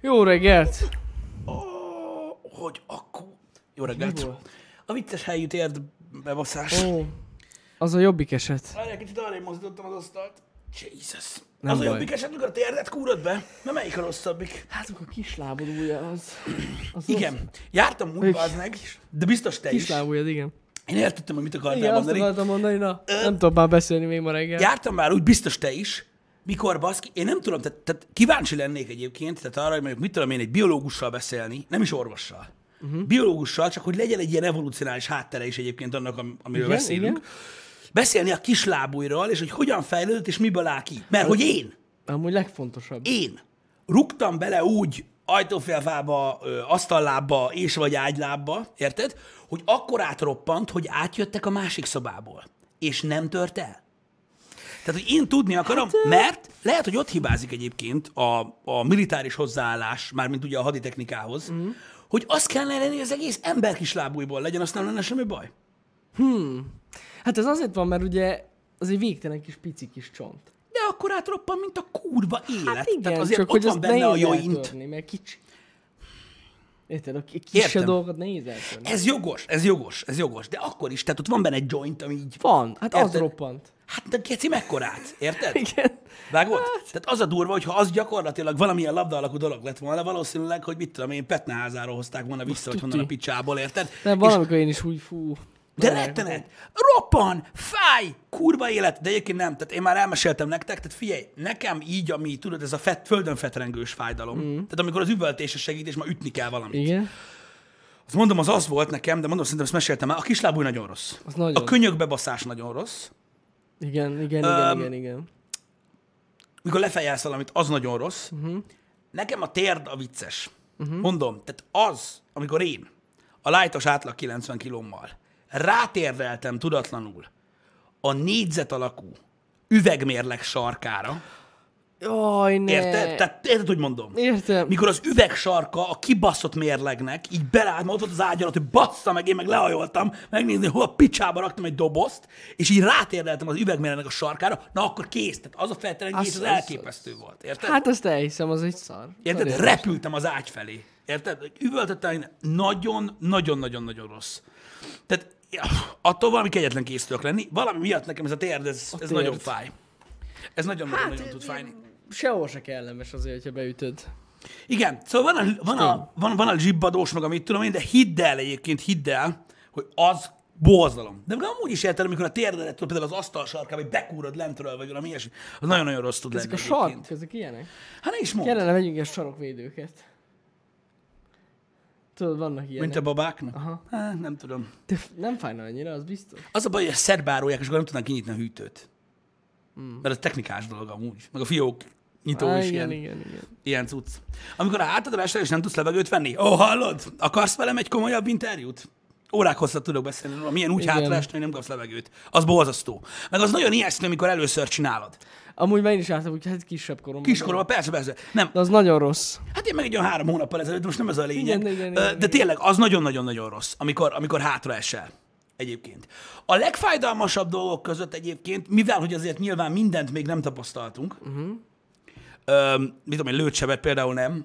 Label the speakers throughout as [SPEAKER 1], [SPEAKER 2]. [SPEAKER 1] Jó reggelt!
[SPEAKER 2] Hogy akkor... Jó reggelt. A vicces helyütt ért bebaszás.
[SPEAKER 1] Ó, az a jobbik eset.
[SPEAKER 2] Várj, egy kicsit arra mozdítottam az asztalt. Jesus.
[SPEAKER 1] Nem
[SPEAKER 2] az a
[SPEAKER 1] baj.
[SPEAKER 2] jobbik eset, amikor a térdet kúrod be? Na melyik a rosszabbik?
[SPEAKER 1] Hát akkor kislábad újja az. az
[SPEAKER 2] Igen. Jártam úgy,
[SPEAKER 1] Egy-
[SPEAKER 2] bazd meg, de biztos te is.
[SPEAKER 1] Kislábad újjad, igen.
[SPEAKER 2] Én értettem, hogy mit
[SPEAKER 1] Igen,
[SPEAKER 2] akartál
[SPEAKER 1] azt
[SPEAKER 2] mondani.
[SPEAKER 1] akartam mondani, na, nem tudok már beszélni még ma reggel.
[SPEAKER 2] Jártam már úgy, biztos te is, mikor baszki, én nem tudom, tehát, tehát kíváncsi lennék egyébként, tehát arra, hogy mondjuk mit tudom én egy biológussal beszélni, nem is orvossal.
[SPEAKER 1] Mhm.
[SPEAKER 2] Uh-huh. Biológussal, csak hogy legyen egy ilyen evolucionális háttere is egyébként annak, am- amiről
[SPEAKER 1] Igen,
[SPEAKER 2] beszélünk.
[SPEAKER 1] igen.
[SPEAKER 2] Beszélni a kislábújról, és hogy hogyan fejlődött, és miből áll ki. Mert hogy én,
[SPEAKER 1] Amúgy legfontosabb.
[SPEAKER 2] én rúgtam bele úgy ajtófélfába, ö, asztallábba és vagy ágylábba, érted? Hogy akkor átroppant, hogy átjöttek a másik szobából. És nem tört el. Tehát, hogy én tudni akarom, hát, mert lehet, hogy ott hibázik egyébként a, a militáris hozzáállás, mármint ugye a haditechnikához, uh-huh. hogy azt kellene lenni, hogy az egész ember kislábújból legyen, azt nem lenne semmi baj.
[SPEAKER 1] Hát ez azért van, mert ugye az egy végtelen kis pici kis csont.
[SPEAKER 2] De akkor átroppan, mint a kurva élet.
[SPEAKER 1] Hát igen,
[SPEAKER 2] Tehát azért
[SPEAKER 1] csak
[SPEAKER 2] ott
[SPEAKER 1] hogy
[SPEAKER 2] van
[SPEAKER 1] azt
[SPEAKER 2] benne a
[SPEAKER 1] nehéz
[SPEAKER 2] joint.
[SPEAKER 1] eltörni, mert kicsi. Érted, a ki-
[SPEAKER 2] Értem.
[SPEAKER 1] kisebb dolgokat nehéz eltörni.
[SPEAKER 2] Ez jogos, ez jogos, ez jogos. De akkor is, tehát ott van benne egy joint, ami így...
[SPEAKER 1] Van, hát az
[SPEAKER 2] Érted?
[SPEAKER 1] roppant.
[SPEAKER 2] Hát de keci mekkorát, érted?
[SPEAKER 1] Igen. Hát.
[SPEAKER 2] Vágod? Tehát az a durva, hogy ha az gyakorlatilag valamilyen labda alakú dolog lett volna, valószínűleg, hogy mit tudom én, Petneházáról hozták volna vissza, hogy honnan a
[SPEAKER 1] tuti.
[SPEAKER 2] picsából, érted?
[SPEAKER 1] De
[SPEAKER 2] És-
[SPEAKER 1] valamikor én is úgy fú.
[SPEAKER 2] de
[SPEAKER 1] na,
[SPEAKER 2] rettenet! Roppan! Fáj! Kurva élet! De egyébként nem. Tehát én már elmeséltem nektek, tehát figyelj, nekem így, ami, tudod, ez a fet, földön fetrengős fájdalom. Mm. Tehát amikor az üvöltése segít, és már ütni kell valamit.
[SPEAKER 1] Igen.
[SPEAKER 2] Azt mondom, az az volt nekem, de mondom, szerintem ezt meséltem már. A kislábúj nagyon rossz.
[SPEAKER 1] Az nagyon.
[SPEAKER 2] A könyökbebaszás nagyon rossz.
[SPEAKER 1] Igen, igen, igen,
[SPEAKER 2] Öm,
[SPEAKER 1] igen, igen.
[SPEAKER 2] mikor lefejelsz valamit, az nagyon rossz.
[SPEAKER 1] Mhm.
[SPEAKER 2] Uh-huh. Nekem a térd a vicces. Uh-huh. Mondom, tehát az, amikor én a lájtos átlag 90 kilommal rátérdeltem tudatlanul a négyzet alakú üvegmérleg sarkára,
[SPEAKER 1] Jaj, ne.
[SPEAKER 2] érted? Tehát érted, hogy mondom?
[SPEAKER 1] Értem.
[SPEAKER 2] Mikor az üveg sarka a kibaszott mérlegnek így belállt, ott volt az ágy alatt, hogy bassza meg, én meg lehajoltam, megnézni, hol a picsába raktam egy dobozt, és így rátérdeltem az üvegmérlegnek a sarkára, na akkor kész. Tehát az a felterengés, az,
[SPEAKER 1] Az-
[SPEAKER 2] az,
[SPEAKER 1] az-
[SPEAKER 2] elképesztő volt. Érted?
[SPEAKER 1] Hát azt elhiszem, az egy szar.
[SPEAKER 2] Érted?
[SPEAKER 1] Szar
[SPEAKER 2] Repültem az ágy felé. Érted? Üvöltöttem, én nagyon-nagyon-nagyon-nagyon rossz. Tehát attól valami kegyetlen kész tudok lenni. Valami miatt nekem ez a térd, ez, ez
[SPEAKER 1] térd.
[SPEAKER 2] nagyon fáj. Ez nagyon-nagyon-nagyon
[SPEAKER 1] Hát,
[SPEAKER 2] tud fájni.
[SPEAKER 1] Sehol se kellemes azért, hogyha beütöd.
[SPEAKER 2] Igen, szóval van a, van a, van, van a zsibbadós, meg amit tudom én, de hidd el egyébként, hidd el, hogy az borzalom. De meg amúgy is érted, amikor a térdedet tudod, például az asztal sarkába, hogy bekúrod lentről, vagy valami ilyesmi, az nagyon-nagyon rossz tud lenni
[SPEAKER 1] Ezek a
[SPEAKER 2] egyébként.
[SPEAKER 1] sark, ezek ilyenek.
[SPEAKER 2] Hát ne is mondd,
[SPEAKER 1] Kellene vegyünk ilyen sarokvédőket. Tudod, vannak ilyenek.
[SPEAKER 2] mint a babáknak.
[SPEAKER 1] Aha.
[SPEAKER 2] Hát, nem tudom.
[SPEAKER 1] De f- nem fájna annyira, az biztos.
[SPEAKER 2] Az a baj, hogy ezt szerbárolják, és akkor nem tudnak kinyitni a hűtőt. Mm. Mert ez technikás dolog amúgy. Meg a fiók nyitó
[SPEAKER 1] Hmm. Á,
[SPEAKER 2] is
[SPEAKER 1] igen,
[SPEAKER 2] ilyen,
[SPEAKER 1] igen, igen.
[SPEAKER 2] ilyen cucc. Amikor a hátadra esel, és nem tudsz levegőt venni. Ó, hallod? Akarsz velem egy komolyabb interjút? Órák hosszat tudok beszélni róla. Milyen úgy
[SPEAKER 1] Igen.
[SPEAKER 2] hátra esni, hogy nem kapsz levegőt. Az borzasztó. Meg az nagyon ijesztő, amikor először csinálod.
[SPEAKER 1] Amúgy már én is álltam, úgyhogy hát kisebb koromban.
[SPEAKER 2] Kiskoromban persze, persze. Nem,
[SPEAKER 1] De az nagyon rossz.
[SPEAKER 2] Hát én meg egy olyan három hónappal ezelőtt, most nem ez a
[SPEAKER 1] Igen,
[SPEAKER 2] lényeg.
[SPEAKER 1] igen,
[SPEAKER 2] Ö,
[SPEAKER 1] igen,
[SPEAKER 2] De
[SPEAKER 1] igen.
[SPEAKER 2] tényleg, az nagyon-nagyon-nagyon rossz, amikor, amikor hátra esel egyébként. A legfájdalmasabb dolgok között egyébként, mivel hogy azért nyilván mindent még nem tapasztaltunk,
[SPEAKER 1] Mhm.
[SPEAKER 2] uh-huh. ö, mit tudom én, lőtsebet például nem,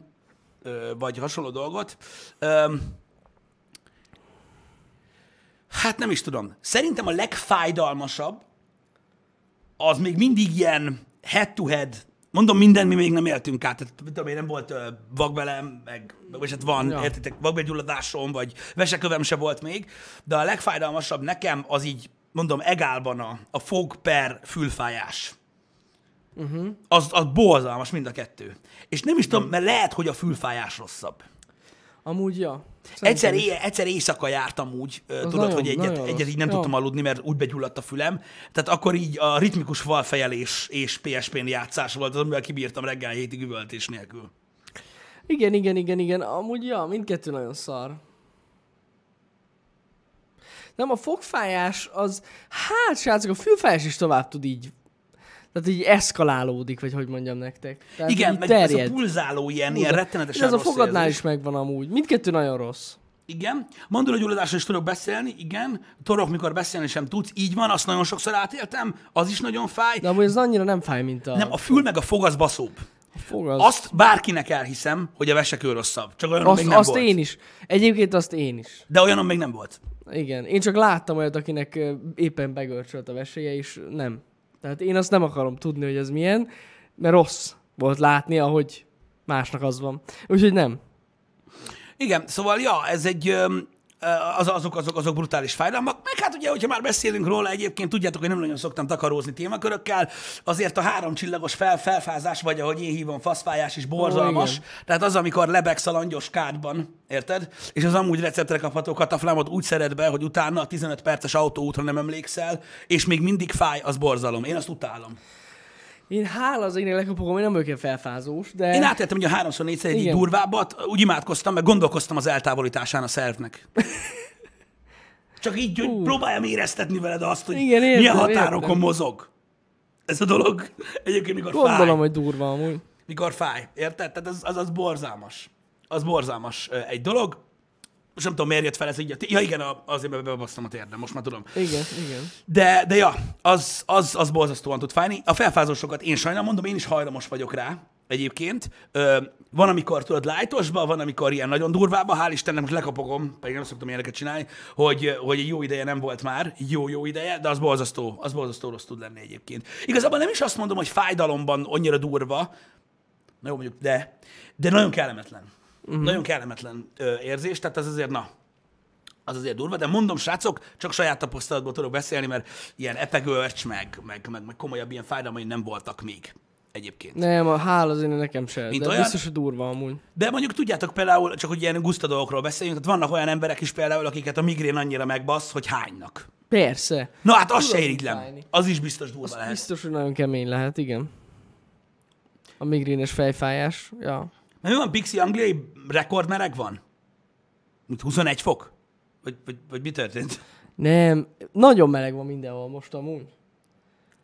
[SPEAKER 2] ö, vagy hasonló dolgot, ö, hát nem is tudom. Szerintem a legfájdalmasabb az még mindig ilyen head-to-head, mondom mindent, mi még nem éltünk át, tehát mit tudom én, nem volt ö, vakbelem, meg, meg- vagy hát van, ja.
[SPEAKER 1] Ja.
[SPEAKER 2] értitek, vakbélgyulladásom, vagy vesekövem se volt még, de a legfájdalmasabb nekem az így, mondom, egálban a, a fog per fülfájás. Uh-huh. Az, az borzalmas mind a kettő. És nem is tudom, mert lehet, hogy a fülfájás rosszabb.
[SPEAKER 1] Amúgy, ja.
[SPEAKER 2] Egyszer,
[SPEAKER 1] Szerintem is.
[SPEAKER 2] éj, egyszer éjszaka jártam úgy, ö, tudod,
[SPEAKER 1] nagyon-
[SPEAKER 2] hogy egyet,
[SPEAKER 1] nagyon
[SPEAKER 2] egyet így
[SPEAKER 1] rossz.
[SPEAKER 2] nem
[SPEAKER 1] Ja.
[SPEAKER 2] tudtam aludni, mert úgy begyulladt a fülem. Tehát akkor így a ritmikus falfejelés és PSP-n játszás volt az, amivel kibírtam reggel hétig üvöltés nélkül.
[SPEAKER 1] Igen, igen, igen, igen. Amúgy, ja, mindkettő nagyon szar. Nem, a fogfájás az, hát srácok, a fülfájás is tovább tud így, tehát így eszkalálódik, vagy hogy mondjam nektek. Tehát
[SPEAKER 2] Igen,
[SPEAKER 1] így
[SPEAKER 2] meg ez
[SPEAKER 1] terjed.
[SPEAKER 2] a pulzáló ilyen, ilyen rettenetesen
[SPEAKER 1] Ez a
[SPEAKER 2] rossz
[SPEAKER 1] fogadnál
[SPEAKER 2] érzés.
[SPEAKER 1] is megvan amúgy. Mindkettő nagyon rossz.
[SPEAKER 2] Igen. Mandulagyulladásról is tudok beszélni, igen. Torok, mikor beszélni sem tudsz, így van, azt nagyon sokszor átéltem, az is nagyon fáj.
[SPEAKER 1] De amúgy ez annyira nem fáj, mint a...
[SPEAKER 2] Nem, a fül meg a fog az baszóbb.
[SPEAKER 1] Fogalsz.
[SPEAKER 2] Azt bárkinek elhiszem, hogy a vesekő rosszabb. Csak olyanom
[SPEAKER 1] Azt,
[SPEAKER 2] még nem
[SPEAKER 1] azt
[SPEAKER 2] volt.
[SPEAKER 1] én is. Egyébként azt én is.
[SPEAKER 2] De olyanom még nem volt.
[SPEAKER 1] Igen. Én csak láttam olyat, akinek ö, éppen begörcsölt a veséje, és nem. Tehát én azt nem akarom tudni, hogy ez milyen, mert rossz volt látni, ahogy másnak az van. Úgyhogy nem.
[SPEAKER 2] Igen, szóval ja, ez egy, öm, ö, az, azok, azok, azok brutális fájdalmak. Meg hát ugye, hogyha már beszélünk róla, egyébként tudjátok, hogy nem nagyon szoktam takarózni témakörökkel, azért a három csillagos fel, felfázás, vagy ahogy én hívom, faszfájás is borzalmas.
[SPEAKER 1] Ó,
[SPEAKER 2] Oh, Tehát az, amikor lebegsz a langyos kádban, érted? És az amúgy receptre kapható kataflámot úgy szeret be, hogy utána a 15 perces autóútra nem emlékszel, és még mindig fáj, az borzalom. Én azt utálom.
[SPEAKER 1] Én hála az én lekapogom, én nem vagyok ilyen felfázós, de...
[SPEAKER 2] Én hát átéltem ugye a háromszor négyszer egy
[SPEAKER 1] Igen.
[SPEAKER 2] durvábbat, úgy imádkoztam, meg gondolkoztam az eltávolításán a szervnek. Csak így, hogy próbáljam éreztetni veled azt, hogy
[SPEAKER 1] Igen, értem,
[SPEAKER 2] milyen határokon
[SPEAKER 1] értem.
[SPEAKER 2] mozog. Ez a dolog egyébként mikor fáj.
[SPEAKER 1] Gondolom, hogy durva amúgy.
[SPEAKER 2] Mikor fáj, érted? Tehát az, az, az borzalmas. Az borzalmas ö, egy dolog. Most nem tudom, miért jött fel ez így. a té- Ja igen, a- azért mert bebasztam a térdem, most már tudom.
[SPEAKER 1] Igen, igen.
[SPEAKER 2] De, de ja, az, az, az borzasztóan tud fájni. A felfázósokat én sajnálom, mondom, én is hajlamos vagyok rá egyébként. Ö, van, amikor tudod lájtosba, van, amikor ilyen nagyon durvába, hál' Istennek most lekapogom, pedig nem szoktam ilyeneket csinálni, hogy, hogy egy jó ideje nem volt már, jó-jó ideje, de az borzasztó, az borzasztó rossz tud lenni egyébként. Igazából nem is azt mondom, hogy fájdalomban annyira durva, na jó, mondjuk, de, de nagyon kellemetlen.
[SPEAKER 1] Mhm.
[SPEAKER 2] Mm. Nagyon kellemetlen ö, érzés, tehát ez azért, na, az azért durva, de mondom, srácok, csak saját tapasztalatból tudok beszélni, mert ilyen epegörcs, meg, meg, meg, meg komolyabb ilyen fájdalmai nem voltak még egyébként.
[SPEAKER 1] Nem, a hála az én nekem se,
[SPEAKER 2] Mint
[SPEAKER 1] de
[SPEAKER 2] olyan?
[SPEAKER 1] biztos, hogy durva amúgy.
[SPEAKER 2] De mondjuk tudjátok például, csak hogy ilyen guszta dolgokról beszéljünk, tehát vannak olyan emberek is például, akiket a migrén annyira megbasz, hogy hánynak.
[SPEAKER 1] Persze.
[SPEAKER 2] Na hát az se
[SPEAKER 1] Tudod,
[SPEAKER 2] irigylem.
[SPEAKER 1] fájni.
[SPEAKER 2] Az is biztos durva lehet.
[SPEAKER 1] Biztos, hogy nagyon kemény lehet, igen. A migrénes fejfájás, ja.
[SPEAKER 2] Na mi van, Pixi angliai rekordmereg van? Mint 21 fok? Vagy, vagy, vagy mi történt?
[SPEAKER 1] Nem, nagyon meleg van mindenhol most amúgy.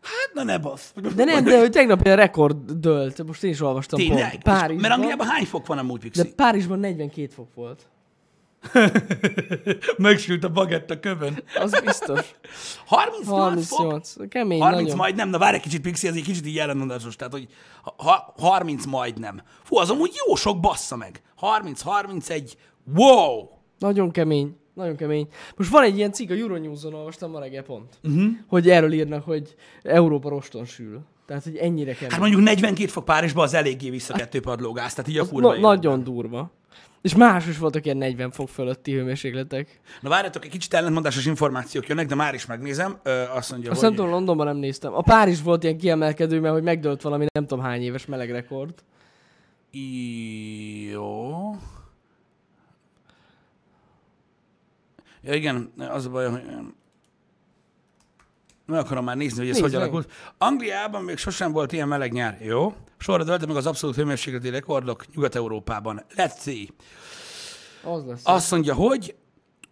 [SPEAKER 2] Hát na ne basz.
[SPEAKER 1] De nem, de hogy tegnap ilyen rekord dőlt, most én is olvastam
[SPEAKER 2] Tényleg?
[SPEAKER 1] pont.
[SPEAKER 2] Most-
[SPEAKER 1] Párizsban,
[SPEAKER 2] Mert Angliában hány fok van amúgy, Pixi?
[SPEAKER 1] de Párizsban 42 fok volt.
[SPEAKER 2] Megsült a bagett a kövön.
[SPEAKER 1] Az biztos.
[SPEAKER 2] 38, 38 fok?
[SPEAKER 1] 38. Kemény
[SPEAKER 2] 30
[SPEAKER 1] nagyon.
[SPEAKER 2] majd nem, na várj egy kicsit, Pixi, ez egy kicsit így ellenmondásos, tehát hogy ha, 30 majd nem. Fú, az amúgy jó sok bassza meg. 30, 31, wow!
[SPEAKER 1] Nagyon kemény, nagyon kemény. Most van egy ilyen cikk, a Euronews-on olvastam ma reggel pont,
[SPEAKER 2] Mhm.
[SPEAKER 1] uh-huh. hogy erről írnak, hogy Európa roston sül. Tehát, hogy ennyire
[SPEAKER 2] Hát
[SPEAKER 1] kemény.
[SPEAKER 2] mondjuk 42 fok Párizsban az eléggé visszakettő padlógáz, tehát így a kurva
[SPEAKER 1] Na,
[SPEAKER 2] élet.
[SPEAKER 1] nagyon durva. És más is voltak ilyen 40 fok fölötti hőmérsékletek.
[SPEAKER 2] Na várjatok, egy kicsit ellentmondásos információk jönnek, de már is megnézem. Ö, azt mondja,
[SPEAKER 1] Azt
[SPEAKER 2] hogy...
[SPEAKER 1] nem tudom, Londonban nem néztem. A Párizs volt ilyen kiemelkedő, mert hogy megdőlt valami nem tudom hány éves meleg rekord.
[SPEAKER 2] Jó. Ja, igen, az a baj, hogy meg akarom már nézni, hogy ez
[SPEAKER 1] Nézd
[SPEAKER 2] hogy
[SPEAKER 1] meg.
[SPEAKER 2] alakult. Angliában még sosem volt ilyen meleg nyár. Jó. Sorra dölte meg az abszolút hőmérsékleti rekordok Nyugat-Európában. Let's see.
[SPEAKER 1] Az lesz.
[SPEAKER 2] Azt mondja, hogy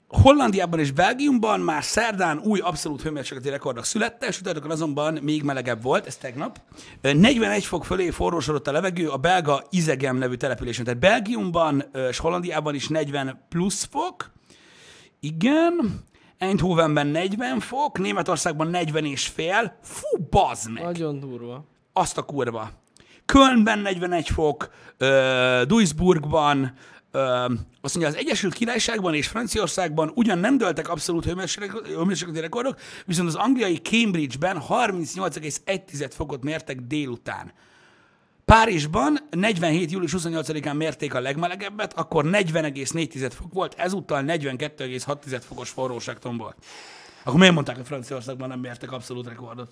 [SPEAKER 2] Hollandiában és Belgiumban már szerdán új abszolút hőmérsékleti rekordok születtek, sütörtökön azonban még melegebb volt, ez tegnap. Ö, 41 fok fölé forrósodott a levegő a belga Izegem nevű településen. Tehát Belgiumban ö, és Hollandiában is 40 plusz fok, igen, Eindhovenben 40 fok, Németországban 40 és fél, fú, bazd meg!
[SPEAKER 1] Nagyon durva.
[SPEAKER 2] azt a kurva. Kölnben 41 fok, ö, Duisburgban, ö, azt mondja, az Egyesült Királyságban és Franciaországban ugyan nem döltek abszolút hőmérséklet- hőmérsékleti rekordok, viszont az angliai Cambridge-ben 38,1 fokot mértek délután. Párizsban 47. július 28-án mérték a legmelegebbet, akkor 40,4 fok volt, ezúttal 42,6 fokos forróságtombolt. Akkor miért mondták, hogy Franciaországban nem mértek abszolút rekordot?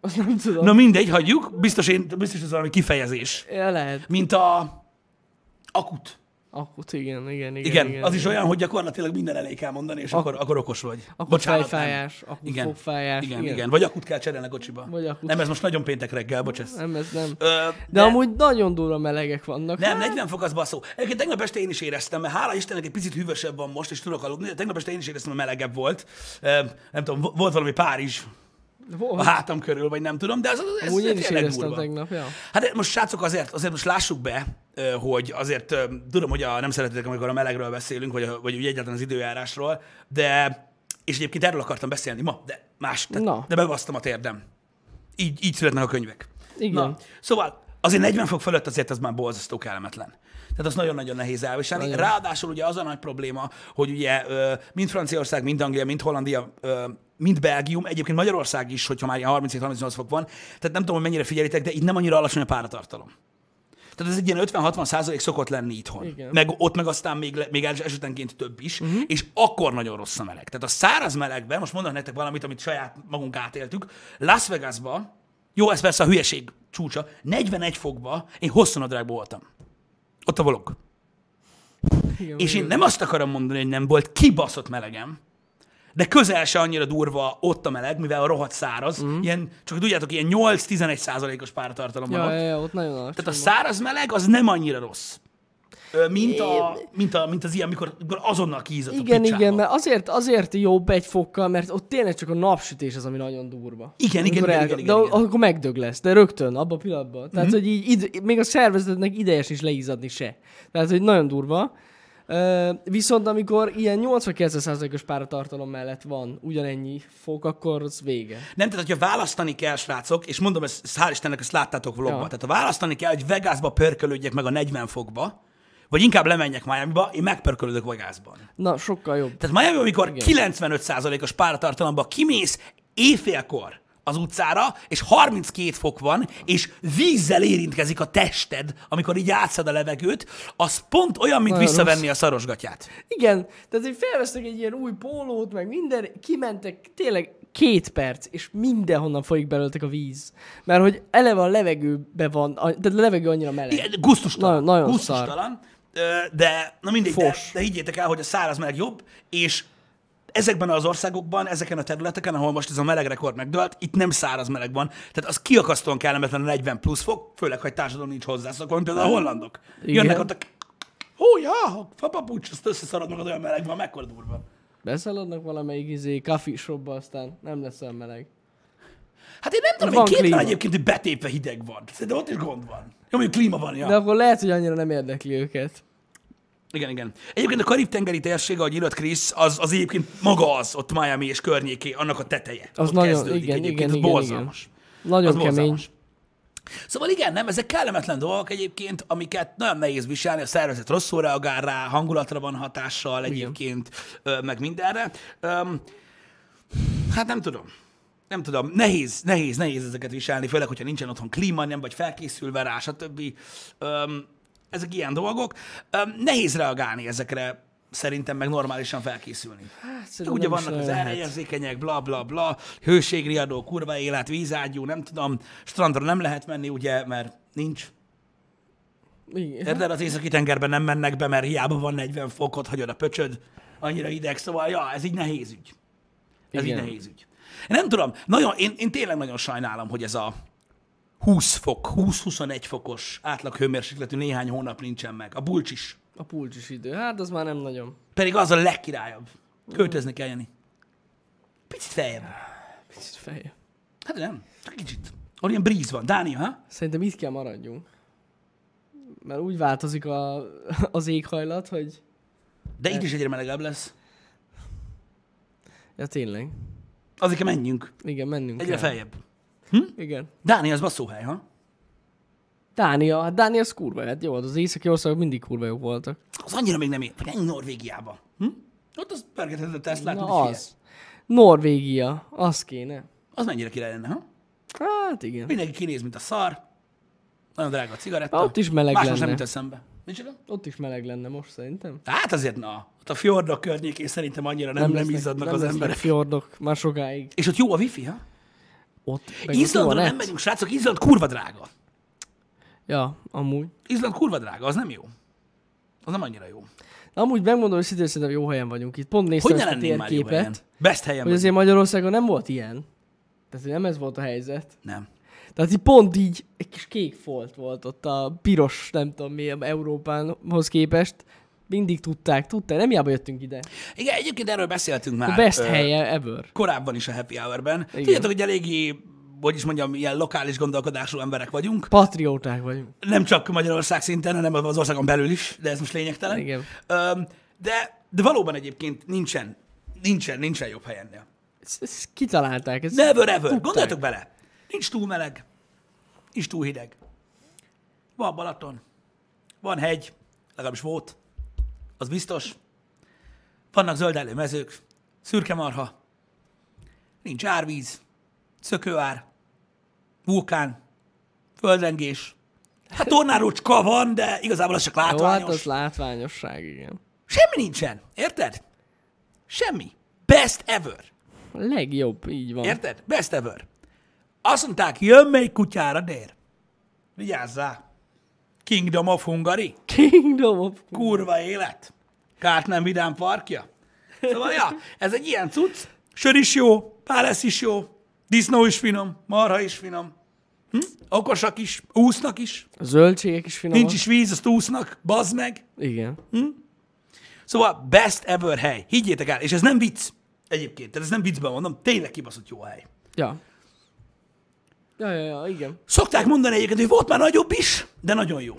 [SPEAKER 1] Azt nem tudom.
[SPEAKER 2] Na mindegy, hagyjuk. Biztos, én, biztos ez valami kifejezés.
[SPEAKER 1] Ja, lehet.
[SPEAKER 2] Mint a akut.
[SPEAKER 1] Akut, igen, igen, igen.
[SPEAKER 2] Igen,
[SPEAKER 1] igen
[SPEAKER 2] az is olyan, hogy gyakorlatilag minden elé kell mondani, és akkor, akkor okos vagy.
[SPEAKER 1] Akut
[SPEAKER 2] Bocsánat, nem.
[SPEAKER 1] fejfájás, akut
[SPEAKER 2] Igen.
[SPEAKER 1] fogfájás.
[SPEAKER 2] Igen, igen, igen. Vagy akut kell cserélni a kocsiba.
[SPEAKER 1] Vagy akut.
[SPEAKER 2] Nem, ez most nagyon péntek reggel, bocs ez.
[SPEAKER 1] Nem, ez nem.
[SPEAKER 2] Ö, de,
[SPEAKER 1] De, de amúgy nagyon durva melegek vannak. Hát,
[SPEAKER 2] Nem, 40 fok az baszó. Egyébként tegnap este én is éreztem, mert hála Istennek egy picit hűvösebb van most, és tudok aludni, de tegnap este én is éreztem, hogy melegebb volt. Ö, Nem tudom, vo- volt valami Párizs a
[SPEAKER 1] Volt.
[SPEAKER 2] hátam körül, vagy nem tudom, de az, az, Hát, ez
[SPEAKER 1] Amúgy én is
[SPEAKER 2] tényleg
[SPEAKER 1] éreztem
[SPEAKER 2] durva.
[SPEAKER 1] tegnap, ja.
[SPEAKER 2] Hát de most srácok, azért, azért most lássuk be, ö, hogy azért ö, tudom, hogy a, nem szeretitek, amikor a melegről beszélünk, vagy, a, vagy úgy egyáltalán az időjárásról, de, és egyébként erről akartam beszélni ma, de más, tehát,
[SPEAKER 1] Na.
[SPEAKER 2] de bebasztam a térdem. Így, így születnek a könyvek.
[SPEAKER 1] Igen.
[SPEAKER 2] Na, szóval azért 40 fok fölött azért ez már borzasztó kellemetlen. Tehát az nagyon-nagyon nehéz elviselni. Nagyon. Ráadásul ugye az a nagy probléma, hogy ugye ö, mind Franciaország, mind Anglia, mind Hollandia, ö, mind Belgium, egyébként Magyarország is, hogyha már ilyen 37-38 fok van, tehát nem tudom, hogy mennyire figyelitek, de itt nem annyira alacsony a páratartalom. Tehát ez egy ilyen 50-60 százalék szokott lenni itthon.
[SPEAKER 1] Igen. Mhm.
[SPEAKER 2] Meg ott meg aztán még, le- még el- esetenként több is, uh-huh. és akkor nagyon rossz a meleg. Tehát a száraz melegben, most mondok nektek valamit, amit saját magunk átéltük, Las Vegasban, jó, ez persze a hülyeség csúcsa, 41 fokba én hosszú nadrágban voltam. Ott a volog.
[SPEAKER 1] Igen,
[SPEAKER 2] És én nem azt akarom mondani, hogy nem volt kibaszott melegem, de közel se annyira durva ott a meleg, mivel a rohadt száraz,
[SPEAKER 1] Mhm.
[SPEAKER 2] mm. ilyen, csak tudjátok, ilyen 8-11 százalékos páratartalom van
[SPEAKER 1] ja,
[SPEAKER 2] ott.
[SPEAKER 1] ja, ja, ott nagyon alacsony.
[SPEAKER 2] Tehát a száraz meleg az nem annyira rossz, Ö, mint, a, mint, a, mint az ilyen, amikor, amikor azonnal kiízott a
[SPEAKER 1] Igen,
[SPEAKER 2] picsába.
[SPEAKER 1] igen, mert azért, azért jobb egy fokkal, mert ott tényleg csak a napsütés az, ami nagyon durva.
[SPEAKER 2] Igen, igen,
[SPEAKER 1] Amikor
[SPEAKER 2] igen,
[SPEAKER 1] elkap-
[SPEAKER 2] igen,
[SPEAKER 1] De
[SPEAKER 2] igen, Mhm. igen.
[SPEAKER 1] akkor megdög lesz, de rögtön, abban a pillanatban. Tehát, hogy így, id- még a szervezetnek idejes is leízadni se. Tehát, hogy nagyon durva. Ö, viszont amikor ilyen 80-90%-os páratartalom mellett van ugyanennyi fok, akkor az vége.
[SPEAKER 2] Nem, tehát hogyha választani kell, srácok, és mondom, ezt, ezt hál' Istennek, ezt láttátok vlogban,
[SPEAKER 1] Ja.
[SPEAKER 2] tehát ha választani kell, hogy Vegasba pörkölődjek meg a 40 fokba, vagy inkább lemenjek Miami-ba, én megpörkölődök Vegasban.
[SPEAKER 1] Na, sokkal jobb.
[SPEAKER 2] Tehát Miami, amikor Igen. 95%-os páratartalomba kimész éjfélkor az utcára, és 32 fok van, és vízzel érintkezik a tested, amikor így átszed a levegőt, az pont olyan, mint
[SPEAKER 1] Nagyon
[SPEAKER 2] visszavenni a szarosgatyát.
[SPEAKER 1] Igen, tehát hogy felvesznek egy ilyen új pólót, meg minden, kimentek tényleg két perc, és mindenhonnan folyik belőletek a víz. Mert hogy eleve a levegőbe van, a, tehát a levegő annyira meleg.
[SPEAKER 2] Igen, Gusztustalan.
[SPEAKER 1] Nagyon- nagyon
[SPEAKER 2] gusztustalan. Ö, De, na mindegy, de,
[SPEAKER 1] Fos.
[SPEAKER 2] de higgyétek el, hogy a száraz meleg jobb, és ezekben az országokban, ezeken a területeken, ahol most ez a meleg rekord megdölt, itt nem száraz meleg van. Tehát az kiakasztóan kellemetlen a 40 plusz fok, főleg, ha egy társadalom nincs hozzászokva, mint például a hollandok.
[SPEAKER 1] Igen.
[SPEAKER 2] Jönnek ott a... Ó, ja, fapapucs, azt összeszarod magad olyan meleg van, mekkora durva.
[SPEAKER 1] Beszaladnak valamelyik izé, coffee shopba, aztán nem lesz olyan meleg.
[SPEAKER 2] Hát én nem tudom,
[SPEAKER 1] Van
[SPEAKER 2] én két
[SPEAKER 1] klíma.
[SPEAKER 2] egyébként, hogy betépve hideg van. De ott is gond van. Jó, mondjuk klíma van, ja.
[SPEAKER 1] De akkor lehet, hogy annyira nem érdekli őket.
[SPEAKER 2] Igen, igen. Egyébként a Karib-tengeri térség, ahogy írott Krisz, az, az egyébként maga az, ott Miami és környéké, annak a teteje.
[SPEAKER 1] Az
[SPEAKER 2] ott
[SPEAKER 1] nagyon-
[SPEAKER 2] kezdődik
[SPEAKER 1] igen,
[SPEAKER 2] egyébként,
[SPEAKER 1] igen,
[SPEAKER 2] az
[SPEAKER 1] igen,
[SPEAKER 2] borzalmas.
[SPEAKER 1] Nagyon
[SPEAKER 2] Az
[SPEAKER 1] kemény.
[SPEAKER 2] borzalmas. Szóval igen, nem, ezek kellemetlen dolgok egyébként, amiket nagyon nehéz viselni, a szervezet rosszul reagál rá, hangulatra van hatással egyébként, ö, meg mindenre. Öm, Hát nem tudom. Nem tudom, nehéz, nehéz, nehéz ezeket viselni, főleg, hogyha nincsen otthon klíma, nem vagy felkészülve rá, stb. Öm, ezek ilyen dolgok. Öm, nehéz reagálni ezekre, szerintem meg normálisan felkészülni. Hát,
[SPEAKER 1] szerintem
[SPEAKER 2] ugye
[SPEAKER 1] nem is
[SPEAKER 2] vannak az
[SPEAKER 1] nagyon lehet.
[SPEAKER 2] elejérzékenyek, bla, bla, bla, hőségriadó, kurva élet, vízágyú, nem tudom, strandra nem lehet menni, ugye, mert nincs.
[SPEAKER 1] Igen.
[SPEAKER 2] Érted? Az északi tengerben nem mennek be, mert hiába van 40 fokot, hagyod a pöcsöd, annyira ideg, szóval, ja, ez így nehéz ügy. Ez Igen.
[SPEAKER 1] Igen.
[SPEAKER 2] így nehéz ügy. Én nem tudom, nagyon, én, én tényleg nagyon sajnálom, hogy ez a 20 fok, 20-21 fokos átlag hőmérsékletű néhány hónap nincsen meg. A bulcs is.
[SPEAKER 1] A pulcsis idő. Hát az már nem nagyon.
[SPEAKER 2] Pedig az a legkirályabb. Költözni kell jönni. Picit feljebb.
[SPEAKER 1] Picit feje.
[SPEAKER 2] Hát nem, csak kicsit. Ahol ilyen bríz van. Dánia, ha?
[SPEAKER 1] Szerintem itt kell maradjunk. Mert úgy változik a, az éghajlat, hogy...
[SPEAKER 2] De itt is egyre melegebb lesz.
[SPEAKER 1] Ja tényleg.
[SPEAKER 2] Azért kell menjünk.
[SPEAKER 1] Igen, mennünk
[SPEAKER 2] Egyre
[SPEAKER 1] kell.
[SPEAKER 2] feljebb.
[SPEAKER 1] Igen.
[SPEAKER 2] Dánia, az basszóhely, ha?
[SPEAKER 1] Dánia, hát Dánia az kurva, hát jó, az északi országok mindig kurva jók voltak.
[SPEAKER 2] Az annyira még nem ér. Vagy ennyi Norvégiába. Hm? Ott az pörgethetett ezt látod,
[SPEAKER 1] Na
[SPEAKER 2] hogy
[SPEAKER 1] az. Norvégia, az kéne.
[SPEAKER 2] az mennyire király lenne, ha?
[SPEAKER 1] Hát igen.
[SPEAKER 2] Mindenki kinéz, mint a szar. Nagyon drága a cigaretta.
[SPEAKER 1] Há, ott is meleg
[SPEAKER 2] Máshol
[SPEAKER 1] lenne.
[SPEAKER 2] nem jut eszembe. Micsoda?
[SPEAKER 1] Ott is meleg lenne most szerintem.
[SPEAKER 2] Hát azért na, ott a fjordok környékén szerintem annyira nem, nem,
[SPEAKER 1] lesznek-
[SPEAKER 2] izzadnak
[SPEAKER 1] nem
[SPEAKER 2] az
[SPEAKER 1] lesznek
[SPEAKER 2] emberek.
[SPEAKER 1] fjordok már sokáig.
[SPEAKER 2] És ott jó a wifi, ha?
[SPEAKER 1] Ott. meg ott hát. jó a
[SPEAKER 2] Izlandra
[SPEAKER 1] net.
[SPEAKER 2] nem megyünk, srácok, Izland kurva drága.
[SPEAKER 1] Ja, amúgy.
[SPEAKER 2] Izland kurva drága, az nem jó. Az nem annyira jó.
[SPEAKER 1] Amúgy megmondom, hogy szintén szerintem jó helyen vagyunk itt. Pont néztem
[SPEAKER 2] Hogy ne
[SPEAKER 1] ezt a
[SPEAKER 2] lennénk már jó helyen?
[SPEAKER 1] térképet,
[SPEAKER 2] Best helyen
[SPEAKER 1] hogy
[SPEAKER 2] vagy.
[SPEAKER 1] azért Magyarországon nem volt ilyen. Tehát hogy nem ez volt a helyzet.
[SPEAKER 2] Nem.
[SPEAKER 1] Tehát így pont így egy kis kék folt volt ott a piros, nem tudom mi, Európánhoz képest. Mindig tudták, tudták, nem hiába jöttünk ide.
[SPEAKER 2] Igen, egyébként erről beszéltünk már.
[SPEAKER 1] A best
[SPEAKER 2] Hát, ö,
[SPEAKER 1] helye ever.
[SPEAKER 2] korábban is a happy hour-ben. Tudjátok, hogy eléggé, hogy is mondjam, ilyen lokális gondolkodású emberek vagyunk.
[SPEAKER 1] Patrióták vagyunk.
[SPEAKER 2] Nem csak Magyarország szinten, hanem az országon belül is, de ez most lényegtelen.
[SPEAKER 1] Igen.
[SPEAKER 2] Öm, de, de valóban egyébként nincsen, nincsen, nincsen jobb hely ennél.
[SPEAKER 1] Ezt, ezt kitalálták. Ezt
[SPEAKER 2] Never ever.
[SPEAKER 1] tudták.
[SPEAKER 2] Gondoljatok bele. Nincs túl meleg. és túl hideg. Van Balaton, van hegy, legalábbis volt, az biztos. Vannak zöldelő mezők, szürke marha, nincs árvíz, szökőár, vulkán, földrengés. Hát tornárocska van, de igazából az csak
[SPEAKER 1] Jó, hát az
[SPEAKER 2] látványos.
[SPEAKER 1] látványosság, igen.
[SPEAKER 2] Semmi nincsen, érted? Semmi. Best ever.
[SPEAKER 1] A legjobb, így van.
[SPEAKER 2] Érted? Best ever. Azt mondták, jön még kutyára, dér. Vigyázzál. Kingdom of Hungary.
[SPEAKER 1] Kingdom of...
[SPEAKER 2] Kurva élet. Kárt nem vidám parkja. Szóval, ja, ez egy ilyen cucc. Sör is jó, pálesz is jó, disznó is finom, marha is finom. Hm? Okosak is, úsznak is.
[SPEAKER 1] A zöldségek is finomak.
[SPEAKER 2] Nincs is víz, azt úsznak, bazd meg.
[SPEAKER 1] Igen.
[SPEAKER 2] Szóval best ever hely. Higgyétek el, és ez nem vicc egyébként. Tehát ez nem viccben mondom, tényleg kibaszott jó hely.
[SPEAKER 1] Ja. Ja, ja, ja, igen.
[SPEAKER 2] Szokták mondani egyébként, hogy volt már nagyobb is, de nagyon jó.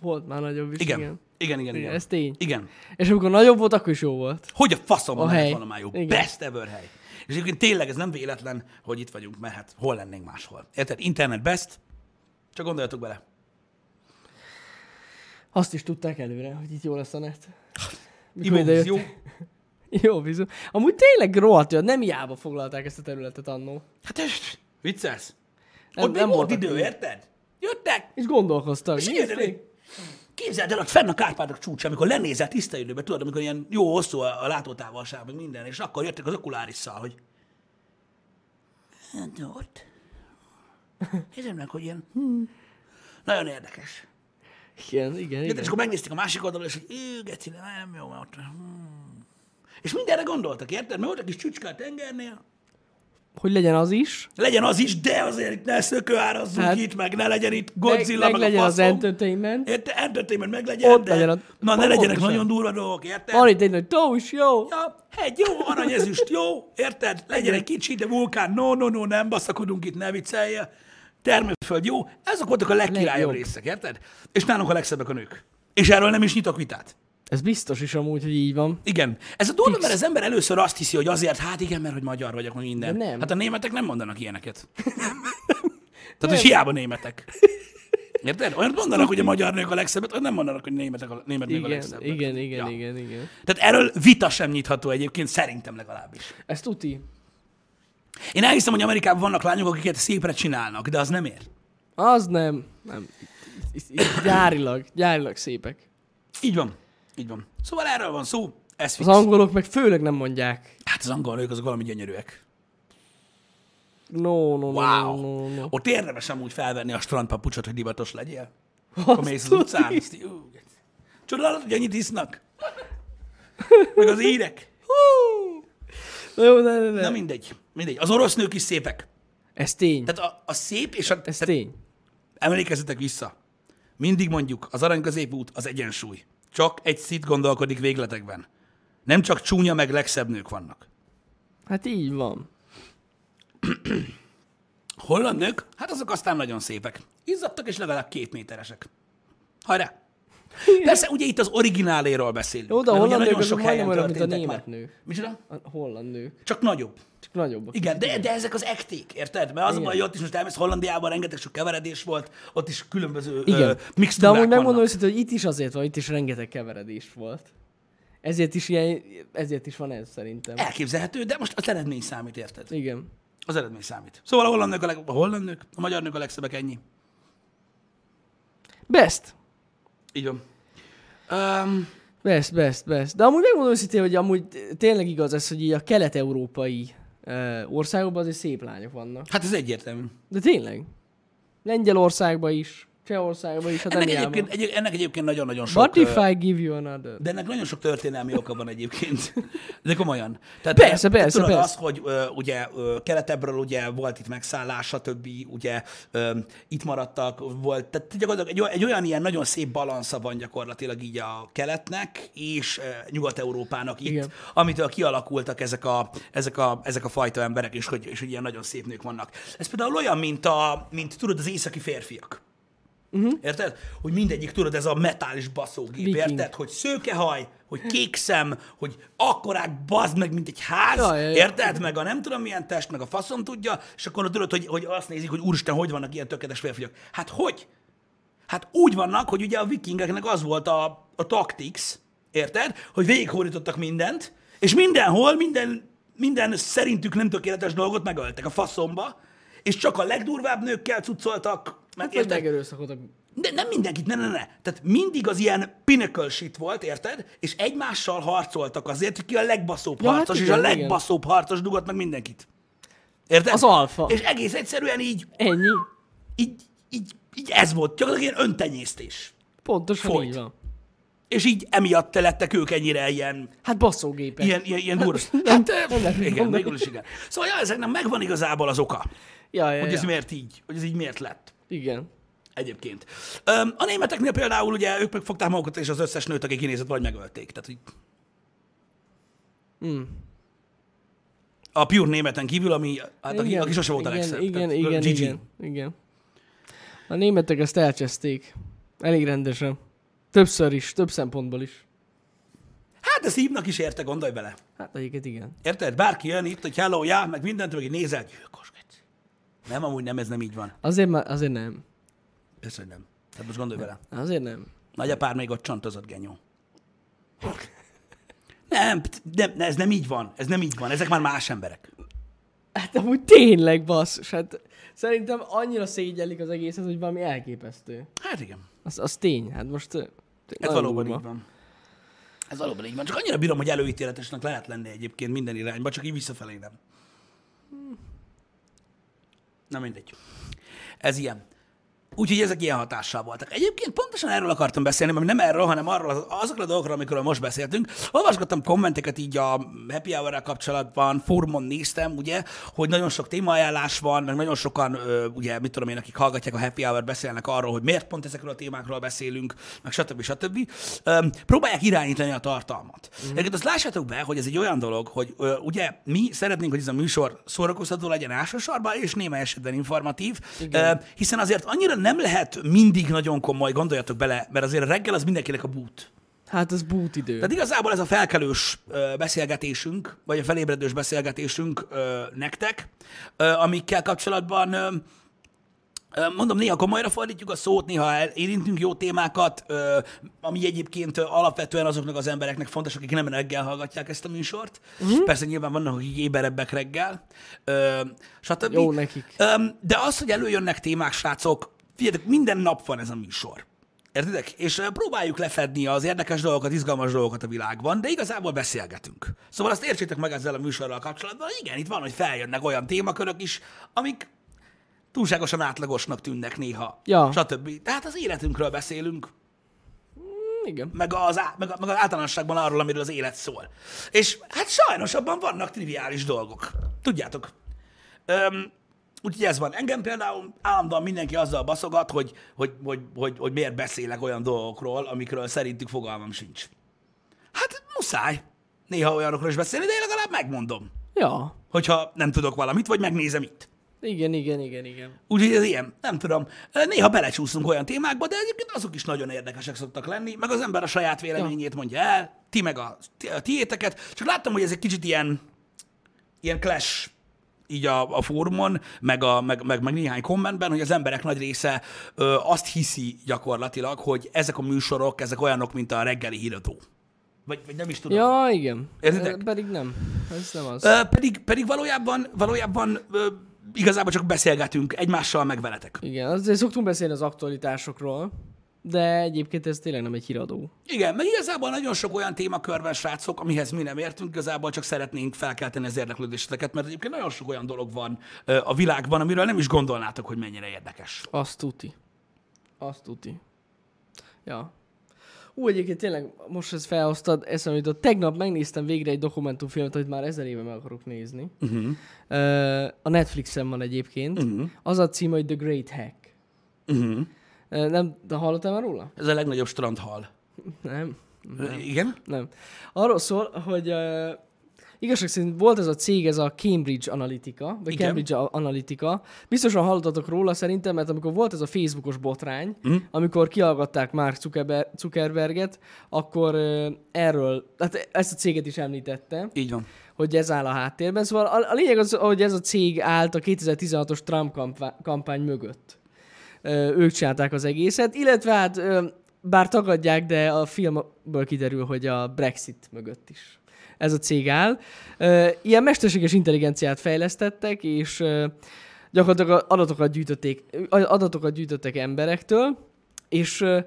[SPEAKER 1] Volt már nagyobb is, igen.
[SPEAKER 2] Igen. Igen, igen, igen. igen.
[SPEAKER 1] Ez tény.
[SPEAKER 2] igen.
[SPEAKER 1] És amikor nagyobb volt, akkor is jó volt.
[SPEAKER 2] Hogy a faszomban
[SPEAKER 1] A
[SPEAKER 2] lehet
[SPEAKER 1] hely.
[SPEAKER 2] volna már jó?
[SPEAKER 1] Igen.
[SPEAKER 2] Best ever hely. És egyébként tényleg ez nem véletlen, hogy itt vagyunk, mert hát hol lennénk máshol. Érted? Internet best, csak gondoljatok bele.
[SPEAKER 1] Azt is tudták előre, hogy itt jó lesz a net. Mikor
[SPEAKER 2] Ivóvíz
[SPEAKER 1] idejött-
[SPEAKER 2] jó.
[SPEAKER 1] Jó vízú. Amúgy tényleg rohadt jó, nem hiába foglalták ezt a területet annó.
[SPEAKER 2] Hát ez viccelsz.
[SPEAKER 1] Nem-
[SPEAKER 2] Ott még
[SPEAKER 1] nem
[SPEAKER 2] volt
[SPEAKER 1] voltak
[SPEAKER 2] idő,
[SPEAKER 1] ilyen.
[SPEAKER 2] érted? Jöttek,
[SPEAKER 1] És gondolkoztak.
[SPEAKER 2] és
[SPEAKER 1] Nézd
[SPEAKER 2] jöttek.
[SPEAKER 1] még.
[SPEAKER 2] Képzeld el, ott fenn a Kárpátok csúcsa, amikor lenézel tiszta időben, tudod, amikor ilyen jó hosszú a, a látótávolság, meg minden, és akkor jöttek az okulárissal, hogy Hát ott. Nézem meg, hogy ilyen... Hmm. Nagyon érdekes.
[SPEAKER 1] Igen, igen,
[SPEAKER 2] Érted, és
[SPEAKER 1] igen.
[SPEAKER 2] akkor megnézték a másik oldalról, és hogy ő, geci, nem jó, mert ott... Hmm. És mindenre gondoltak, érted? Mert volt egy kis csücske a tengernél,
[SPEAKER 1] Hogy legyen az is.
[SPEAKER 2] legyen az is, de azért itt ne szökőárazzunk hát,
[SPEAKER 1] Hát,
[SPEAKER 2] itt, meg ne legyen itt
[SPEAKER 1] Meg,
[SPEAKER 2] Godzilla,
[SPEAKER 1] meg
[SPEAKER 2] meg,
[SPEAKER 1] legyen
[SPEAKER 2] a
[SPEAKER 1] az
[SPEAKER 2] faszom.
[SPEAKER 1] entertainment.
[SPEAKER 2] Érted? Entertainment meg legyen,
[SPEAKER 1] Ott
[SPEAKER 2] de...
[SPEAKER 1] legyen a-
[SPEAKER 2] Na, ne
[SPEAKER 1] Pont-
[SPEAKER 2] legyenek
[SPEAKER 1] pontosan.
[SPEAKER 2] nagyon durva dolgok, érted?
[SPEAKER 1] Van itt egy nagy tó is, jó.
[SPEAKER 2] Ja, hegy, jó, aranyezüst, jó, érted? Legyen egy kicsi, de vulkán, no, no, no, nem baszakodunk itt, ne viccelje. Termőföld, jó. Ezek voltak a legkirályabb
[SPEAKER 1] Legjobb.
[SPEAKER 2] részek, érted? És nálunk a legszebbek a nők. És erről nem is nyitok vitát.
[SPEAKER 1] Ez biztos is amúgy, hogy így van.
[SPEAKER 2] Igen. Ez a durva, mert az ember először azt hiszi, hogy azért, hát igen, mert hogy magyar vagyok, hogy minden.
[SPEAKER 1] De nem.
[SPEAKER 2] Hát a németek nem mondanak ilyeneket. Tehát, hogy hiába németek. Érted? Olyat mondanak, hogy a magyar nők a legszebbet, olyat nem mondanak, hogy németek a, német nők a
[SPEAKER 1] Igen,
[SPEAKER 2] legszebbet.
[SPEAKER 1] igen, igen, igen, igen.
[SPEAKER 2] Tehát erről vita sem nyitható egyébként, szerintem legalábbis.
[SPEAKER 1] Ez tuti.
[SPEAKER 2] Én elhiszem, hogy Amerikában vannak lányok, akiket szépre csinálnak, de az nem ér.
[SPEAKER 1] Az nem. Nem. Itt- itt- itt Gyárilag, gyárilag szépek.
[SPEAKER 2] Így van. Így van. Szóval erről van szó, ez
[SPEAKER 1] Az
[SPEAKER 2] fix.
[SPEAKER 1] angolok meg főleg nem mondják.
[SPEAKER 2] Hát az angol nők azok valami gyönyörűek.
[SPEAKER 1] No, no, no, no,
[SPEAKER 2] Wow.
[SPEAKER 1] no, no, no.
[SPEAKER 2] Ott érdemes amúgy felvenni a strandpapucsot, hogy divatos legyél.
[SPEAKER 1] Azt
[SPEAKER 2] Akkor mész az
[SPEAKER 1] tuti.
[SPEAKER 2] utcán. Azt, így, ú, csodálat, hogy annyit isznak. Meg az írek. Hú!
[SPEAKER 1] Na jó, ne, ne, ne.
[SPEAKER 2] Na mindegy, mindegy. Az orosz nők is szépek.
[SPEAKER 1] Ez tény.
[SPEAKER 2] Tehát a, a szép és a...
[SPEAKER 1] Ez
[SPEAKER 2] Tehát
[SPEAKER 1] tény.
[SPEAKER 2] emlékezzetek vissza. Mindig mondjuk, az arany középút az egyensúly. Csak egy szit gondolkodik végletekben. Nem csak csúnya, meg legszebb nők vannak.
[SPEAKER 1] Hát így van.
[SPEAKER 2] Holland nők? Hát azok aztán nagyon szépek. Izzadtak és legalább két méteresek. Hajrá! Persze, ugye itt az origináléről beszélünk.
[SPEAKER 1] Jó, de a
[SPEAKER 2] mert ugye
[SPEAKER 1] holland
[SPEAKER 2] nagyon
[SPEAKER 1] nők
[SPEAKER 2] sok
[SPEAKER 1] azok
[SPEAKER 2] helyen
[SPEAKER 1] majdnem olyanok, mint a
[SPEAKER 2] történtek már.
[SPEAKER 1] német nők.
[SPEAKER 2] Micsoda?
[SPEAKER 1] A holland nők.
[SPEAKER 2] Csak nagyobb.
[SPEAKER 1] Csak nagyobbak.
[SPEAKER 2] Igen, de, de ezek az ekték, érted? Mert az a baj, hogy ott is most elmész Hollandiában, rengeteg sok keveredés volt, ott is különböző
[SPEAKER 1] Igen.
[SPEAKER 2] Ö, mixed
[SPEAKER 1] de amúgy
[SPEAKER 2] vannak.
[SPEAKER 1] megmondom őszintén, hogy itt is azért van, itt is rengeteg keveredés volt. Ezért is ilyen, ezért is van ez szerintem.
[SPEAKER 2] E- Elképzelhető, de most az eredmény számít, érted?
[SPEAKER 1] Igen.
[SPEAKER 2] Az eredmény számít. Szóval a holland nők a, leg... a, holland nők, a magyar nők a legszebbek, ennyi.
[SPEAKER 1] Best.
[SPEAKER 2] Így van. Um,
[SPEAKER 1] Best, best, best. De amúgy megmondom őszintén, hogy amúgy tényleg igaz ez, hogy így a kelet-európai ö, országokban azért szép lányok vannak.
[SPEAKER 2] hát ez egyértelmű.
[SPEAKER 1] De tényleg. Lengyelországban is, Csehországban is, hát
[SPEAKER 2] Ennek
[SPEAKER 1] Dániában.
[SPEAKER 2] egyébként, egy, ennek egyébként nagyon-nagyon sok...
[SPEAKER 1] What
[SPEAKER 2] ö,
[SPEAKER 1] if I give you another?
[SPEAKER 2] De ennek nagyon sok történelmi oka van egyébként. De komolyan. Tehát,
[SPEAKER 1] Persze,
[SPEAKER 2] eh,
[SPEAKER 1] persze,
[SPEAKER 2] tudod,
[SPEAKER 1] persze.
[SPEAKER 2] az, hogy ö, ugye ö, keletebbről ugye volt itt megszállás, stb. ugye ö, itt maradtak, volt, tehát gyakorlatilag egy, o- egy olyan ilyen nagyon szép balansza van gyakorlatilag így a keletnek és ö, Nyugat-Európának itt,
[SPEAKER 1] Igen.
[SPEAKER 2] amitől kialakultak ezek a, ezek a, ezek a fajta emberek, és hogy, és hogy ilyen nagyon szép nők vannak. Ez például olyan, mint, a, mint tudod, az északi férfiak. Uh-huh. Érted? Hogy mindegyik, tudod, ez a metális baszógép,
[SPEAKER 1] Mhm. Viking.
[SPEAKER 2] érted? hogy szőkehaj, hogy kék szem, hogy akkorát bazd meg, mint egy ház,
[SPEAKER 1] Ja,
[SPEAKER 2] ja,
[SPEAKER 1] ja,
[SPEAKER 2] ja,
[SPEAKER 1] ja.
[SPEAKER 2] érted? Meg a nem tudom milyen test, meg a faszom tudja, és akkor ott tudod, hogy, hogy azt nézik, hogy úristen, hogy vannak ilyen tökéletes férfiak. Hát hogy? Hát úgy vannak, hogy ugye a vikingeknek az volt a, a tactics, érted? Hogy végighordítottak mindent, és mindenhol, minden, minden szerintük nem tökéletes dolgot megöltek a faszomba, és csak a legdurvább nőkkel cuccoltak, meg
[SPEAKER 1] Hát vagy
[SPEAKER 2] érted?
[SPEAKER 1] megerőszakoltak.
[SPEAKER 2] De nem mindenkit, ne, ne, ne. Tehát mindig az ilyen pinnacle shit volt, érted? És egymással harcoltak azért, hogy ki a legbaszóbb
[SPEAKER 1] Ja,
[SPEAKER 2] ja,
[SPEAKER 1] hát
[SPEAKER 2] harcos, hát
[SPEAKER 1] igen,
[SPEAKER 2] és a
[SPEAKER 1] igen.
[SPEAKER 2] legbaszóbb harcos dugott meg mindenkit. Érted?
[SPEAKER 1] Az alfa.
[SPEAKER 2] És egész egyszerűen így,
[SPEAKER 1] Ennyi.
[SPEAKER 2] így, így, így ez volt, gyakorlatilag ilyen öntenyésztés.
[SPEAKER 1] Pontosan
[SPEAKER 2] Folyt.
[SPEAKER 1] így van.
[SPEAKER 2] És így emiatt te lettek ők ennyire ilyen,
[SPEAKER 1] Hát basszógépek.
[SPEAKER 2] ilyen, ilyen, ilyen durvos.
[SPEAKER 1] nem-
[SPEAKER 2] Hát, eh,
[SPEAKER 1] nem lehet
[SPEAKER 2] igen,
[SPEAKER 1] mondani.
[SPEAKER 2] végül is igen. Szóval ja, ezeknek megvan igazából az oka,
[SPEAKER 1] Ja, ja,
[SPEAKER 2] hogy ez
[SPEAKER 1] ja.
[SPEAKER 2] miért így, hogy ez így miért lett.
[SPEAKER 1] Igen.
[SPEAKER 2] Egyébként. Öm, A németeknél például ugye ők megfogták magukat, és az összes nőt, aki kinézett, vagy megölték. Tehát, hogy...
[SPEAKER 1] Hmm.
[SPEAKER 2] A pure németen kívül, ami, hát aki,
[SPEAKER 1] igen,
[SPEAKER 2] aki sose volt a
[SPEAKER 1] igen,
[SPEAKER 2] legszebb.
[SPEAKER 1] Igen,
[SPEAKER 2] Tehát,
[SPEAKER 1] igen,
[SPEAKER 2] GG.
[SPEAKER 1] igen, igen. A németek ezt elcseszték. Elég rendesen. Többször is, több szempontból is.
[SPEAKER 2] Hát ezt hívnak is érte, gondolj bele.
[SPEAKER 1] Hát egyiket igen.
[SPEAKER 2] Érted? Bárki jön itt, hogy hello, já, meg mindent, meg így nézel, gyilkos. geci. Nem, amúgy nem, ez nem így van.
[SPEAKER 1] Azért, már, azért nem.
[SPEAKER 2] Persze, hogy nem. Tehát most gondolj bele.
[SPEAKER 1] Azért nem.
[SPEAKER 2] Nagyapár még ott csantozott genyó. Nem, pt- nem, ez nem így van. Ez nem így van. Ezek már más emberek.
[SPEAKER 1] Hát amúgy tényleg basszus. Hát szerintem annyira szégyellik az egészet, hogy valami elképesztő.
[SPEAKER 2] Hát igen.
[SPEAKER 1] Az, az tény. Hát most... ö,
[SPEAKER 2] Ez
[SPEAKER 1] nagyon
[SPEAKER 2] valóban
[SPEAKER 1] durva.
[SPEAKER 2] így van. Ez valóban így van. Csak annyira bírom, hogy előítéletesnek lehet lenni egyébként minden irányba, csak így visszafelé nem. Na mindegy. Ez ilyen. Úgyhogy ezek ilyen hatással voltak. Egyébként pontosan erről akartam beszélni, ami nem erről, hanem arról az, azokról a dolgokról, amikről most beszéltünk. Olvasgattam kommenteket így a happy hour kapcsolatban, fórumon néztem, ugye, hogy nagyon sok témaajánlás van, meg nagyon sokan, ö, ugye, mit tudom én, akik hallgatják a happy hour beszélnek arról, hogy miért pont ezekről a témákról beszélünk, meg stb. stb. Öm, próbálják irányítani a tartalmat. Mm. Egyébként azt lássátok be, hogy ez egy olyan dolog, hogy ö, ugye mi szeretnénk, hogy ez a műsor szórakoztató legyen elsősorban, és némely esetben informatív, ö, hiszen azért annyira nem lehet mindig nagyon komoly, gondoljatok bele, mert azért reggel az mindenkinek a bút.
[SPEAKER 1] Hát ez boot idő.
[SPEAKER 2] Tehát igazából ez a felkelős ö, beszélgetésünk, vagy a felébredős beszélgetésünk ö, nektek, ö, amikkel kapcsolatban ö, ö, mondom, néha komolyra fordítjuk a szót, néha el- érintünk jó témákat, ö, ami egyébként ö, alapvetően azoknak az embereknek fontos, akik nem reggel hallgatják ezt a műsort.
[SPEAKER 1] Mhm.
[SPEAKER 2] Uh-huh. Persze nyilván vannak, akik éberebbek reggel, ö, stb.
[SPEAKER 1] Jó nekik.
[SPEAKER 2] Öm, de az, hogy előjönnek témák, srácok, figyeljetek, minden nap van ez a műsor. Értedek? És ö, próbáljuk lefedni az érdekes dolgokat, izgalmas dolgokat a világban, de igazából beszélgetünk. Szóval azt értsétek meg ezzel a műsorral kapcsolatban, hogy igen, itt van, hogy feljönnek olyan témakörök is, amik túlságosan átlagosnak tűnnek néha,
[SPEAKER 1] Ja.
[SPEAKER 2] stb. Tehát az életünkről beszélünk,
[SPEAKER 1] Igen.
[SPEAKER 2] meg az, á- meg, a- meg az általánosságban arról, amiről az élet szól. És hát sajnos abban vannak triviális dolgok. Tudjátok. Öm, úgyhogy ez van. Engem például állandóan mindenki azzal baszogat, hogy, hogy, hogy, hogy, hogy miért beszélek olyan dolgokról, amikről szerintük fogalmam sincs. Hát muszáj néha olyanokról is beszélni, de én legalább megmondom,
[SPEAKER 1] Ja.
[SPEAKER 2] hogyha nem tudok valamit, vagy megnézem itt.
[SPEAKER 1] Igen, igen, igen, igen.
[SPEAKER 2] Úgyhogy ez ilyen, nem tudom. Néha belecsúszunk olyan témákba, de egyébként azok is nagyon érdekesek szoktak lenni, meg az ember a saját véleményét mondja el, ti meg a, ti- a tiéteket. Csak láttam, hogy ez egy kicsit ilyen, ilyen clash így a, a fórumon, meg, a, meg, meg, meg néhány kommentben, hogy az emberek nagy része ö, azt hiszi gyakorlatilag, hogy ezek a műsorok, ezek olyanok, mint a reggeli híradó. Vagy, vagy nem is tudom.
[SPEAKER 1] Ja, igen.
[SPEAKER 2] Értitek?
[SPEAKER 1] Ö, Pedig nem. Ez nem az.
[SPEAKER 2] Ö, pedig, pedig valójában, valójában ö, igazából csak beszélgetünk egymással, meg veletek.
[SPEAKER 1] Igen, azért szoktunk beszélni az aktualitásokról, de egyébként ez tényleg nem egy híradó.
[SPEAKER 2] Igen, meg igazából nagyon sok olyan témakörben, srácok, amihez mi nem értünk, igazából csak szeretnénk felkelteni az érdeklődéseteket, mert egyébként nagyon sok olyan dolog van ö, a világban, amiről nem is gondolnátok, hogy mennyire érdekes.
[SPEAKER 1] Azt tuti. Azt tuti. Ja. Ú, egyébként tényleg most ezt felhoztad, eszembe jutott. Tegnap megnéztem végre egy dokumentumfilmet, amit már ezer éve meg akarok nézni. Uh-huh. A Netflixen van egyébként. Uh-huh. Az a cím, hogy The Great Hack. Mhm.
[SPEAKER 2] Uh-huh.
[SPEAKER 1] Ö, Nem, de hallottál már róla?
[SPEAKER 2] Ez a legnagyobb strandhal.
[SPEAKER 1] Nem.
[SPEAKER 2] Nem. Igen?
[SPEAKER 1] Nem. Arról szól, hogy uh, igazság szerint volt ez a cég, ez a Cambridge Analytica, vagy
[SPEAKER 2] Igen.
[SPEAKER 1] Cambridge Analytica. Biztosan hallottatok róla szerintem, mert amikor volt ez a Facebookos botrány, mm. amikor kiallgatták már Zuckerberget, akkor ö, erről, hát ezt a céget is említette
[SPEAKER 2] Így van.
[SPEAKER 1] hogy ez áll a háttérben. Szóval a, a lényeg az, hogy ez a cég állt a 2016-os Trump kampá- kampány mögött. Ö, ők csinálták az egészet, illetve hát ö, bár tagadják, de a filmből kiderül, hogy a Brexit mögött is ez a cég áll. Ö, ilyen mesterséges intelligenciát fejlesztettek, és ö, gyakorlatilag adatokat, gyűjtötték, adatokat gyűjtöttek emberektől, és ö,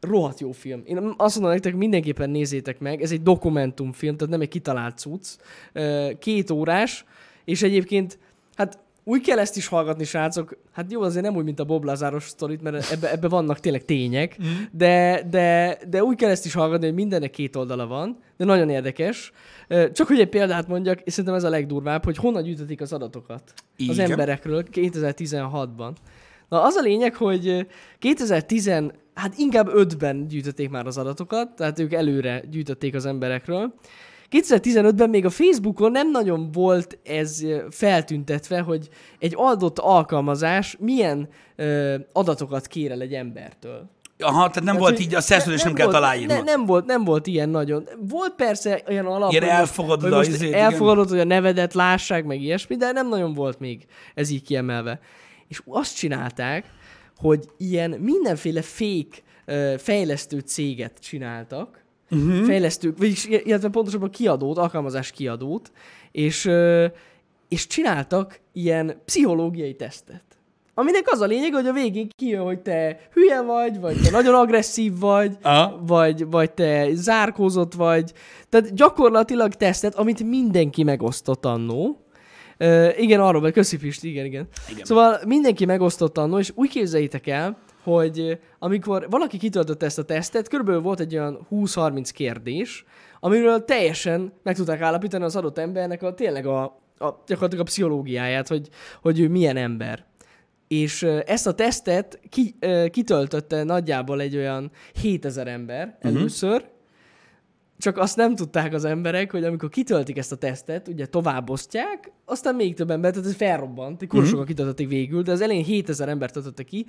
[SPEAKER 1] rohadt jó film. Én azt mondom nektek, mindenképpen nézzétek meg, ez egy dokumentumfilm, tehát nem egy kitalált cucc. Ö, Két órás, és egyébként, hát úgy kell ezt is hallgatni, srácok, hát jó, azért nem úgy, mint a Bob Lázáros sztorit, mert ebbe, ebbe vannak tényleg tények, de, de, de úgy kell ezt is hallgatni, hogy mindennek két oldala van, de nagyon érdekes. Ö, Csak hogy egy példát mondjak, és szerintem ez a legdurvább, hogy honnan gyűjtötik az adatokat az
[SPEAKER 2] Igen.
[SPEAKER 1] emberekről 2016-ban. Na az a lényeg, hogy ö, 2010, hát inkább 5-ben gyűjtötték már az adatokat, tehát ők előre gyűjtötték az emberekről. 2015-ben még a Facebookon nem nagyon volt ez ö, feltüntetve, hogy egy adott alkalmazás milyen ö, adatokat kér el egy embertől.
[SPEAKER 2] Aha, tehát nem volt
[SPEAKER 1] Hát, hogy
[SPEAKER 2] így, a szerződést nem, nem kell
[SPEAKER 1] volt,
[SPEAKER 2] találírnod.
[SPEAKER 1] Ne, nem, volt, nem volt ilyen nagyon. Volt persze olyan alap,
[SPEAKER 2] Ilyen
[SPEAKER 1] hogy most-
[SPEAKER 2] elfogadod
[SPEAKER 1] hogy
[SPEAKER 2] a
[SPEAKER 1] most
[SPEAKER 2] izét,
[SPEAKER 1] elfogadod, hogy a nevedet lássák, meg ilyesmi, de nem nagyon volt még ez így kiemelve. És azt csinálták, hogy ilyen mindenféle fake ö, fejlesztő céget csináltak,
[SPEAKER 2] Mhm.
[SPEAKER 1] uh-huh. fejlesztők, vagyis i- illetve pontosabban kiadót, alkalmazás kiadót, és, ö, és csináltak ilyen pszichológiai tesztet. Aminek az a lényeg, hogy a végén kijön, hogy te hülye vagy, vagy te nagyon agresszív vagy,
[SPEAKER 2] Aha.
[SPEAKER 1] vagy, vagy te zárkózott vagy. Tehát gyakorlatilag tesztet, amit mindenki megosztott annó. Uh, igen, arról, vagy köszi Pisti, igen, igen,
[SPEAKER 2] Igen.
[SPEAKER 1] igen. Szóval mindenki megosztott annó, és úgy képzeljétek el, hogy ö, amikor valaki kitöltötte ezt a tesztet, körülbelül volt egy olyan 20-30 kérdés, amiről teljesen meg tudták állapítani az adott embernek a tényleg a, a gyakorlatilag a pszichológiáját, hogy, hogy ő milyen ember és ö, ezt a tesztet ki, ö, kitöltötte nagyjából egy olyan 7000 ember először, csak azt nem tudták az emberek, hogy amikor kitöltik ezt a tesztet, ugye továbbosztják, aztán még több ember, tehát ez felrobbant, kurva sokan kitöltötték végül, de az elején 7000 ember töltötte ki,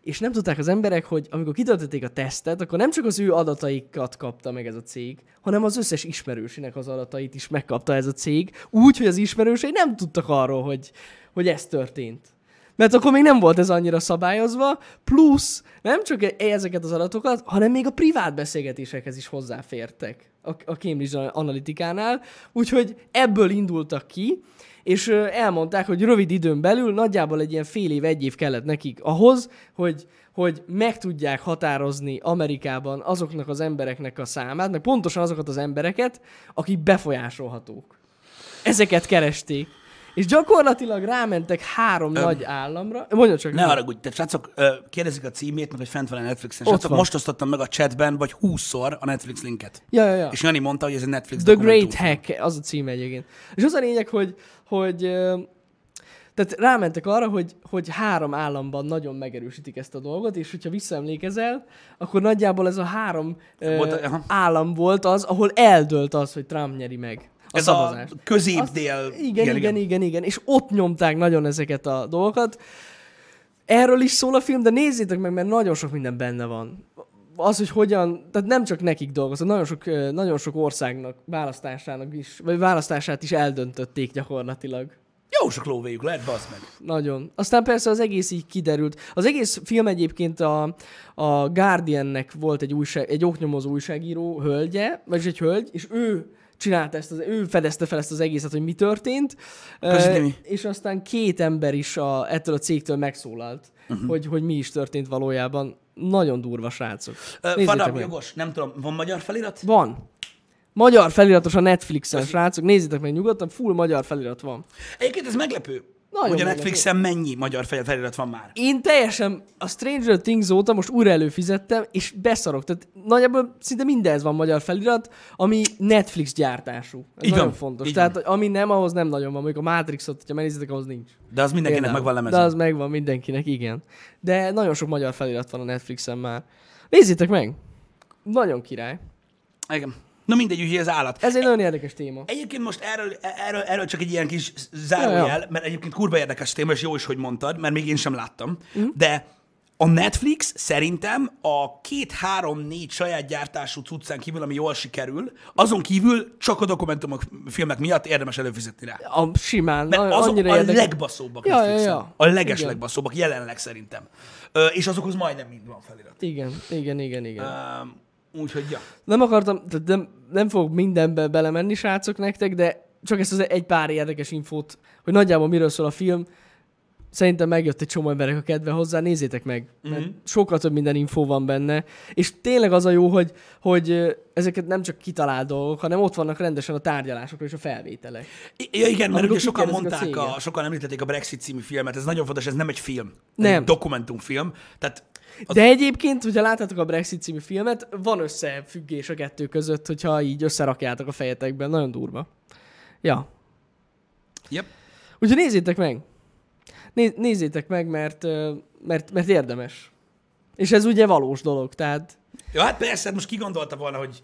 [SPEAKER 1] és nem tudták az emberek, hogy amikor kitöltötték a tesztet, akkor nem csak az ő adataikat kapta meg ez a cég, hanem az összes ismerősének az adatait is megkapta ez a cég, úgy, hogy az ismerősei nem tudtak arról, hogy, hogy ez történt. Mert akkor még nem volt ez annyira szabályozva, plusz nem csak e- ezeket az adatokat, hanem még a privát beszélgetésekhez is hozzáfértek a a Cambridge Analytikánál, úgyhogy ebből indultak ki, és ö, elmondták, hogy rövid időn belül nagyjából egy ilyen fél év, egy év kellett nekik ahhoz, hogy, hogy meg tudják határozni Amerikában azoknak az embereknek a számát, meg pontosan azokat az embereket, akik befolyásolhatók ezeket keresték. És gyakorlatilag rámentek három Öm. nagy államra. Mondja csak.
[SPEAKER 2] Ne haragudj, tehát srácok, ö, kérdezzük a címét, meg hogy fent van a Netflixen.
[SPEAKER 1] Ott
[SPEAKER 2] Srácok,
[SPEAKER 1] van.
[SPEAKER 2] most osztottam meg a chatben, vagy 20-szor a Netflix linket.
[SPEAKER 1] Ja, ja, ja.
[SPEAKER 2] És Jani mondta, hogy ez egy Netflix
[SPEAKER 1] The
[SPEAKER 2] dokumentum.
[SPEAKER 1] Great Hack, az a címe egyébként. És az a lényeg, hogy, hogy ö, tehát rámentek arra, hogy, hogy három államban nagyon megerősítik ezt a dolgot, és hogyha visszaemlékezel, akkor nagyjából ez a három ö,
[SPEAKER 2] Volt, aha.
[SPEAKER 1] állam volt az, ahol eldőlt az, hogy Trump nyeri meg a
[SPEAKER 2] Ez
[SPEAKER 1] szavazást.
[SPEAKER 2] a középdél...
[SPEAKER 1] Azt- Igen, igen, igen, igen, igen. És ott nyomták nagyon ezeket a dolgokat. Erről is szól a film, de nézzétek meg, mert nagyon sok minden benne van. Az, hogy hogyan, tehát nem csak nekik dolgoztak, nagyon sok, ö, nagyon sok országnak választásának is, vagy választását is eldöntötték gyakorlatilag.
[SPEAKER 2] Jó sok lóvéjuk lehet, bazd meg.
[SPEAKER 1] Nagyon. Aztán persze az egész így kiderült. Az egész film egyébként a, a Guardiannek volt egy, újság, egy oknyomozó újságíró hölgye, vagyis egy hölgy, és ő csinálta ezt, az, ő fedezte fel ezt az egészet, hogy mi történt.
[SPEAKER 2] Köszi,
[SPEAKER 1] Ö,
[SPEAKER 2] Timi.
[SPEAKER 1] és aztán két ember is a, ettől a cégtől megszólalt,
[SPEAKER 2] Mhm.
[SPEAKER 1] uh-huh. hogy, hogy mi is történt valójában. Nagyon durva srácok.
[SPEAKER 2] Ö,
[SPEAKER 1] Nézzétek
[SPEAKER 2] Fadab,
[SPEAKER 1] meg.
[SPEAKER 2] jogos, nem tudom, van magyar felirat?
[SPEAKER 1] Van. Magyar feliratos a Netflixen, srácok. Nézzétek meg nyugodtan, full magyar felirat van.
[SPEAKER 2] Egyébként ez meglepő.
[SPEAKER 1] Nagyon
[SPEAKER 2] hogy a
[SPEAKER 1] meglepő.
[SPEAKER 2] Netflixen mennyi magyar fel- felirat van már.
[SPEAKER 1] én teljesen a Stranger Things óta most újra előfizettem, és beszarok. Tehát nagyjából szinte mindez van magyar felirat, ami Netflix gyártású. Ez
[SPEAKER 2] Így van,
[SPEAKER 1] nagyon fontos.
[SPEAKER 2] így
[SPEAKER 1] Tehát ami nem, ahhoz nem nagyon van. Mondjuk a Matrixot, hogyha megnézitek, ahhoz nincs.
[SPEAKER 2] De az mindenkinek meg
[SPEAKER 1] Például.
[SPEAKER 2] van lemezve.
[SPEAKER 1] De az megvan mindenkinek, igen. De nagyon sok magyar felirat van a Netflixen már. Nézzétek meg! Nagyon király.
[SPEAKER 2] Igen. Na mindegy, ugye az állat.
[SPEAKER 1] Ez egy nagyon érdekes téma.
[SPEAKER 2] Egyébként most erről, erről, erről csak egy ilyen kis zárójel,
[SPEAKER 1] Ja,
[SPEAKER 2] mert egyébként kurva érdekes téma, és jó is, hogy mondtad, mert még én sem láttam.
[SPEAKER 1] Mhm.
[SPEAKER 2] De a Netflix szerintem a két-három-négy saját gyártású cuccán kívül, ami jól sikerül, azon kívül csak a dokumentumok, filmek miatt érdemes előfizetni rá.
[SPEAKER 1] A simán.
[SPEAKER 2] Mert
[SPEAKER 1] a-
[SPEAKER 2] azok
[SPEAKER 1] annyira
[SPEAKER 2] a
[SPEAKER 1] érdekes.
[SPEAKER 2] legbaszóbbak
[SPEAKER 1] Ja,
[SPEAKER 2] Netflixen.
[SPEAKER 1] ja, ja.
[SPEAKER 2] A leges
[SPEAKER 1] Igen.
[SPEAKER 2] legbaszóbbak jelenleg szerintem. Ö, és azokhoz majdnem mind van felirat.
[SPEAKER 1] Igen, igen, igen, igen.
[SPEAKER 2] Öm, Úgyhogy, ja.
[SPEAKER 1] Nem akartam, tehát nem, nem fogok mindenbe belemenni, srácok, nektek, de csak ezt az egy pár érdekes infót, hogy nagyjából miről szól a film. Szerintem megjött egy csomó emberek a kedve hozzá, nézzétek meg, mert sokkal több minden infó van benne, és tényleg az a jó, hogy, hogy ö, ezeket nem csak kitalál dolgok, hanem ott vannak rendesen a tárgyalások és a felvételek.
[SPEAKER 2] I- Ja, igen, mert
[SPEAKER 1] Amikor
[SPEAKER 2] ugye sokan
[SPEAKER 1] kikérdezik a
[SPEAKER 2] mondták, a,
[SPEAKER 1] céget.
[SPEAKER 2] sokan említették a Brexit című filmet, ez nagyon fontos, ez nem egy film. Ez
[SPEAKER 1] Nem.
[SPEAKER 2] Egy dokumentumfilm, tehát
[SPEAKER 1] De egyébként, hogyha láttátok a Brexit című filmet, van összefüggés a kettő között, hogyha így összerakjátok a fejetekben, nagyon durva. Ja,
[SPEAKER 2] yep.
[SPEAKER 1] Úgyhogy nézzétek meg. Né- nézzétek meg, mert, ö, mert, mert érdemes. És ez ugye valós dolog, tehát...
[SPEAKER 2] Ja, hát persze, hát most ki gondolta volna, hogy,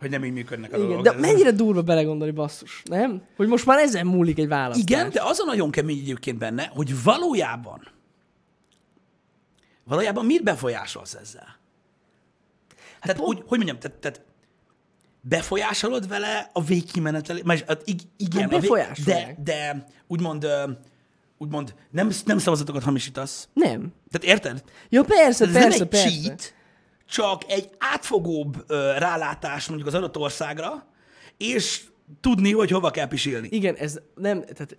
[SPEAKER 2] hogy nem így működnek a
[SPEAKER 1] Igen,
[SPEAKER 2] dolgok.
[SPEAKER 1] de mennyire durva belegondolni, basszus, nem? Hogy most már ezen múlik egy választás.
[SPEAKER 2] Igen, de az a nagyon kemény egyébként benne, hogy valójában, valójában mit befolyásolsz ezzel? Hát tehát,
[SPEAKER 1] pont-
[SPEAKER 2] úgy, hogy mondjam, tehát, tehát befolyásolod vele a végkimenetel, más, hát ig- igen,
[SPEAKER 1] Hát
[SPEAKER 2] a vég-
[SPEAKER 1] befolyásolják.
[SPEAKER 2] de, de úgymond, ö, úgymond nem, nem szavazatokat hamisítasz.
[SPEAKER 1] Nem.
[SPEAKER 2] Tehát érted?
[SPEAKER 1] Ja, persze,
[SPEAKER 2] Ez
[SPEAKER 1] persze,
[SPEAKER 2] nem egy
[SPEAKER 1] persze.
[SPEAKER 2] cheat, csak egy átfogóbb ö, rálátás mondjuk az adott országra, és tudni, hogy hova kell pisilni.
[SPEAKER 1] Igen, ez nem... Tehát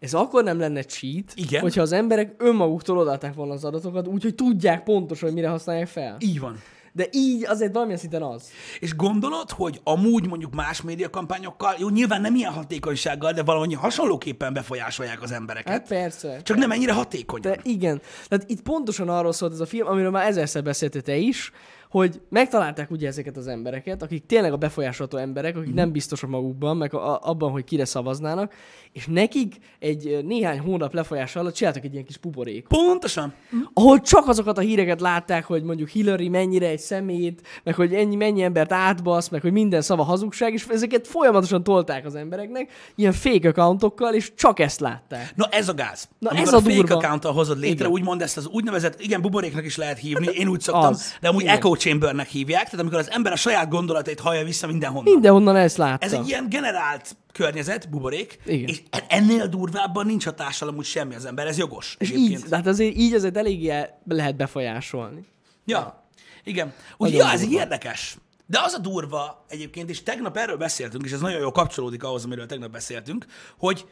[SPEAKER 1] ez akkor nem lenne cheat,
[SPEAKER 2] Igen.
[SPEAKER 1] hogyha az emberek önmaguktól odaadták volna az adatokat, úgyhogy tudják pontosan, hogy mire használják fel.
[SPEAKER 2] Így van.
[SPEAKER 1] De így azért valamilyen szinten az.
[SPEAKER 2] És gondolod, hogy amúgy mondjuk más médiakampányokkal, jó, nyilván nem ilyen hatékonysággal, de valahol hasonlóképpen befolyásolják az embereket.
[SPEAKER 1] Hát persze.
[SPEAKER 2] Csak nem ennyire hatékonyan.
[SPEAKER 1] De igen, tehát itt pontosan arról szólt ez a film, amiről már ezerszer beszéltél te is, hogy megtalálták ugye ezeket az embereket, akik tényleg a befolyásolható emberek,
[SPEAKER 2] Mhm.
[SPEAKER 1] akik nem biztosak magukban, meg a, a, abban, hogy kire szavaznának, és nekik egy ö, néhány hónap lefolyása alatt csináltak egy ilyen kis buborékot,
[SPEAKER 2] Pontosan.
[SPEAKER 1] ahol csak azokat a híreket látták, hogy mondjuk Hillary mennyire egy szemét, meg hogy ennyi, mennyi embert átbasz, meg hogy minden szava hazugság, és ezeket folyamatosan tolták az embereknek, ilyen fake accountokkal, és csak ezt látták.
[SPEAKER 2] Na ez a gáz.
[SPEAKER 1] Na,
[SPEAKER 2] Amikor
[SPEAKER 1] ez
[SPEAKER 2] a,
[SPEAKER 1] a
[SPEAKER 2] fake
[SPEAKER 1] durva.
[SPEAKER 2] account hozod létre,
[SPEAKER 1] Igen.
[SPEAKER 2] úgymond ezt az úgynevezett, igen, buboréknak is lehet hívni, én úgy szoktam,
[SPEAKER 1] Az.
[SPEAKER 2] de amúgy
[SPEAKER 1] Igen.
[SPEAKER 2] echo chambernek hívják, tehát amikor az ember a saját gondolatait hallja vissza mindenhonnan.
[SPEAKER 1] Mindenhonnan ezt látta.
[SPEAKER 2] Ez egy ilyen generált környezet, buborék,
[SPEAKER 1] Igen.
[SPEAKER 2] és en- ennél durvábban nincs hatással amúgy semmi az ember, ez jogos.
[SPEAKER 1] És így, de hát azért így azért eléggé el- lehet befolyásolni.
[SPEAKER 2] Ja, igen. Úgy,
[SPEAKER 1] Nagyon
[SPEAKER 2] ja, ez így
[SPEAKER 1] durva.
[SPEAKER 2] érdekes. De az a durva egyébként, és tegnap erről beszéltünk, és ez nagyon jól kapcsolódik ahhoz, amiről tegnap beszéltünk, hogy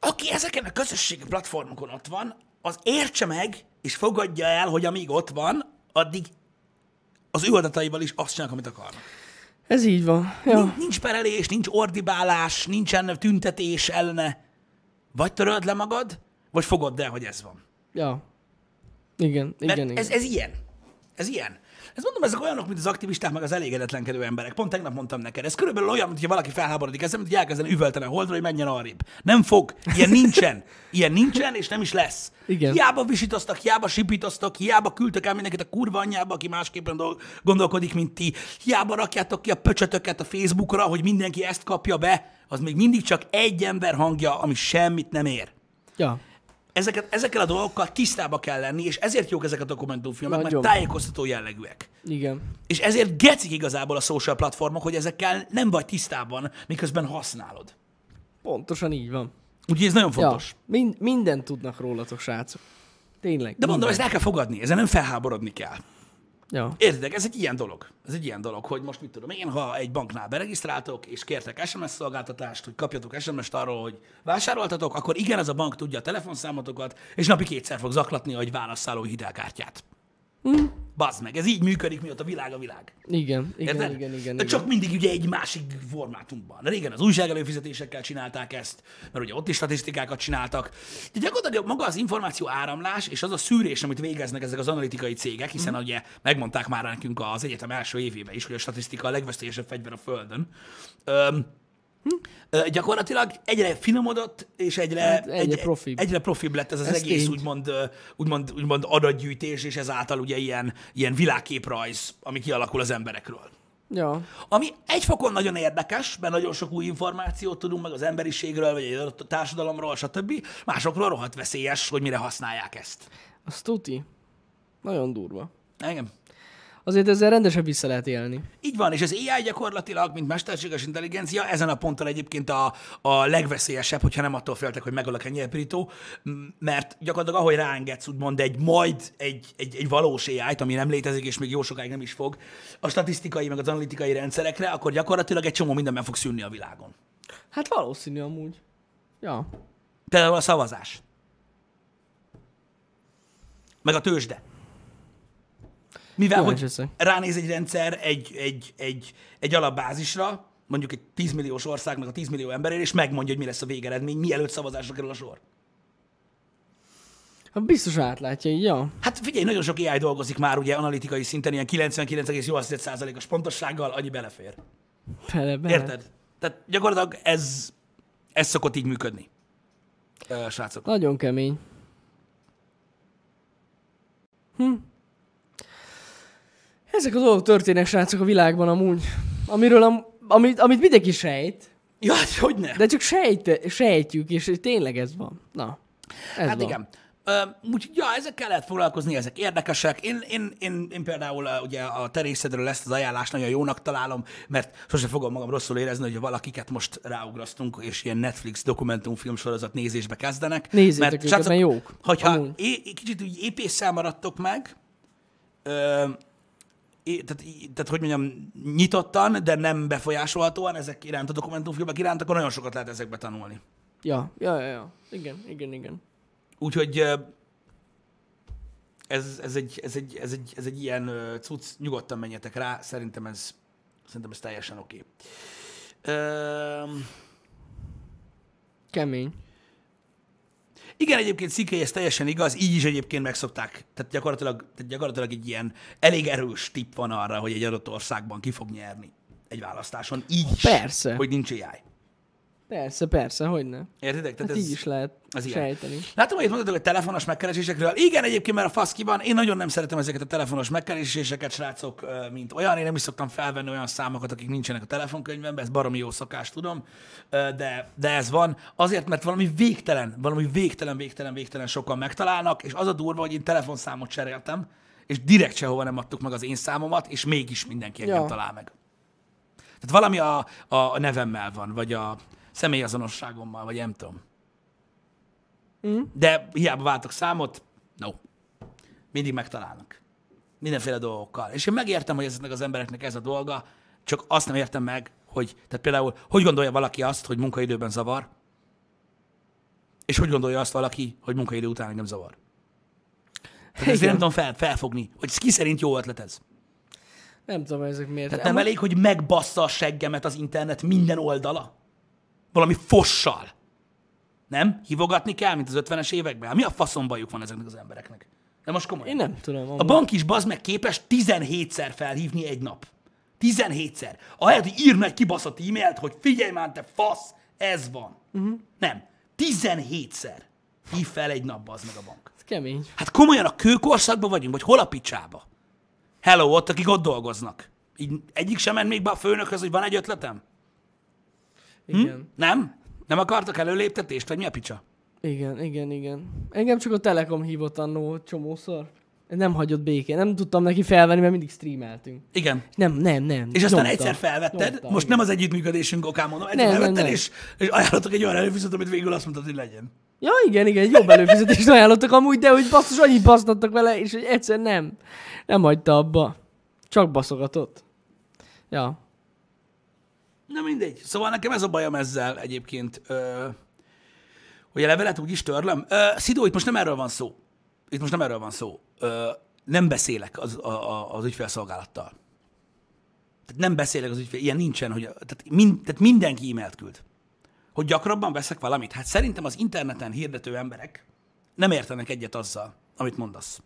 [SPEAKER 2] aki ezeken a közösségi platformokon ott van, az értse meg, és fogadja el, hogy amíg ott van, addig az ő adataival is azt csinálnak, amit akarnak.
[SPEAKER 1] Ez így van. Ja.
[SPEAKER 2] Nin- Nincs perelés, nincs ordibálás, nincsen tüntetés ellene. Vagy töröld le magad, vagy fogod el, hogy ez van.
[SPEAKER 1] ja. Igen,
[SPEAKER 2] Mert
[SPEAKER 1] igen, igen.
[SPEAKER 2] ez, ez ilyen. Ez ilyen. Ez mondom, ezek olyanok, mint az aktivisták, meg az elégedetlenkedő emberek. Pont tegnap mondtam neked. Ez körülbelül olyan, mintha valaki felháborodik ezzel, mint hogy elkezdene üvölteni a holdra, hogy menjen arrébb. Nem fog. Ilyen nincsen. Ilyen nincsen, és nem is lesz.
[SPEAKER 1] Igen.
[SPEAKER 2] Hiába visítoztak, hiába sipítoztak, hiába küldtök el mindenkit a kurva anyjába, aki másképpen dolg- gondolkodik, mint ti. Hiába rakjátok ki a pöcsötöket a Facebookra, hogy mindenki ezt kapja be. Az még mindig csak egy ember hangja, ami semmit nem ér
[SPEAKER 1] Ja.
[SPEAKER 2] ezeket, ezekkel a dolgokkal tisztába kell lenni, és ezért jók ezek a dokumentumfilmek, mert
[SPEAKER 1] Nagyon.
[SPEAKER 2] tájékoztató jellegűek.
[SPEAKER 1] Igen.
[SPEAKER 2] És ezért gecik igazából a social platformok, hogy ezekkel nem vagy tisztában, miközben használod.
[SPEAKER 1] Pontosan így van.
[SPEAKER 2] Úgyhogy ez nagyon fontos.
[SPEAKER 1] Ja. Mind, mindent tudnak rólatok, srácok. Tényleg.
[SPEAKER 2] De mondom,
[SPEAKER 1] mindent.
[SPEAKER 2] ezt el kell fogadni, ezzel nem felháborodni kell.
[SPEAKER 1] Ja.
[SPEAKER 2] Értitek, ez egy ilyen dolog. Ez egy ilyen dolog, hogy most mit tudom én, ha egy banknál beregisztráltok, és kértek SMS szolgáltatást, hogy kapjatok SMS-t arról, hogy vásároltatok, akkor igen, ez a bank tudja a telefonszámotokat, és napi kétszer fog zaklatni, hogy válasszáló hitelkártyát. Mm. Bazd meg, ez így működik, mióta világ a világ.
[SPEAKER 1] Igen, igen,
[SPEAKER 2] Érted?
[SPEAKER 1] igen, igen,
[SPEAKER 2] De
[SPEAKER 1] igen.
[SPEAKER 2] csak mindig ugye egy másik formátumban. Régen az újság előfizetésekkel csinálták ezt, mert ugye ott is statisztikákat csináltak. De gyakorlatilag maga az információ áramlás és az a szűrés, amit végeznek ezek az analitikai cégek, hiszen
[SPEAKER 1] Mhm.
[SPEAKER 2] mm. ugye megmondták már nekünk az egyetem első évében is, hogy a statisztika a legveszélyesebb fegyver a Földön. Öm, Ö, gyakorlatilag egyre finomodott, és egyre, hát
[SPEAKER 1] egyre profibb.
[SPEAKER 2] egyre profibb lett ez az
[SPEAKER 1] Ez
[SPEAKER 2] egész,
[SPEAKER 1] tény.
[SPEAKER 2] úgymond, ö, úgymond, úgymond adatgyűjtés, és ezáltal ugye ilyen, ilyen világképrajz, ami kialakul az emberekről.
[SPEAKER 1] Ja.
[SPEAKER 2] Ami egyfokon nagyon érdekes, mert nagyon sok új információt tudunk meg az emberiségről, vagy egy adott társadalomról, stb. Másokról rohadt veszélyes, hogy mire használják ezt.
[SPEAKER 1] Az tuti. Nagyon durva.
[SPEAKER 2] Igen.
[SPEAKER 1] Azért ezzel rendesen vissza lehet élni.
[SPEAKER 2] Így van, és az AI gyakorlatilag, mint mesterséges intelligencia, ezen a ponton egyébként a, a legveszélyesebb, hogyha nem attól féltek, hogy megöl a kenyérpirító, m- mert gyakorlatilag ahogy ráengedsz, úgymond egy majd egy, egy, egy valós AI-t, ami nem létezik, és még jó sokáig nem is fog, a statisztikai, meg az analitikai rendszerekre, akkor gyakorlatilag egy csomó minden meg fog szűnni a világon.
[SPEAKER 1] Hát valószínű amúgy. Ja.
[SPEAKER 2] Például a szavazás. Meg a tőzsde. Mivel,
[SPEAKER 1] Kíváncsi
[SPEAKER 2] hogy
[SPEAKER 1] leszek.
[SPEAKER 2] ránéz egy rendszer egy, egy, egy, egy alapbázisra, mondjuk egy 10 milliós országnak a 10 millió emberére, és megmondja, hogy mi lesz a végeredmény, mielőtt szavazásra kerül a sor.
[SPEAKER 1] Hát biztos átlátja, így, ja.
[SPEAKER 2] Hát figyelj, nagyon sok AI dolgozik már ugye analitikai szinten, ilyen 99,8%-os pontossággal, annyi belefér.
[SPEAKER 1] Bele, bele.
[SPEAKER 2] Érted? Tehát gyakorlatilag ez, ez szokott így működni. Ö, Srácok.
[SPEAKER 1] Nagyon kemény. Hm. Ezek a dolgok történnek, srácok, a világban amúgy. Amiről am, amit, amit mindenki sejt,
[SPEAKER 2] Ja, hát hogy ne?
[SPEAKER 1] de csak sejt, sejtjük, és tényleg ez van. Na, ez
[SPEAKER 2] Hát
[SPEAKER 1] van.
[SPEAKER 2] igen. Ö, Úgyhogy, ja, ezekkel lehet foglalkozni, ezek érdekesek. Én, én, én, én például ö, ugye a terészedről ezt az ajánlást nagyon jónak találom, mert sose fogom magam rosszul érezni, hogyha valakiket most ráugrasztunk, és ilyen Netflix dokumentumfilm sorozat nézésbe kezdenek.
[SPEAKER 1] Nézzétek őket,
[SPEAKER 2] srácok,
[SPEAKER 1] mert jók.
[SPEAKER 2] Hogyha
[SPEAKER 1] Amúgy.
[SPEAKER 2] é, kicsit úgy épésszel maradtok meg, ö, é, tehát, í- tehát, hogy mondjam, nyitottan, de nem befolyásolhatóan ezek iránt a dokumentumfilmek iránt, akkor nagyon sokat lehet ezekbe tanulni.
[SPEAKER 1] Ja, ja, ja, ja. Igen, igen, igen.
[SPEAKER 2] Úgyhogy ö, ez, ez, egy, ez, egy, ez, egy, ez egy ilyen ö, cucc, nyugodtan menjetek rá, szerintem ez, szerintem ez teljesen oké. Okay.
[SPEAKER 1] Kemény.
[SPEAKER 2] Igen, egyébként Szikély, ez teljesen igaz, így is egyébként megszokták. Tehát gyakorlatilag, tehát gyakorlatilag egy ilyen elég erős tipp van arra, hogy egy adott országban ki fog nyerni egy választáson. Így is,
[SPEAKER 1] Persze.
[SPEAKER 2] hogy nincs AI.
[SPEAKER 1] Persze, persze, hogy ne.
[SPEAKER 2] Értitek? Tehát
[SPEAKER 1] Hát
[SPEAKER 2] ez,
[SPEAKER 1] így is lehet
[SPEAKER 2] az ilyen.
[SPEAKER 1] sejteni.
[SPEAKER 2] Látom, hogy itt mondtatok a telefonos megkeresésekről. Igen, egyébként, mert a fasz ki van. Én nagyon nem szeretem ezeket a telefonos megkereséseket, srácok, ö, mint olyan. Én nem is szoktam felvenni olyan számokat, akik nincsenek a telefonkönyvemben. Ez baromi jó szokás, tudom. Ö, De, de ez van. Azért, mert valami végtelen, valami végtelen, végtelen, végtelen sokan megtalálnak, és az a durva, hogy én telefonszámot cseréltem, és direkt sehova nem adtuk meg az én számomat, és mégis mindenki engem
[SPEAKER 1] Ja.
[SPEAKER 2] talál meg. Tehát valami a, a a nevemmel van, vagy a személyazonosságommal, vagy nem tudom. Mm. De hiába váltok számot, no. Mindig megtalálnak. Mindenféle dolgokkal. És én megértem, hogy ezeknek az embereknek ez a dolga, csak azt nem értem meg, hogy, tehát például, hogy gondolja valaki azt, hogy munkaidőben zavar, és hogy gondolja azt valaki, hogy munkaidő után engem zavar. Tehát ezt én
[SPEAKER 1] Igen.
[SPEAKER 2] nem tudom fel, felfogni, hogy ki szerint jó ötlet ez.
[SPEAKER 1] Nem tudom, ezek miért.
[SPEAKER 2] Tehát nem elég, hogy megbassza a seggemet az internet minden oldala? Valami fossal. Nem? Hívogatni kell, mint az 50-es években? Hát Mi a faszom bajuk van ezeknek az embereknek? De most komolyan.
[SPEAKER 1] Én nem tudom.
[SPEAKER 2] A
[SPEAKER 1] amúgy.
[SPEAKER 2] bank is bazd meg képes 17-szer felhívni egy nap. 17-szer. Ahelyett, hogy írna egy kibaszott e-mailt, hogy figyelj már, te fasz, ez van.
[SPEAKER 1] Mhm.
[SPEAKER 2] Uh-huh. Nem. 17-szer hív fel egy nap, bazd meg a bank.
[SPEAKER 1] Ez kemény.
[SPEAKER 2] Hát komolyan a kőkorszakban vagyunk, vagy hol a picsába? Hello, ott, akik ott dolgoznak. Így egyik sem ment még be a főnökhöz, hogy van egy ötletem? Hm?
[SPEAKER 1] Igen.
[SPEAKER 2] Nem? Nem akartak előléptetést, vagy mi a picsa?
[SPEAKER 1] Igen, igen, igen. Engem csak a Telekom hívott annó csomószor. Nem hagyott békén. Nem tudtam neki felvenni, mert mindig streameltünk.
[SPEAKER 2] Igen.
[SPEAKER 1] Nem, nem, nem.
[SPEAKER 2] És aztán
[SPEAKER 1] Nyomta.
[SPEAKER 2] egyszer felvetted,
[SPEAKER 1] Nyomta,
[SPEAKER 2] most
[SPEAKER 1] igen.
[SPEAKER 2] nem az együttműködésünk okán mondom, egyszer
[SPEAKER 1] Nem, nem,
[SPEAKER 2] felvetted,
[SPEAKER 1] nem.
[SPEAKER 2] És, és ajánlatok egy olyan előfizetőt, amit végül azt mondtad, hogy legyen.
[SPEAKER 1] Ja, igen, igen, egy jobb előfizetést ajánlottak amúgy, de hogy basszus, annyit basztattak vele, és hogy egyszer nem. Nem hagyta abba. Csak baszogatott. Ja.
[SPEAKER 2] Na mindegy. Szóval nekem ez a bajom ezzel egyébként, ö, hogy a levelet úgy is törlöm. Ö, Szidó, itt most nem erről van szó. Itt most nem erről van szó. Ö, nem beszélek az, a, a, az ügyfélszolgálattal. Tehát nem beszélek az ügyfél, ilyen nincsen, hogy tehát, mind, tehát mindenki e-mailt küld. Hogy gyakrabban veszek valamit? Hát szerintem az interneten hirdető emberek nem értenek egyet azzal, amit mondasz.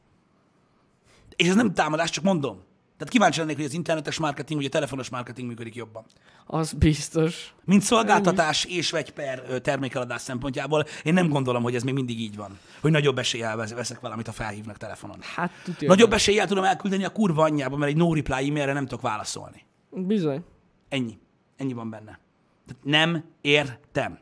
[SPEAKER 2] És ez nem támadás, csak mondom. Tehát kíváncsi lennék, hogy az internetes marketing, vagy a telefonos marketing működik jobban
[SPEAKER 1] Az biztos.
[SPEAKER 2] mint szolgáltatás és vagy per ö, termékeladás szempontjából, én nem gondolom, hogy ez még mindig így van. Hogy nagyobb eséllyel vesz- veszek valamit, ha felhívnak telefonon.
[SPEAKER 1] Hát tudja.
[SPEAKER 2] Nagyobb eséllyel tudom elküldeni a kurva anyjába, mert egy no reply e-mailre nem tudok válaszolni.
[SPEAKER 1] Bizony.
[SPEAKER 2] Ennyi. Ennyi van benne. Tehát nem értem.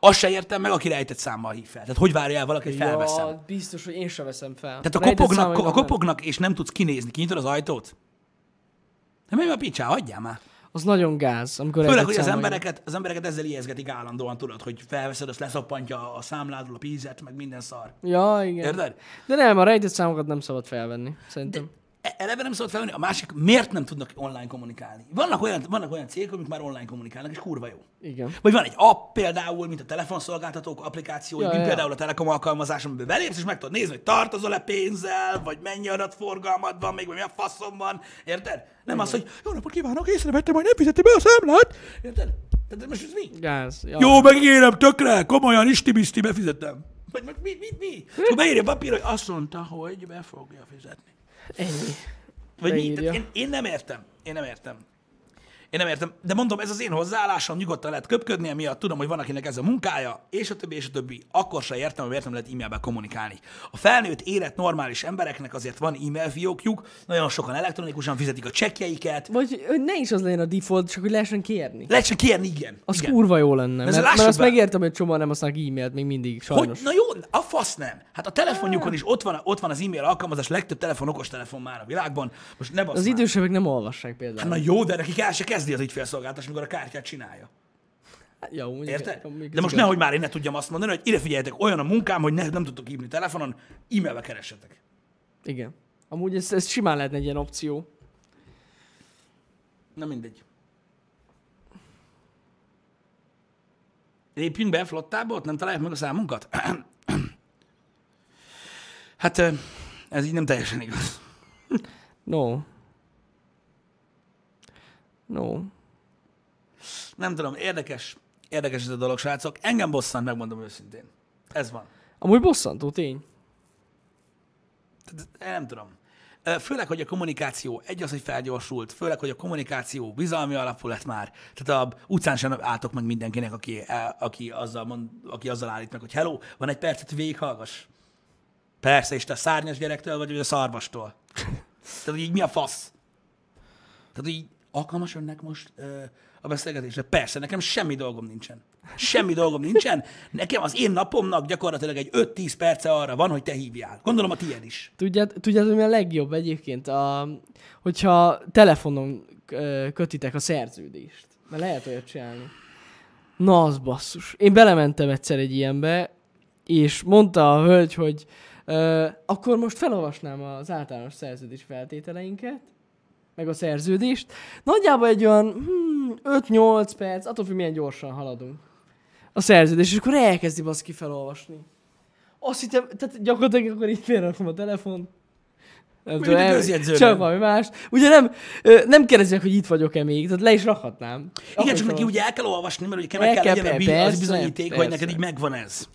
[SPEAKER 2] Azt se értem meg, aki rejtett számmal hív fel. Tehát hogy várja el valaki, hogy felveszem?
[SPEAKER 1] Ja, biztos, hogy én sem veszem fel.
[SPEAKER 2] Tehát a
[SPEAKER 1] Rejtett
[SPEAKER 2] kopognak,
[SPEAKER 1] számomra
[SPEAKER 2] a
[SPEAKER 1] nem.
[SPEAKER 2] kopognak, és nem tudsz kinézni. Kinyitod az ajtót? Nem menj már picsá, hagyjál már.
[SPEAKER 1] Az nagyon gáz, amikor
[SPEAKER 2] Főleg,
[SPEAKER 1] rejtett
[SPEAKER 2] hogy az
[SPEAKER 1] számmal
[SPEAKER 2] embereket, az embereket ezzel ijeszgetik állandóan, tudod, hogy felveszed, azt leszappantja a számládról a pízet, meg minden szar.
[SPEAKER 1] jön. Ja, igen.
[SPEAKER 2] Érted?
[SPEAKER 1] De nem, a rejtett számokat nem szabad felvenni, szerintem.
[SPEAKER 2] E- Eleve nem szabad felvenni, a másik miért nem tudnak online kommunikálni? Vannak olyan, vannak olyan cégek, amik már online kommunikálnak, és kurva jó.
[SPEAKER 1] Igen.
[SPEAKER 2] Vagy van egy app például, mint a telefonszolgáltatók applikációi,
[SPEAKER 1] Ja,
[SPEAKER 2] mint
[SPEAKER 1] ja, ja.
[SPEAKER 2] például a Telekom alkalmazás, amiben belépsz, és meg tudod nézni, hogy tartozol-e pénzzel, vagy mennyi adatforgalmad van, még vagy mi a faszom van, érted? Nem az, hogy jó napot kívánok, észrevettem, hogy nem fizeti be a számlát, érted? Tehát most ez mi?
[SPEAKER 1] Gáz. Ja.
[SPEAKER 2] Jó, megígérem tökre, komolyan, isti-biszti, befizetem. Vagy most mi, mi, mi? És akkor beírja a papír, hogy azt mondta, hogy be fogja fizetni.
[SPEAKER 1] Ennyi.
[SPEAKER 2] Vagy mi?
[SPEAKER 1] Leírja.
[SPEAKER 2] Tehát én, én nem értem. Én nem értem. Én nem értem. De mondom, ez az én hozzáállásom, nyugodtan lehet köpködni, emiatt tudom, hogy van, akinek ez a munkája, és a többi, és a többi. Akkor se értem, hogy miért nem lehet e-mailben kommunikálni. A felnőtt érett normális embereknek azért van e-mail fiókjuk, nagyon sokan elektronikusan fizetik a csekkjeiket.
[SPEAKER 1] Vagy hogy ne is az legyen a default, csak hogy lehessen kérni.
[SPEAKER 2] Lehet csak kérni, igen.
[SPEAKER 1] Az
[SPEAKER 2] igen.
[SPEAKER 1] kurva jó lenne, mert,
[SPEAKER 2] ezzel
[SPEAKER 1] mert
[SPEAKER 2] lássuk
[SPEAKER 1] azt
[SPEAKER 2] be.
[SPEAKER 1] megértem, hogy csomóan nem használnak e-mailt még mindig,
[SPEAKER 2] Hogy,
[SPEAKER 1] sajnos.
[SPEAKER 2] na jó, a fasz nem. Hát a telefonjukon is ott van, ott van az e-mail alkalmazás, legtöbb telefon okostelefon már a világban. Most ne basz
[SPEAKER 1] Az
[SPEAKER 2] már.
[SPEAKER 1] idősebbek nem olvassák
[SPEAKER 2] Hát
[SPEAKER 1] például.
[SPEAKER 2] na jó, de nekik el se kezdi az ügyfélszolgáltatás, amikor a kártyát csinálja.
[SPEAKER 1] Hát, jó, mondjuk-
[SPEAKER 2] Érted?
[SPEAKER 1] mondjuk
[SPEAKER 2] De
[SPEAKER 1] ez
[SPEAKER 2] most
[SPEAKER 1] igaz.
[SPEAKER 2] nehogy már én ne tudjam azt mondani, hogy ide figyeljetek, olyan a munkám, hogy ne, nem tudtok hívni telefonon, e-mailbe keressetek.
[SPEAKER 1] Igen. Amúgy ez, ez simán lehetne egy ilyen opció.
[SPEAKER 2] Na mindegy. Lépjünk be flottába, ott nem találjuk meg a számunkat? hát ö, ez így nem teljesen igaz.
[SPEAKER 1] No. No.
[SPEAKER 2] Nem tudom, érdekes, érdekes ez a dolog, srácok. Engem bosszant, megmondom őszintén. Ez van.
[SPEAKER 1] Amúgy bosszantó tény.
[SPEAKER 2] Tehát, nem tudom. Ö, Főleg, hogy a kommunikáció egy az, hogy felgyorsult, főleg, hogy a kommunikáció bizalmi alapú lett már. Tehát a utcán sem álltok meg mindenkinek, aki, eh, aki, azzal, mond, aki azzal állít meg, hogy hello, van egy percet, hogy végighallgass. Persze, és te a szárnyas gyerektől vagy, vagy a szarvastól. Tehát, hogy így mi a fasz? Tehát, hogy így alkalmas önnek most ö, a beszélgetésre? Persze, nekem semmi dolgom nincsen. Semmi dolgom nincsen. Nekem az én napomnak gyakorlatilag egy 5-10 perce arra van, hogy te hívjál. Gondolom a tiéd is.
[SPEAKER 1] Tudjátok, tudjátok, mi a legjobb egyébként? A, hogyha telefonon ö, kötitek a szerződést. Mert lehet olyat csinálni. Na az basszus. Én belementem egyszer egy ilyenbe, és mondta a hölgy, hogy ö, akkor most felolvasnám az általános szerződés feltételeinket, meg a szerződést. Nagyjából egy olyan hmm, 5-8 perc, attól függ, milyen gyorsan haladunk. A szerződés, és akkor elkezdi baszki felolvasni. Azt hittem, tehát gyakorlatilag akkor így félrerakom a telefon. Nem
[SPEAKER 2] Mondjuk a közjegyzőben.
[SPEAKER 1] csak valami más. Ugye nem, ö, nem kérdezek, hogy itt vagyok-e még, tehát le is rakhatnám.
[SPEAKER 2] Igen,
[SPEAKER 1] Akkor
[SPEAKER 2] csak
[SPEAKER 1] is
[SPEAKER 2] neki
[SPEAKER 1] olvasom.
[SPEAKER 2] ugye el kell olvasni, mert ugye kell,
[SPEAKER 1] El
[SPEAKER 2] meg kell
[SPEAKER 1] kell,
[SPEAKER 2] legyen a bi- az
[SPEAKER 1] persze,
[SPEAKER 2] bizonyíték, hogy
[SPEAKER 1] persze.
[SPEAKER 2] neked így megvan ez.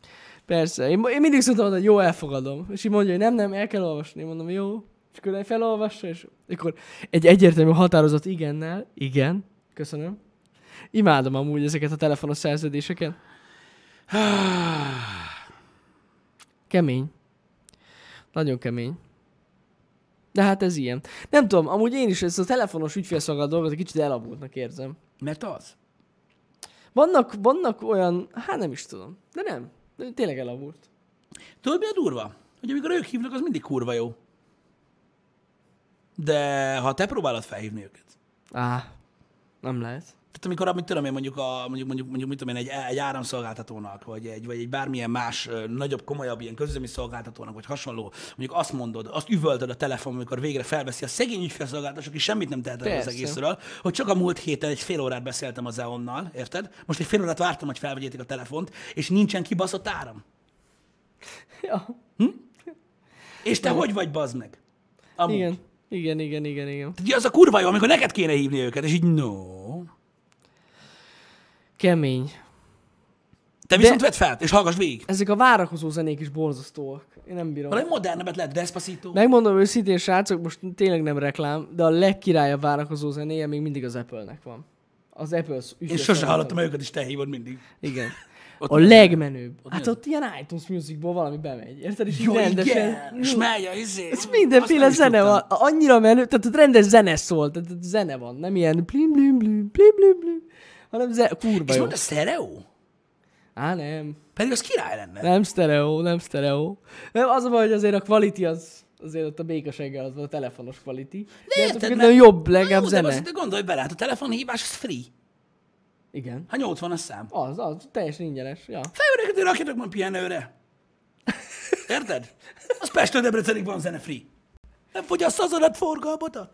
[SPEAKER 1] Persze. Én, én mindig szoktam mondani, hogy jó, elfogadom. És így mondja, hogy nem, nem, el kell olvasni. Mondom, jó. És akkor felolvassa, és akkor egy egyértelmű határozott igennel. Igen. Köszönöm. Imádom amúgy ezeket a telefonos szerződéseket. Kemény. Nagyon kemény. De hát ez ilyen. Nem tudom, amúgy én is ezt a telefonos ügyfélszolgálat dolgot egy kicsit elavultnak érzem.
[SPEAKER 2] Mert az.
[SPEAKER 1] Vannak, vannak olyan, hát nem is tudom, de nem. De tényleg elavult.
[SPEAKER 2] Tudod, mi a durva? Hogy amikor ők hívnak, az mindig kurva jó. De ha te próbálod felhívni őket,
[SPEAKER 1] Á, nem lehet.
[SPEAKER 2] tehát amikor, amit tudom én, mondjuk, a, mondjuk, mondjuk, mondjuk mit tudom én, egy, egy áramszolgáltatónak, vagy egy, vagy egy bármilyen más ö, nagyobb, komolyabb ilyen közüzemi szolgáltatónak, vagy hasonló, mondjuk azt mondod, azt üvöltöd a telefon, amikor végre felveszi a szegény ügyfélszolgáltatás, aki semmit nem tehet erről az
[SPEAKER 1] Persze.
[SPEAKER 2] egészről, hogy csak a múlt héten egy fél órát beszéltem az EON-nal, érted? Most egy fél órát vártam, hogy felvegyétek a telefont, és nincsen kibaszott áram.
[SPEAKER 1] Ja.
[SPEAKER 2] És te hogy vagy, bazd meg? Amúgy.
[SPEAKER 1] Igen. Igen, igen, igen, igen.
[SPEAKER 2] Tehát ugye az a kurva jó, amikor neked kéne hívni őket, és így no.
[SPEAKER 1] Kemény.
[SPEAKER 2] Te viszont vedd fel, és hallgass végig.
[SPEAKER 1] Ezek a várakozó zenék is borzasztóak. Én nem bírom.
[SPEAKER 2] Valami modernebbet lehet, Despacito.
[SPEAKER 1] Megmondom őszintén, srácok, most tényleg nem reklám, de a legkirályabb várakozó zenéje még mindig az Apple-nek van. Az Apple
[SPEAKER 2] Én sose hallottam, hogy őket is te hívod mindig.
[SPEAKER 1] Igen. a legmenőbb. hát ott ilyen iTunes Musicból valami bemegy, érted? És
[SPEAKER 2] Jó,
[SPEAKER 1] így rendesen.
[SPEAKER 2] igen, és megy a izé.
[SPEAKER 1] Ez mindenféle zene van, annyira menő, tehát ott rendes zene szól, tehát ott zene van, nem ilyen plim blim blim plim blim blim, hanem ze, kurva
[SPEAKER 2] És
[SPEAKER 1] jó.
[SPEAKER 2] mondd a sztereó?
[SPEAKER 1] Á, nem.
[SPEAKER 2] Pedig az király lenne.
[SPEAKER 1] Nem stereo, nem stereo. Nem, az a baj, hogy azért a quality az, azért ott a békaseggel az volt a telefonos quality. De,
[SPEAKER 2] érted,
[SPEAKER 1] de
[SPEAKER 2] mert-
[SPEAKER 1] nem jobb, legalább
[SPEAKER 2] Jó, de,
[SPEAKER 1] zene.
[SPEAKER 2] az, de gondolj bele, hát a telefonhívás az free.
[SPEAKER 1] Igen.
[SPEAKER 2] Ha 80 a szám.
[SPEAKER 1] Az, az, teljesen ingyenes, ja.
[SPEAKER 2] Fejöregető rakjatok már pihenőre. Érted? Az Pestről Debrecenig van zene free. Nem fogyaszt az adat forgalmata?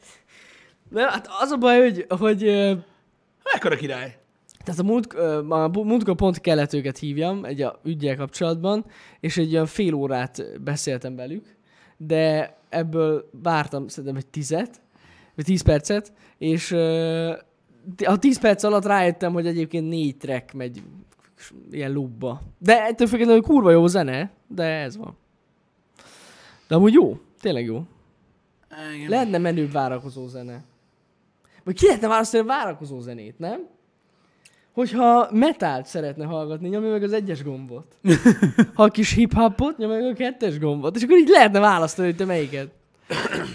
[SPEAKER 1] De hát az a baj, hogy, hogy ö,
[SPEAKER 2] Mekkora király?
[SPEAKER 1] tehát a, múlt, ö, a bu- múltkor pont kellett őket hívjam egy a ügyel kapcsolatban, és egy olyan fél órát beszéltem velük, de ebből vártam szerintem egy tizet, vagy tíz percet, és ö, a tíz perc alatt rájöttem, hogy egyébként négy track megy ilyen lubba. De ettől függetlenül kurva jó zene, de ez van. De amúgy jó, tényleg jó.
[SPEAKER 2] Igen.
[SPEAKER 1] Lehetne menőbb várakozó zene. Vagy ki lehetne választani a várakozó zenét, nem? Hogyha metált szeretne hallgatni, nyomja meg az egyes gombot. Ha a kis hip-hopot, nyomja meg a kettes gombot. És akkor így lehetne választani, hogy te melyiket.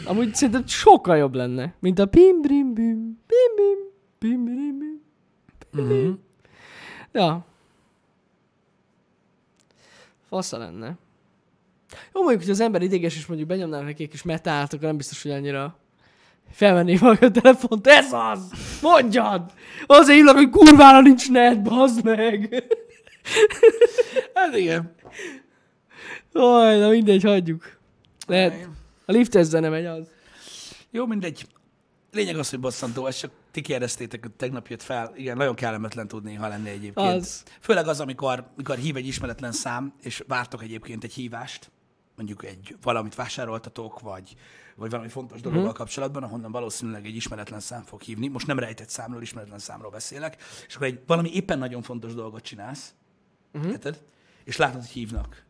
[SPEAKER 1] Amúgy szerintem sokkal jobb lenne, mint a pim brim bim pim bim pim brim bim
[SPEAKER 2] Mhm.
[SPEAKER 1] Ja. Fasza lenne. Jó, mondjuk, hogy az ember ideges, és mondjuk benyomnának neki egy kis metált, akkor nem biztos, hogy annyira felvenné maga a telefont. Ez az! Mondjad! Azért hívlak, hogy kurvára nincs net, bazd meg!
[SPEAKER 2] Hát igen.
[SPEAKER 1] Aj, na mindegy, hagyjuk. Lehet.
[SPEAKER 2] Igen.
[SPEAKER 1] A liftes zene megy az.
[SPEAKER 2] Jó, mindegy. Lényeg az, hogy bosszantó, ezt csak ti kérdeztétek, hogy tegnap jött fel. Igen, nagyon kellemetlen tudni, ha lenni egyébként.
[SPEAKER 1] Az.
[SPEAKER 2] Főleg az, amikor, amikor hív egy ismeretlen szám, és vártok egyébként egy hívást, mondjuk egy valamit vásároltatok, vagy, vagy valami fontos dologgal kapcsolatban, ahonnan valószínűleg egy ismeretlen szám fog hívni. Most nem rejtett számról, ismeretlen számról beszélek. És akkor egy valami éppen nagyon fontos dolgot csinálsz, uh-huh. érted? És látod, hogy hívnak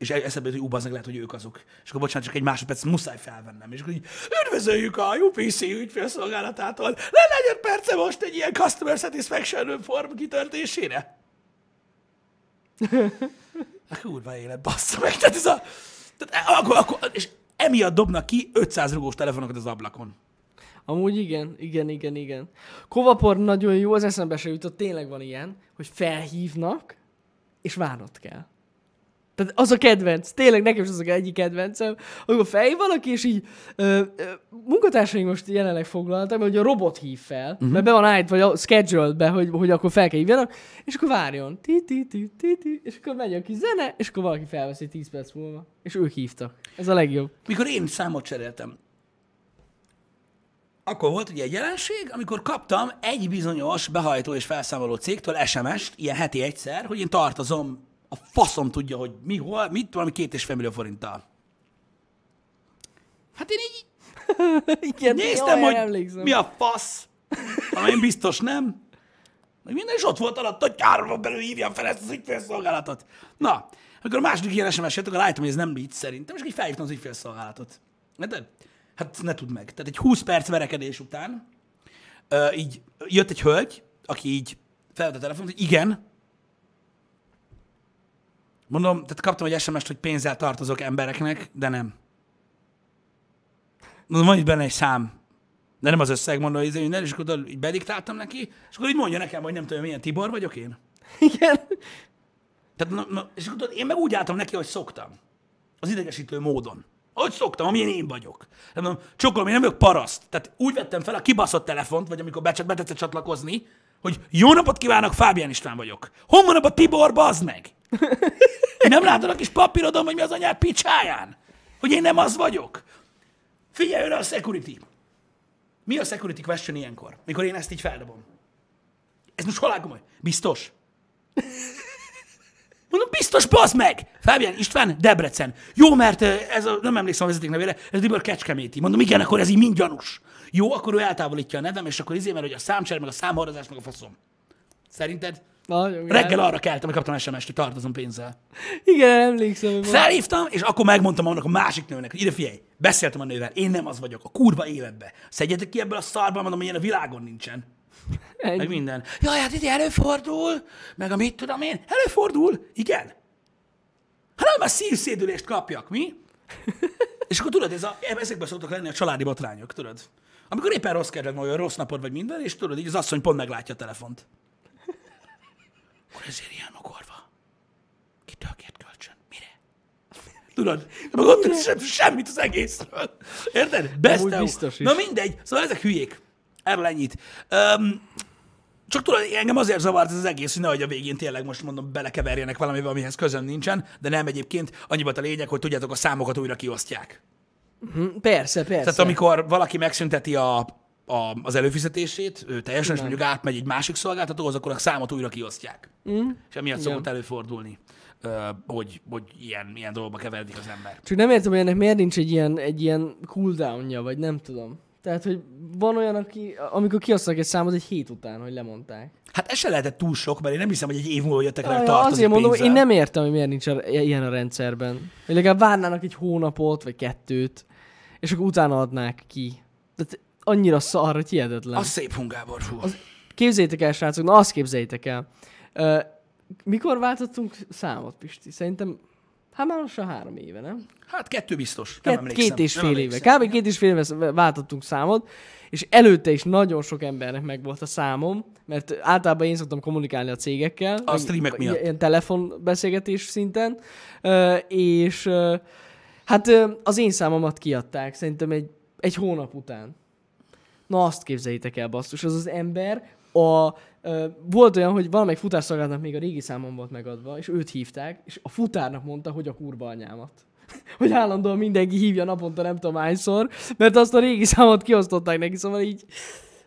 [SPEAKER 2] és e- eszembe jut, hogy ú, bazzeg, lehet, hogy ők azok. És akkor bocsánat, csak egy másodperc muszáj felvennem. És akkor így, üdvözöljük a UPC ügyfélszolgálatától. Lenne egy perce most egy ilyen Customer Satisfaction form kitörtésére? A kurva élet, bassza meg. Tehát ez a... Tehát e- akkor, akkor, és emiatt dobnak ki 500 rugós telefonokat az ablakon.
[SPEAKER 1] Amúgy igen, igen, igen, igen. Kovapor nagyon jó, az eszembe se jutott, tényleg van ilyen, hogy felhívnak, és várnod kell. Tehát az a kedvenc, tényleg nekem is az a egyik kedvencem, amikor felhív valaki, és így ö, ö, munkatársaink most jelenleg foglaltak, mert ugye a robot hív fel,
[SPEAKER 2] Mhm.
[SPEAKER 1] uh-huh. mert be van állítva, vagy a schedule be, hogy, hogy akkor fel kell hívjanak, és akkor várjon. Ti, ti, ti, ti, ti, és akkor megy a kis zene, és akkor valaki felveszi 10 perc múlva, és ők hívtak. Ez a legjobb.
[SPEAKER 2] mikor én számot cseréltem, akkor volt ugye egy jelenség, amikor kaptam egy bizonyos behajtó és felszámoló cégtől SMS-t, ilyen heti egyszer, hogy én tartozom, a faszom tudja, hogy mi, hol, mit, valami két és fél millió forinttal. Hát én így
[SPEAKER 1] igen,
[SPEAKER 2] néztem,
[SPEAKER 1] jaj,
[SPEAKER 2] hogy
[SPEAKER 1] emlékszem.
[SPEAKER 2] mi a fasz, ami én biztos nem. Meg minden is ott volt alatt, hogy három van belül hívjam fel ezt az ügyfélszolgálatot. Na, amikor a második ilyen SMS jött, akkor rájöttem, hogy ez nem vicc szerintem, és így felhívtam az ügyfélszolgálatot. Érted? Hát ne tudd meg. Tehát egy 20 perc verekedés után ö, így jött egy hölgy, aki így felvette a telefont, hogy igen, Mondom, tehát kaptam egy SMS-t, hogy pénzzel tartozok embereknek, de nem. Mondom, van itt benne egy szám. De nem az összeg, mondom, hogy én és akkor így bediktáltam neki, és akkor így mondja nekem, hogy nem tudom, milyen Tibor vagyok én.
[SPEAKER 1] Igen.
[SPEAKER 2] Tehát, na, na, és akkor tudod, én meg úgy álltam neki, hogy szoktam. Az idegesítő módon. Hogy szoktam, amilyen én vagyok. Nem mondom, csokolom, én nem vagyok paraszt. Tehát úgy vettem fel a kibaszott telefont, vagy amikor be, be tetszett csatlakozni, hogy jó napot kívánok, Fábián István vagyok. Honnan a Tibor, bazd meg! Nem látod a kis papírodon, hogy mi az anyád picsáján? Hogy én nem az vagyok? Figyelj öre a security. Mi a security question ilyenkor, mikor én ezt így feldobom? Ez most halál komoly. Biztos? Mondom, biztos bazd meg! Fábián István, Debrecen. Jó, mert ö, ez a, nem emlékszem a vezeték nevére, ez Dibor Kecskeméti. Mondom, igen, akkor ez így mind gyanús. Jó, akkor ő eltávolítja a nevem, és akkor izé, mert hogy a számcser, meg a számhordozás, meg a faszom. Szerinted?
[SPEAKER 1] Nagyon gáz.
[SPEAKER 2] Reggel arra keltem, hogy kaptam SMS-t, hogy tartozom pénzzel.
[SPEAKER 1] Igen, emlékszem, hogy van.
[SPEAKER 2] Felhívtam, és akkor megmondtam annak a másik nőnek, hogy ide figyelj, beszéltem a nővel, én nem az vagyok, a kurva életbe. Szedjetek ki ebből a szarban, mondom, hogy ilyen a világon nincsen.
[SPEAKER 1] Ennyi.
[SPEAKER 2] meg minden. Jaj, hát itt előfordul, meg a mit tudom én, előfordul, igen. Hát nem a szívszédülést kapjak, mi? És akkor tudod, ez a, ezekben szoktak lenni a családi botrányok, tudod? Amikor éppen rossz kedved van, olyan rossz napod vagy minden, és tudod, így az asszony pont meglátja a telefont. Akkor ezért ilyen mogorva. Kitől kért kölcsön? Mire? Tudod? Meg ott nincs sem, semmit az egészről. Érted? Best
[SPEAKER 1] Amúgy biztos is.
[SPEAKER 2] Na mindegy. Szóval ezek hülyék. Erről ennyit. Um, csak tudod, engem azért zavart ez az egész, hogy nehogy a végén tényleg most mondom, belekeverjenek valamivel, amihez közöm nincsen, de nem egyébként. Annyi volt a lényeg, hogy tudjátok, a számokat újra kiosztják.
[SPEAKER 1] Hm, Persze, persze.
[SPEAKER 2] Tehát amikor valaki megszünteti a, a, az előfizetését, ő teljesen, és mondjuk átmegy egy másik szolgáltatóhoz, akkor a számot újra kiosztják. Mm. És emiatt szokott előfordulni, ö, hogy, hogy ilyen, ilyen dolgokba keveredik az ember.
[SPEAKER 1] Csak nem értem, hogy ennek miért nincs egy ilyen, egy ilyen cooldownja, vagy nem tudom. Tehát, hogy van olyan, aki, amikor kiosztanak egy számot egy hét után, hogy lemondták.
[SPEAKER 2] Hát ez se lehetett túl sok, mert én nem hiszem, hogy egy év múlva jöttek rá,
[SPEAKER 1] Ja,
[SPEAKER 2] hogy
[SPEAKER 1] ja,
[SPEAKER 2] tartozik
[SPEAKER 1] azért mondom,
[SPEAKER 2] pénzzel.
[SPEAKER 1] én nem értem, hogy miért nincs a, ilyen a rendszerben. Hogy legalább várnának egy hónapot, vagy kettőt, és akkor utána adnák ki. Tehát annyira szar, hogy hihetetlen.
[SPEAKER 2] Az szép hungábor, fú. Az...
[SPEAKER 1] Képzeljétek el, srácok, na azt képzeljétek el. Ö, mikor váltottunk számot, Pisti? Szerintem, hát már lassan három éve, nem?
[SPEAKER 2] Hát kettő biztos. nem
[SPEAKER 1] Két,
[SPEAKER 2] emlékszem.
[SPEAKER 1] két és
[SPEAKER 2] Nem
[SPEAKER 1] fél éve.
[SPEAKER 2] emlékszem.
[SPEAKER 1] Kb. két és fél éve váltottunk számot, és előtte is nagyon sok embernek megvolt a számom, mert általában én szoktam kommunikálni a cégekkel. meg
[SPEAKER 2] streamek miatt.
[SPEAKER 1] Ilyen telefonbeszélgetés szinten, Ö, és ö, hát ö, az én számomat kiadták szerintem egy, egy hónap után. Na azt képzeljétek el, basszus, az az ember a, ö, volt olyan, hogy valamelyik futásszolgálatnak még a régi számom volt megadva, és őt hívták, és a futárnak mondta, hogy a kurva anyámat. hogy állandóan mindenki hívja naponta nem tudom hányszor, mert azt a régi számot kiosztották neki, szóval így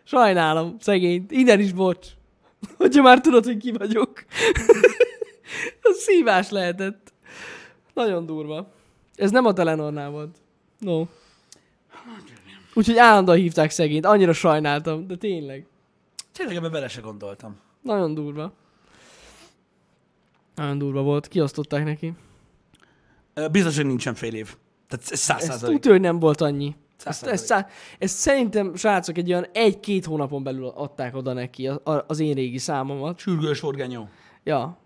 [SPEAKER 1] sajnálom, szegényt, innen is bocs, hogyha már tudod, hogy ki vagyok. az szívás lehetett. Nagyon durva. Ez nem a Telenornál volt. No. Úgyhogy állandóan hívták szegényt, annyira sajnáltam, de tényleg.
[SPEAKER 2] Tényleg ebben bele se gondoltam.
[SPEAKER 1] Nagyon durva. Nagyon durva volt, kiosztották neki.
[SPEAKER 2] Ö, Biztos, hogy nincsen fél év. Tehát ez száz
[SPEAKER 1] Ez
[SPEAKER 2] százalék.
[SPEAKER 1] tudja, hogy nem volt annyi. Ezt,
[SPEAKER 2] Százalék.
[SPEAKER 1] ezt, szá- ezt szerintem, srácok, egy olyan egy-két hónapon belül adták oda neki a- a- az én régi számomat.
[SPEAKER 2] Sürgős orgányó.
[SPEAKER 1] Ja,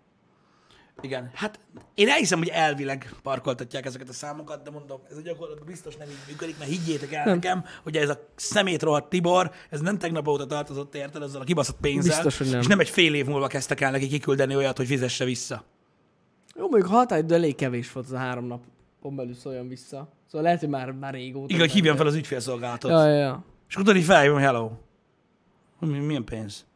[SPEAKER 2] Igen. Hát én elhiszem, hogy elvileg parkoltatják ezeket a számokat, de mondom, ez a gyakorlatban biztos nem így működik, mert higgyétek el nem. nekem, hogy ez a szemét rohadt Tibor, ez nem tegnap óta tartozott érted ezzel a kibaszott pénzzel.
[SPEAKER 1] Biztos, hogy nem.
[SPEAKER 2] És nem egy fél év múlva kezdtek el neki kiküldeni olyat, hogy fizesse vissza.
[SPEAKER 1] Jó, mondjuk a határidő elég kevés volt az a három napon belül szóljon vissza. Szóval lehet, hogy már, már régóta.
[SPEAKER 2] Igen, hogy hívjam fel az ügyfélszolgálatot.
[SPEAKER 1] Ja,
[SPEAKER 2] Ja.
[SPEAKER 1] ja, ja.
[SPEAKER 2] És akkor tudod, így feljön, hello. Hogy mi- Milyen pénz?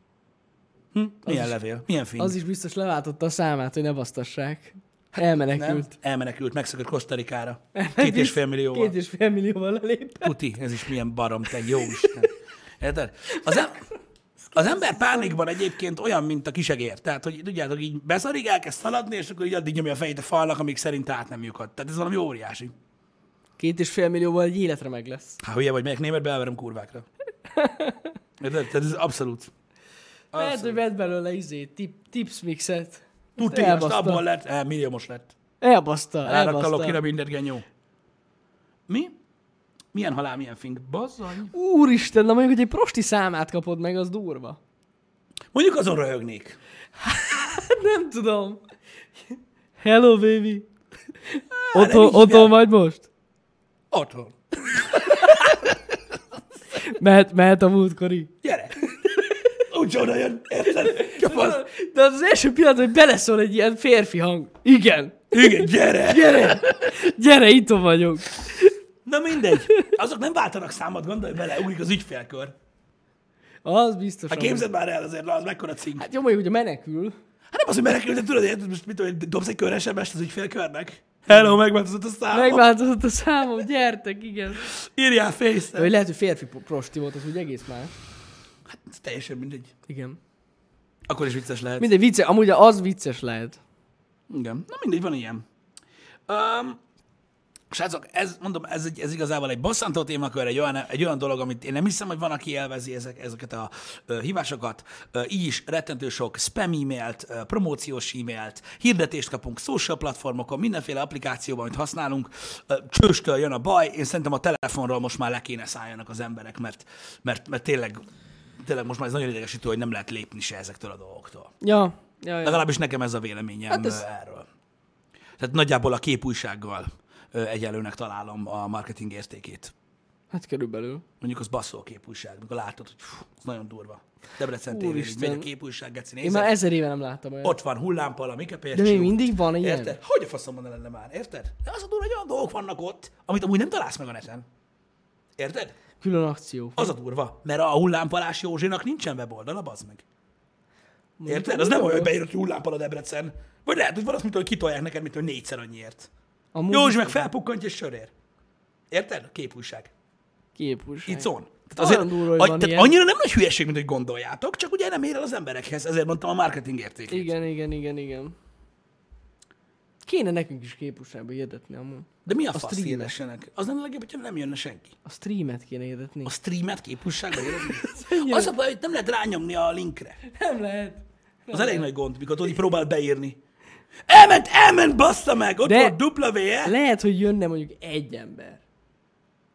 [SPEAKER 2] Hm? Milyen
[SPEAKER 1] is-
[SPEAKER 2] levél? Milyen fény?
[SPEAKER 1] Az is biztos leváltotta a számát, hogy ne basztassák. Elmenekült.
[SPEAKER 2] Nem? Elmenekült, megszökött Kosztarikára. Két és
[SPEAKER 1] Bizt-
[SPEAKER 2] fél millióval.
[SPEAKER 1] Két és fél millióval lelép.
[SPEAKER 2] Puti, ez is milyen barom, te jó Isten. Érted? Az, em- az ember pánikban egyébként olyan, mint a kisegér. Tehát, hogy tudjátok, így beszarig, elkezd szaladni, és akkor így addig nyomja a fejét a falnak, amíg szerint át nem lyukad. Tehát ez valami óriási.
[SPEAKER 1] Két és fél millióval egy életre meg lesz.
[SPEAKER 2] Hát hülye vagy, melyek németbe elverem kurvákra. Érted? Tehát ez abszolút.
[SPEAKER 1] Lehet, hogy vett belőle izé, tip, tips mixet.
[SPEAKER 2] Tuti, azt abból lett, eh, milliómos lett.
[SPEAKER 1] Elbaszta,
[SPEAKER 2] Rárakta a lokira
[SPEAKER 1] elbaszta.
[SPEAKER 2] mindent, genyó. Mi? Milyen halál, milyen fink? Bazzany.
[SPEAKER 1] Úristen, na mondjuk, hogy egy prosti számát kapod meg, az durva.
[SPEAKER 2] Mondjuk azon röhögnék.
[SPEAKER 1] Nem tudom. Hello, baby. Otthon,
[SPEAKER 2] nem is kell.
[SPEAKER 1] otthon vagy most?
[SPEAKER 2] Otthon.
[SPEAKER 1] Mehet, mehet a múltkori.
[SPEAKER 2] Gyere! Úgy oda jön, érted? Kapasz.
[SPEAKER 1] De az, az első pillanat, hogy beleszól egy ilyen férfi hang. Igen.
[SPEAKER 2] Igen, gyere!
[SPEAKER 1] Gyere! Gyere, itt vagyok.
[SPEAKER 2] Na mindegy. Azok nem váltanak számot, gondolj bele, ugrik az ügyfélkör.
[SPEAKER 1] Az biztos.
[SPEAKER 2] Hát
[SPEAKER 1] amúgy.
[SPEAKER 2] képzeld már el azért, na, az mekkora cink. Hát
[SPEAKER 1] Hát jó, mondjuk, hogy menekül.
[SPEAKER 2] nem az, hogy menekül, de tudod, érted, most mit tudom, én, dobsz egy kör SMS-t az ügyfélkörnek? Hello, megváltozott a számom.
[SPEAKER 1] Megváltozott a számom, gyertek, igen.
[SPEAKER 2] Írjál
[SPEAKER 1] De
[SPEAKER 2] face
[SPEAKER 1] hogy lehet, hogy férfi po- prosti volt, az úgy egész más.
[SPEAKER 2] Hát ez teljesen mindegy.
[SPEAKER 1] Igen.
[SPEAKER 2] Akkor is vicces lehet.
[SPEAKER 1] Mindegy, vicce, amúgy az vicces lehet.
[SPEAKER 2] Igen. Na mindegy, van ilyen. Um, srácok, ez, mondom, ez, egy, ez igazából egy bosszantó témakör, egy olyan, egy olyan dolog, amit én nem hiszem, hogy van, aki élvezi ezek, ezeket a ö, hívásokat. Ö, így is rettentő sok spam e-mailt, ö, promóciós e-mailt, hirdetést kapunk social platformokon, mindenféle applikációban, amit használunk. Ö, csőstől jön a baj, én szerintem a telefonról most már le kéne szálljanak az emberek, mert, mert, mert tényleg tényleg most már ez nagyon idegesítő, hogy nem lehet lépni se ezektől a dolgoktól.
[SPEAKER 1] Ja, ja, ja.
[SPEAKER 2] Legalábbis nekem ez a véleményem
[SPEAKER 1] Hát
[SPEAKER 2] hát
[SPEAKER 1] ez-
[SPEAKER 2] ez... erről. Tehát nagyjából a képújsággal ö, egyenlőnek találom a marketing értékét.
[SPEAKER 1] Hát körülbelül.
[SPEAKER 2] Mondjuk az basszó a képújság, amikor látod, hogy fú, ez nagyon durva. Debrecen tévén így
[SPEAKER 1] Úristen.
[SPEAKER 2] megy a képújság, geci,
[SPEAKER 1] Én
[SPEAKER 2] nézed,
[SPEAKER 1] már ezer éve nem láttam olyan.
[SPEAKER 2] ott van hullámpal a Mika
[SPEAKER 1] De még mindig van ilyen?
[SPEAKER 2] Érted? Hogy a faszomban ne lenne már, érted? De az a durva, hogy olyan dolgok vannak ott, amit amúgy nem találsz meg a neten. Érted?
[SPEAKER 1] Külön akció.
[SPEAKER 2] Az a durva, mert a hullámpalás Józsinak nincsen weboldala, bazd meg. Érted? Az nem
[SPEAKER 1] jó.
[SPEAKER 2] olyan, hogy beírod, hogy hullámpal a Debrecen. Vagy lehet, hogy valamit, hogy kitolják neked, mint hogy négyszer annyiért.
[SPEAKER 1] Amúgy
[SPEAKER 2] Józsi meg felpukkantja és sörér. Érted? Képújság.
[SPEAKER 1] képúság.
[SPEAKER 2] It's on.
[SPEAKER 1] Olyan durva, hogy
[SPEAKER 2] a-
[SPEAKER 1] van
[SPEAKER 2] tehát
[SPEAKER 1] ilyen.
[SPEAKER 2] annyira nem nagy hülyeség, mint hogy gondoljátok, csak ugye nem ér el az emberekhez, ezért mondtam a marketing értékét.
[SPEAKER 1] Igen, igen, igen, igen. Kéne nekünk is képúságba hirdetni amúgy.
[SPEAKER 2] De mi a,
[SPEAKER 1] A
[SPEAKER 2] a fasz
[SPEAKER 1] streamet.
[SPEAKER 2] hirdessenek? Az lenne legjobb, hogyha nem jönne senki.
[SPEAKER 1] A streamet kéne hirdetni.
[SPEAKER 2] A streamet képúságban
[SPEAKER 1] annyira-
[SPEAKER 2] Az a baj, hogy nem lehet rányomni a linkre.
[SPEAKER 1] nem lehet.
[SPEAKER 2] Az elég nagy gond, mikor Todi próbál beírni. Elment, elment, bassza meg! Ott
[SPEAKER 1] De-
[SPEAKER 2] volt E? dupla V-e.
[SPEAKER 1] Lehet, hogy jönne mondjuk egy ember.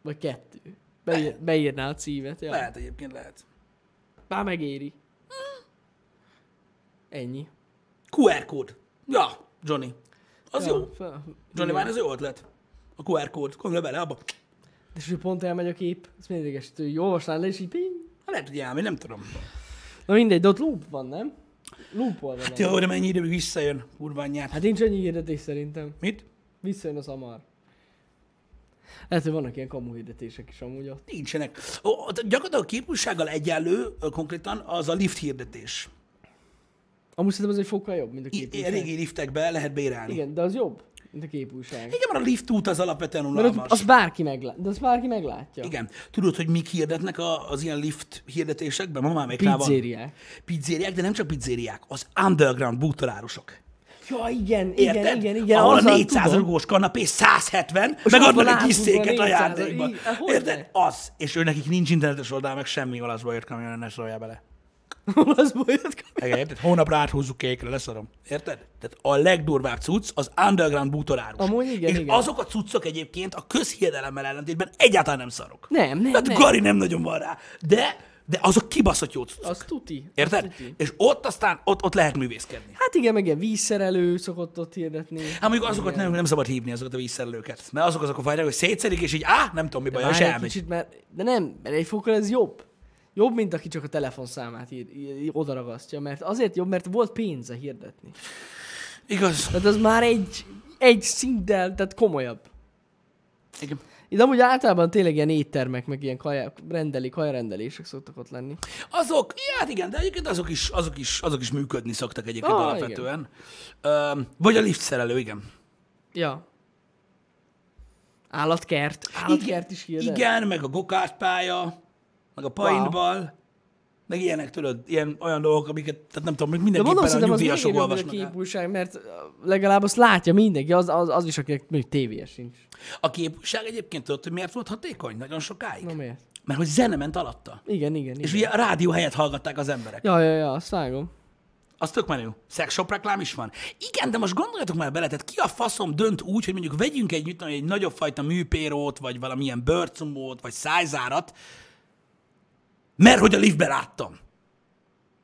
[SPEAKER 1] Vagy kettő. Beír, beírná a címet. Ja.
[SPEAKER 2] Lehet egyébként, lehet.
[SPEAKER 1] Már megéri. Ennyi.
[SPEAKER 2] QR kód. Ja, Johnny. Az
[SPEAKER 1] Ja,
[SPEAKER 2] jó.
[SPEAKER 1] fel-
[SPEAKER 2] Johnny,
[SPEAKER 1] igen.
[SPEAKER 2] már ez jó ötlet. A QR kód. Gondolj bele abba. Hát
[SPEAKER 1] És hogy pont elmegy a kép, ez mindig idegesítő, hogy olvasnál le, és így ping.
[SPEAKER 2] Hát lehet, hogy elmegy, nem tudom.
[SPEAKER 1] Na mindegy, de ott loop van, nem? Loopolva van.
[SPEAKER 2] Jó, de mennyi időig visszajön, kurványát.
[SPEAKER 1] Hát nincs annyi hirdetés szerintem.
[SPEAKER 2] Mit?
[SPEAKER 1] Visszajön az amar. Lehet, hogy vannak ilyen kamu hirdetések is amúgy ott.
[SPEAKER 2] Nincsenek. Ó, tehát gyakorlatilag a képúsággal egyenlő ö, konkrétan az a lift hirdetés.
[SPEAKER 1] Amúgy szerintem ez egy fokkal jobb, mint a
[SPEAKER 2] I- Ilyen
[SPEAKER 1] képújság.
[SPEAKER 2] régi liftekbe lehet bérelni. Igen.
[SPEAKER 1] Igen, de az jobb, mint a képújság.
[SPEAKER 2] Igen, mert a lift út az alapvetően
[SPEAKER 1] Mert
[SPEAKER 2] unalmas.
[SPEAKER 1] ott, azt bárki meglátja. De azt bárki meglátja.
[SPEAKER 2] Igen. Tudod, hogy mik hirdetnek a, az ilyen lift hirdetésekben? Ma már még rá van.
[SPEAKER 1] Pizzériák.
[SPEAKER 2] Pizzériák, de nem csak pizzériák, az underground bútorárosok.
[SPEAKER 1] Ja, igen, igen,
[SPEAKER 2] Érted?
[SPEAKER 1] igen, igen.
[SPEAKER 2] Ahol a
[SPEAKER 1] azzal
[SPEAKER 2] 400
[SPEAKER 1] tudom.
[SPEAKER 2] rugós kanapé 170,
[SPEAKER 1] És
[SPEAKER 2] meg
[SPEAKER 1] abban
[SPEAKER 2] adnak egy
[SPEAKER 1] látunk
[SPEAKER 2] kis széket
[SPEAKER 1] a
[SPEAKER 2] a
[SPEAKER 1] 400
[SPEAKER 2] játékban.
[SPEAKER 1] így, hát hogy
[SPEAKER 2] Érted? Az. És ő nekik nincs internetes oldal, meg semmi olaszba jött kamionon, ne sorolja bele.
[SPEAKER 1] Olaszból jött kamu.
[SPEAKER 2] Igen, Érted? Hónapra áthúzzuk kékre, leszarom. Érted? Tehát a legdurvább cucc az underground bútorárus.
[SPEAKER 1] Amúgy igen,
[SPEAKER 2] És
[SPEAKER 1] igen.
[SPEAKER 2] azok a cuccok egyébként a közhiedelemmel ellentétben egyáltalán nem szarok.
[SPEAKER 1] Nem, nem,
[SPEAKER 2] Hát
[SPEAKER 1] nem.
[SPEAKER 2] Gari nem nagyon van rá. De, de azok kibaszott jó cuccok.
[SPEAKER 1] Az tuti. az
[SPEAKER 2] Érted?
[SPEAKER 1] tuti.
[SPEAKER 2] És ott aztán, ott, ott lehet művészkedni.
[SPEAKER 1] Hát igen, meg ilyen vízszerelő szokott ott hirdetni.
[SPEAKER 2] Hát mondjuk azokat nem, nem szabad hívni, azokat a vízszerelőket. Mert azok azok a fajták, hogy szétszedik, és így, á, nem tudom, mi baj, és
[SPEAKER 1] Várj egy
[SPEAKER 2] elmegy.
[SPEAKER 1] Kicsit, mert, de nem, mert egy fokkal ez jobb. Jobb, mint aki csak a telefonszámát ír, í- í- odaragasztja, mert azért jobb, mert volt pénze hirdetni.
[SPEAKER 2] Igaz.
[SPEAKER 1] Tehát az már egy, egy szinttel, tehát komolyabb.
[SPEAKER 2] Igen.
[SPEAKER 1] De amúgy általában tényleg ilyen éttermek, meg ilyen kaja, rendeli, kajarendelések szoktak ott lenni.
[SPEAKER 2] Azok, ja, hát igen, de egyébként azok is, azok is, azok is működni szoktak egyébként
[SPEAKER 1] Ah,
[SPEAKER 2] ah, alapvetően. Öm, vagy a lift szerelő, igen.
[SPEAKER 1] Ja. Állatkert. Állatkert is hirdet.
[SPEAKER 2] Igen, meg a gokártpálya, meg a paintball, wow. meg ilyenek, tudod, ilyen olyan dolgok, amiket, tehát nem tudom,
[SPEAKER 1] De
[SPEAKER 2] mindenképpen
[SPEAKER 1] mondom,
[SPEAKER 2] a
[SPEAKER 1] szerintem az még
[SPEAKER 2] nyugdíjasok
[SPEAKER 1] jobb, mint a
[SPEAKER 2] olvasnak. el.
[SPEAKER 1] képújság, mert ö, legalább azt látja mindenki, az, az, az is, akinek még tévéje sincs.
[SPEAKER 2] A képújság egyébként tudod, hogy miért volt hatékony nagyon sokáig?
[SPEAKER 1] Na miért?
[SPEAKER 2] Mert hogy zene ment alatta.
[SPEAKER 1] Igen, igen, igen.
[SPEAKER 2] És ugye a rádió helyett hallgatták az emberek.
[SPEAKER 1] Ja, ja, ja, azt vágom.
[SPEAKER 2] Az tök menő. Szexshop reklám is van. Igen, de most gondoljatok már bele, tehát ki a faszom dönt úgy, hogy mondjuk vegyünk egy, mit tudom, egy nagyobb fajta műpérót, vagy valamilyen bőrcumót, vagy szájzárat, mert hogy a liftben láttam.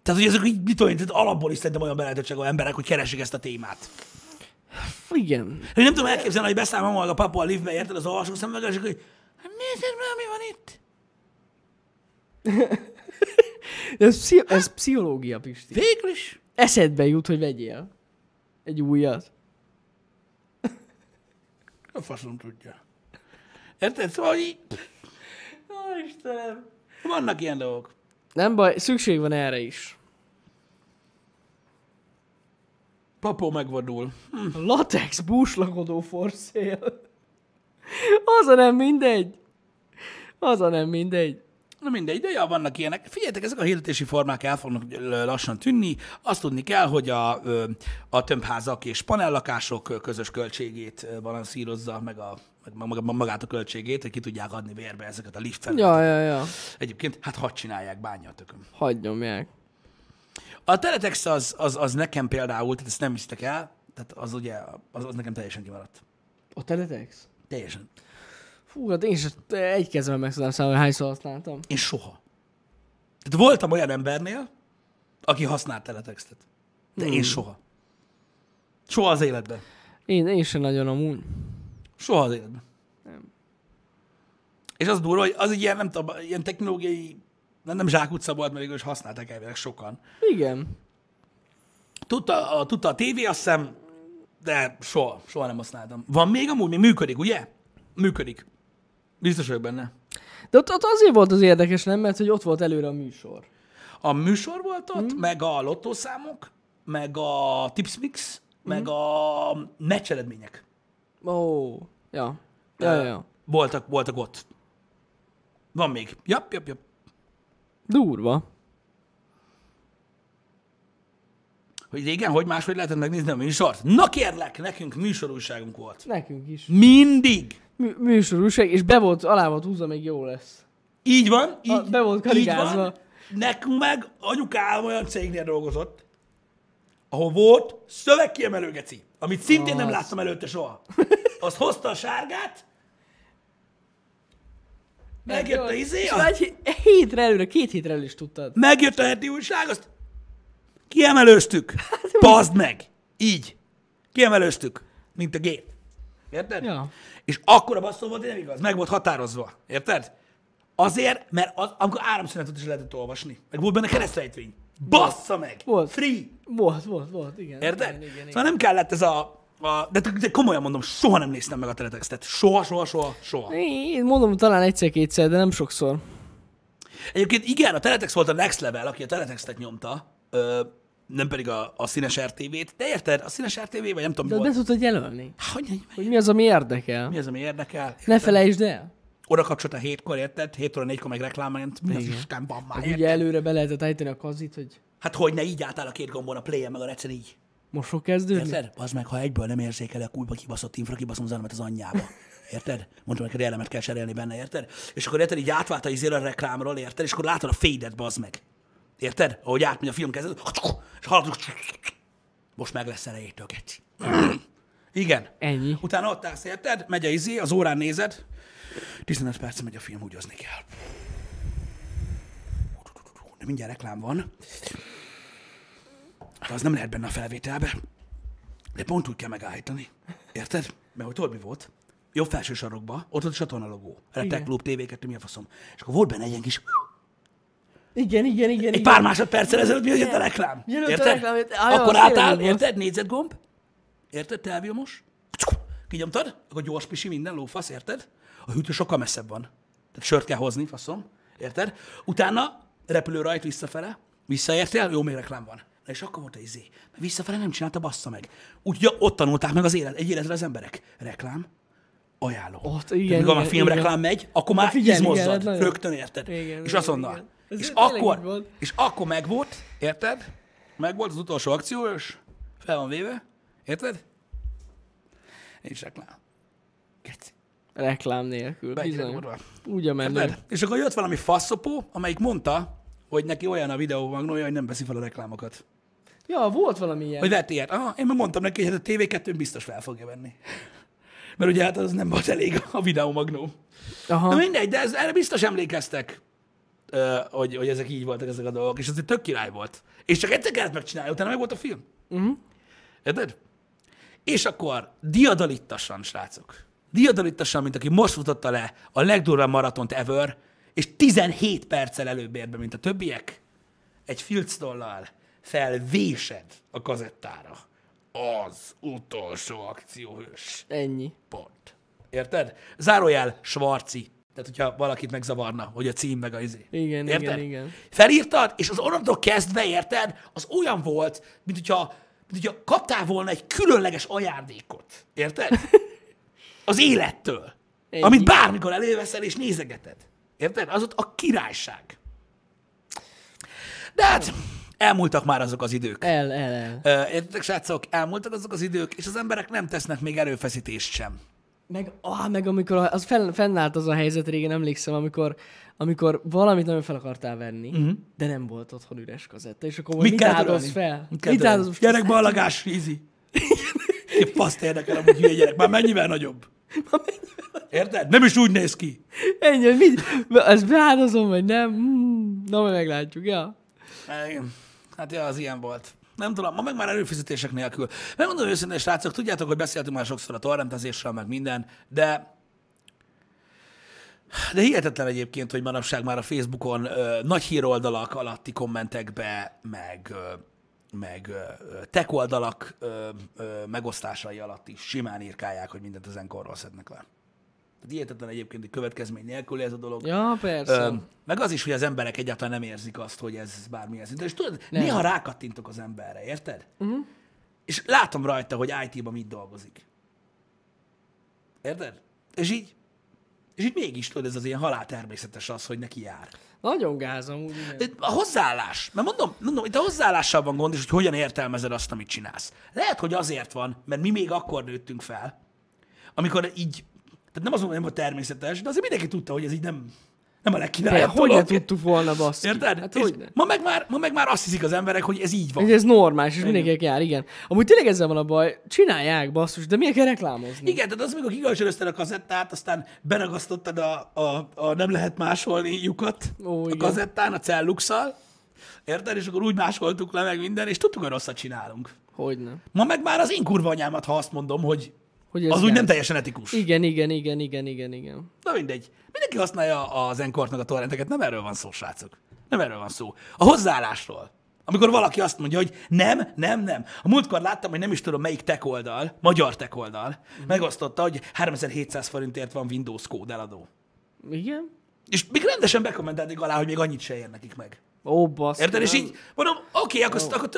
[SPEAKER 2] Tehát, hogy ezek így, mit tudom, én, tehát alapból is szerintem olyan beletöltségű emberek, hogy keresik ezt a témát.
[SPEAKER 1] Igen.
[SPEAKER 2] Hogy nem tudom elképzelni, hogy beszámol majd a papu a liftbe, érted az alsó szemüveges, és akkor így, hát nézzék már, mi van itt.
[SPEAKER 1] De Ez, pszichi- ez pszichológia, Pisti.
[SPEAKER 2] Végül is.
[SPEAKER 1] Hát- Eszedbe jut, hogy vegyél egy újat.
[SPEAKER 2] A faszom tudja. Érted? Szóval, hogy így,
[SPEAKER 1] Ó, Istenem.
[SPEAKER 2] vannak ilyen dolgok.
[SPEAKER 1] Nem baj, szükség van erre is.
[SPEAKER 2] Papó megvadul.
[SPEAKER 1] A latex búslakodó forszél. Az a nem mindegy. Az a nem mindegy.
[SPEAKER 2] Na mindegy, de ja, vannak ilyenek. Figyeljetek, ezek a hirdetési formák el fognak ö, lassan tűnni. Azt tudni kell, hogy a, ö, a tömbházak és panellakások ö, közös költségét ö, balanszírozza, meg, a, meg maga- magát a költségét, hogy ki tudják adni vérbe ezeket a lift
[SPEAKER 1] Ja, ja, ja.
[SPEAKER 2] Egyébként, hát hadd csinálják, bánja a tököm.
[SPEAKER 1] Hagy nyomják.
[SPEAKER 2] A Teletex az, az, az nekem például, tehát ezt nem hisztek el, tehát az ugye, az, az nekem teljesen kimaradt.
[SPEAKER 1] A teletex?
[SPEAKER 2] Teljesen.
[SPEAKER 1] Fú, hát én is egy kezemben meg tudnám számolni, hogy hányszor használtam.
[SPEAKER 2] Én soha. Tehát voltam olyan embernél, aki használt teletextet. De én soha. Soha az életben.
[SPEAKER 1] Én, én sem nagyon amúgy.
[SPEAKER 2] Soha az életben. És az durva, hogy az egy ilyen, nem tudom, ilyen technológiai, nem, nem zsákutca volt, mert végül is használták elvileg sokan.
[SPEAKER 1] Igen.
[SPEAKER 2] Tudta a, tudta a tévé, azt hiszem, de soha, soha nem használtam. Van még amúgy, még működik, ugye? Működik. Biztos vagyok benne.
[SPEAKER 1] De ott, ott azért volt az érdekes, nem? Mert hogy ott volt előre a műsor.
[SPEAKER 2] A műsor volt ott, mm. meg a lottószámok, meg a tipsmix, mm. meg a meccs eredmények.
[SPEAKER 1] Ó, oh, ja. Ja, ja, ja.
[SPEAKER 2] Voltak, voltak ott. Van még. Jap, jap, jap.
[SPEAKER 1] Durva.
[SPEAKER 2] Hogy régen, hogy máshogy lehetett megnézni a műsort? Na kérlek, nekünk műsorúságunk volt.
[SPEAKER 1] Nekünk is.
[SPEAKER 2] Mindig.
[SPEAKER 1] Mű, műsorúság, és be volt, alá volt húzva, még jó lesz.
[SPEAKER 2] Így van, így,
[SPEAKER 1] A- be volt
[SPEAKER 2] így
[SPEAKER 1] karigázva.
[SPEAKER 2] van. Nekünk meg anyukám olyan cégnél dolgozott, ahol volt szövegkiemelő geci, amit szintén nem láttam előtte soha. Azt hozta a sárgát, megjött a izé,
[SPEAKER 1] És
[SPEAKER 2] a
[SPEAKER 1] már Egy egy hétre előre, két hétre előre is tudtad.
[SPEAKER 2] megjött a heti újság, azt kiemelőztük.
[SPEAKER 1] Hát,
[SPEAKER 2] Bazd meg! Így. Kiemelőztük. Mint a gép. Érted?
[SPEAKER 1] Ja.
[SPEAKER 2] És akkor a basszó volt, hogy nem igaz. Meg volt határozva. Érted? Azért, mert az, amikor áramszünetet is lehetett olvasni. Meg volt benne keresztrejtvény. Bassza meg!
[SPEAKER 1] Volt.
[SPEAKER 2] Free!
[SPEAKER 1] Volt, volt, volt, igen.
[SPEAKER 2] Érted?
[SPEAKER 1] Igen, igen,
[SPEAKER 2] szóval
[SPEAKER 1] igen.
[SPEAKER 2] nem kellett ez a, a de, de, komolyan mondom, soha nem néztem meg a teletextet. Soha, soha, soha, soha.
[SPEAKER 1] Én mondom, talán egyszer-kétszer, de nem sokszor.
[SPEAKER 2] Egyébként igen, a Teletex volt a Next Level, aki a Teletextet nyomta, ö, nem pedig a, a színes RTV-t. De érted? A színes RTV, vagy nem tudom,
[SPEAKER 1] De
[SPEAKER 2] mi
[SPEAKER 1] be
[SPEAKER 2] volt.
[SPEAKER 1] tudtad jelölni,
[SPEAKER 2] Há, Hogy, hogy,
[SPEAKER 1] hogy mi az, ami érdekel.
[SPEAKER 2] mi az, ami érdekel?
[SPEAKER 1] Ne felejtsd el.
[SPEAKER 2] Oda kapcsolt a hétkor, érted? 7 óra 4-kor meg reklám, ment. mi az
[SPEAKER 1] Igen.
[SPEAKER 2] Isten van már,
[SPEAKER 1] Hogy
[SPEAKER 2] érted?
[SPEAKER 1] Ugye előre be lehetett állítani a kazit, hogy
[SPEAKER 2] Hát hogy ne így álltál a két gombon, a play meg a recen így.
[SPEAKER 1] most fog kezdődni.
[SPEAKER 2] Érted? Az meg, ha egyből nem érzékelek, a kulba kibaszott infra, kibaszom az elemet az anyjába. Érted? Mondtam, neked elemet kell cserélni benne, érted? És akkor érted, így átvált a izél a reklámról, érted? És akkor látod a fédet, bazd meg. Érted? Ahogy átmegy a film kezdet, és hallod, most meg lesz erejétől, geci. Igen.
[SPEAKER 1] Ennyi.
[SPEAKER 2] Utána ott állsz, érted? Megy a izé, az órán nézed, 15 perc megy a film, húgyozni kell. De mindjárt reklám van. De az nem lehet benne a felvételbe. De pont úgy kell megállítani. Érted? Mert hogy tudod, mi volt? Jobb felső sarokba, ott ott a csatornalogó. Retek
[SPEAKER 1] Igen.
[SPEAKER 2] Klub, TV2, mi a faszom. És akkor volt benne egy ilyen kis...
[SPEAKER 1] Igen, igen, igen.
[SPEAKER 2] Egy
[SPEAKER 1] igen.
[SPEAKER 2] pár másodperccel ezelőtt mi jött a reklám.
[SPEAKER 1] Jön ott a reklám, jött- Ajaj,
[SPEAKER 2] Akkor
[SPEAKER 1] az
[SPEAKER 2] átáll,
[SPEAKER 1] tényleg volt.
[SPEAKER 2] érted? Négyzetgomb. Érted? Telvilmos. Kinyomtad, akkor gyors pisi minden, lófasz, érted? A hűtő sokkal messzebb van. Tehát sört kell hozni, faszom. Érted? Utána repülő rajt visszafele. Visszaértél? Jó, még reklám van. Na és akkor volt egy izé. Mert visszafele nem csinálta, bassza meg. Úgyhogy ott tanulták meg az élet, egy életre az emberek. Reklám, ajánló.
[SPEAKER 1] Ott,
[SPEAKER 2] Tehát
[SPEAKER 1] igen,
[SPEAKER 2] mikor már
[SPEAKER 1] igen,
[SPEAKER 2] filmreklám megy, akkor már
[SPEAKER 1] figyelni
[SPEAKER 2] izmozzad.
[SPEAKER 1] kellett hát nagyon.
[SPEAKER 2] Rögtön érted.
[SPEAKER 1] Igen,
[SPEAKER 2] és
[SPEAKER 1] igen,
[SPEAKER 2] azonnal.
[SPEAKER 1] igen. Ez
[SPEAKER 2] És
[SPEAKER 1] tényleg így
[SPEAKER 2] akkor,
[SPEAKER 1] volt.
[SPEAKER 2] és akkor megvolt, érted? Megvolt az utolsó akció, és fel van véve, érted? Nincs reklám. Geci.
[SPEAKER 1] Reklám nélkül.
[SPEAKER 2] Mennyire
[SPEAKER 1] bizony.
[SPEAKER 2] durva.
[SPEAKER 1] Úgy a menő.
[SPEAKER 2] Érted? És akkor jött valami faszopó, amelyik mondta, hogy neki olyan a videómagnója, hogy nem veszi fel a reklámokat.
[SPEAKER 1] Ja, volt valami ilyen.
[SPEAKER 2] Hogy vett ilyet. Ah, én meg mondtam neki, hogy hát a TV2 biztos fel fogja venni. Mert ugye hát az nem volt elég a videómagnó. Na
[SPEAKER 1] Aha.
[SPEAKER 2] mindegy, de ez, erre biztos emlékeztek, ö, hogy, hogy ezek így voltak ezek a dolgok, és ez egy tök király volt. És csak egyszer kellett megcsinálni, utána meg volt a film. Uh-huh. Érted? És akkor diadalittasan, srácok, diadalittasan, mint aki most futotta le a legdurvább maratont ever, és 17 perccel előbb ér be, mint a többiek, egy filctollal felvésed a kazettára. Az utolsó akcióhős
[SPEAKER 1] Ennyi.
[SPEAKER 2] pont. Érted? Zárójel, Svarci. Tehát, hogyha valakit megzavarna, hogy a cím meg a izé.
[SPEAKER 1] Igen,
[SPEAKER 2] érted?
[SPEAKER 1] igen, igen.
[SPEAKER 2] Felírtad, és az onnantól kezdve, érted, az olyan volt, mint hogyha, mint hogyha kaptál volna egy különleges ajándékot. Érted? Az élettől.
[SPEAKER 1] Ennyi.
[SPEAKER 2] Amit bármikor előveszel és nézegeted. Érted? Az ott a királyság. De hát, elmúltak már azok az idők.
[SPEAKER 1] El, el, el.
[SPEAKER 2] Ö, Értitek, srácok, elmúltak azok az idők, és az emberek nem tesznek még erőfeszítést sem.
[SPEAKER 1] Meg, ah, meg amikor a- az fenn, fennállt az a helyzet, régen emlékszem, amikor, amikor valamit nagyon fel akartál venni,
[SPEAKER 2] Mhm.
[SPEAKER 1] uh-huh. de nem volt otthon üres kazetta, és akkor mit, mit
[SPEAKER 2] kellett
[SPEAKER 1] áldoz
[SPEAKER 2] ölelni?
[SPEAKER 1] fel?
[SPEAKER 2] Mit
[SPEAKER 1] Mit,
[SPEAKER 2] kell
[SPEAKER 1] mit
[SPEAKER 2] törölni?
[SPEAKER 1] áldoz
[SPEAKER 2] Gyerek balagás, easy. Én paszt érdekel, amúgy hülye gyerek. Már mennyivel nagyobb? Érted? Nem is úgy néz ki.
[SPEAKER 1] Ennyi, hogy mit, ezt beáldozom, vagy nem? Mm, Na, majd meglátjuk, ja.
[SPEAKER 2] Igen. Hát ja, az ilyen volt. Nem tudom, ma meg már előfizetések nélkül. Megmondom őszintén, srácok, tudjátok, hogy beszéltünk már sokszor a torrentezésről, meg minden, de de hihetetlen egyébként, hogy manapság már a Facebookon ö, nagy híroldalak alatti kommentekbe, meg, ö, meg ö, tech oldalak ö, ö, megosztásai alatt is simán írkálják, hogy mindent az enkorról szednek le. Tehát hihetetlen egyébként, hogy következmény nélkül ez a dolog.
[SPEAKER 1] Ja, persze.
[SPEAKER 2] Öm, meg az is, hogy az emberek egyáltalán nem érzik azt, hogy ez bármilyen szinten. És tudod, nem. néha rákattintok az emberre, érted? Uh-huh. És látom rajta, hogy IT-ban mit dolgozik. Érted? És így, és így mégis tudod, ez az ilyen halál természetes az, hogy neki jár.
[SPEAKER 1] Nagyon gáz amúgy. igen.
[SPEAKER 2] De a hozzáállás, mert mondom, mondom, itt a hozzáállással van gond, és hogy hogyan értelmezed azt, amit csinálsz. Lehet, hogy azért van, mert mi még akkor nőttünk fel, amikor így, tehát nem azon, hogy természetes, de azért mindenki tudta, hogy ez így nem, nem a
[SPEAKER 1] Te,
[SPEAKER 2] legkínáljabb
[SPEAKER 1] hogy ne
[SPEAKER 2] dolog.
[SPEAKER 1] Hát, tudtuk volna, basszus?
[SPEAKER 2] Érted?
[SPEAKER 1] Hát
[SPEAKER 2] És
[SPEAKER 1] hogy ne?
[SPEAKER 2] ma, meg már, ma meg már azt hiszik az emberek, hogy ez így van.
[SPEAKER 1] Hogy ez normális, és mindenkinek jár, igen. Amúgy tényleg ezzel van a baj. Csinálják, basszus, de miért kell reklámozni?
[SPEAKER 2] Igen, tehát az, amikor kikölcsönözted a kazettát, aztán beragasztottad a, a, a nem lehet másolni lyukat
[SPEAKER 1] Ó,
[SPEAKER 2] a
[SPEAKER 1] igen.
[SPEAKER 2] kazettán, a celluxal, érted? És akkor úgy másoltuk le meg minden, és tudtuk, hogy rosszat csinálunk.
[SPEAKER 1] Hogyne.
[SPEAKER 2] Ma meg már az én kurva anyámat, ha azt mondom, hogy
[SPEAKER 1] Hogy ez
[SPEAKER 2] az úgy
[SPEAKER 1] gáz.
[SPEAKER 2] nem teljesen etikus.
[SPEAKER 1] Igen, igen, igen, igen, igen, igen.
[SPEAKER 2] Na mindegy. Mindenki használja az enkortnak a torrenteket, nem erről van szó, srácok. Nem erről van szó. A hozzáállásról. Amikor valaki azt mondja, hogy nem, nem, nem. A múltkor láttam, hogy nem is tudom melyik tech oldal, magyar tech oldal,
[SPEAKER 1] Mhm.
[SPEAKER 2] megosztotta, hogy 3700 forintért van Windows kód eladó.
[SPEAKER 1] Igen?
[SPEAKER 2] És még rendesen bekommentelték alá, hogy még annyit se ér nekik meg.
[SPEAKER 1] Ó, basszus.
[SPEAKER 2] Érted? És
[SPEAKER 1] nem.
[SPEAKER 2] így mondom, oké, akkor, akkor,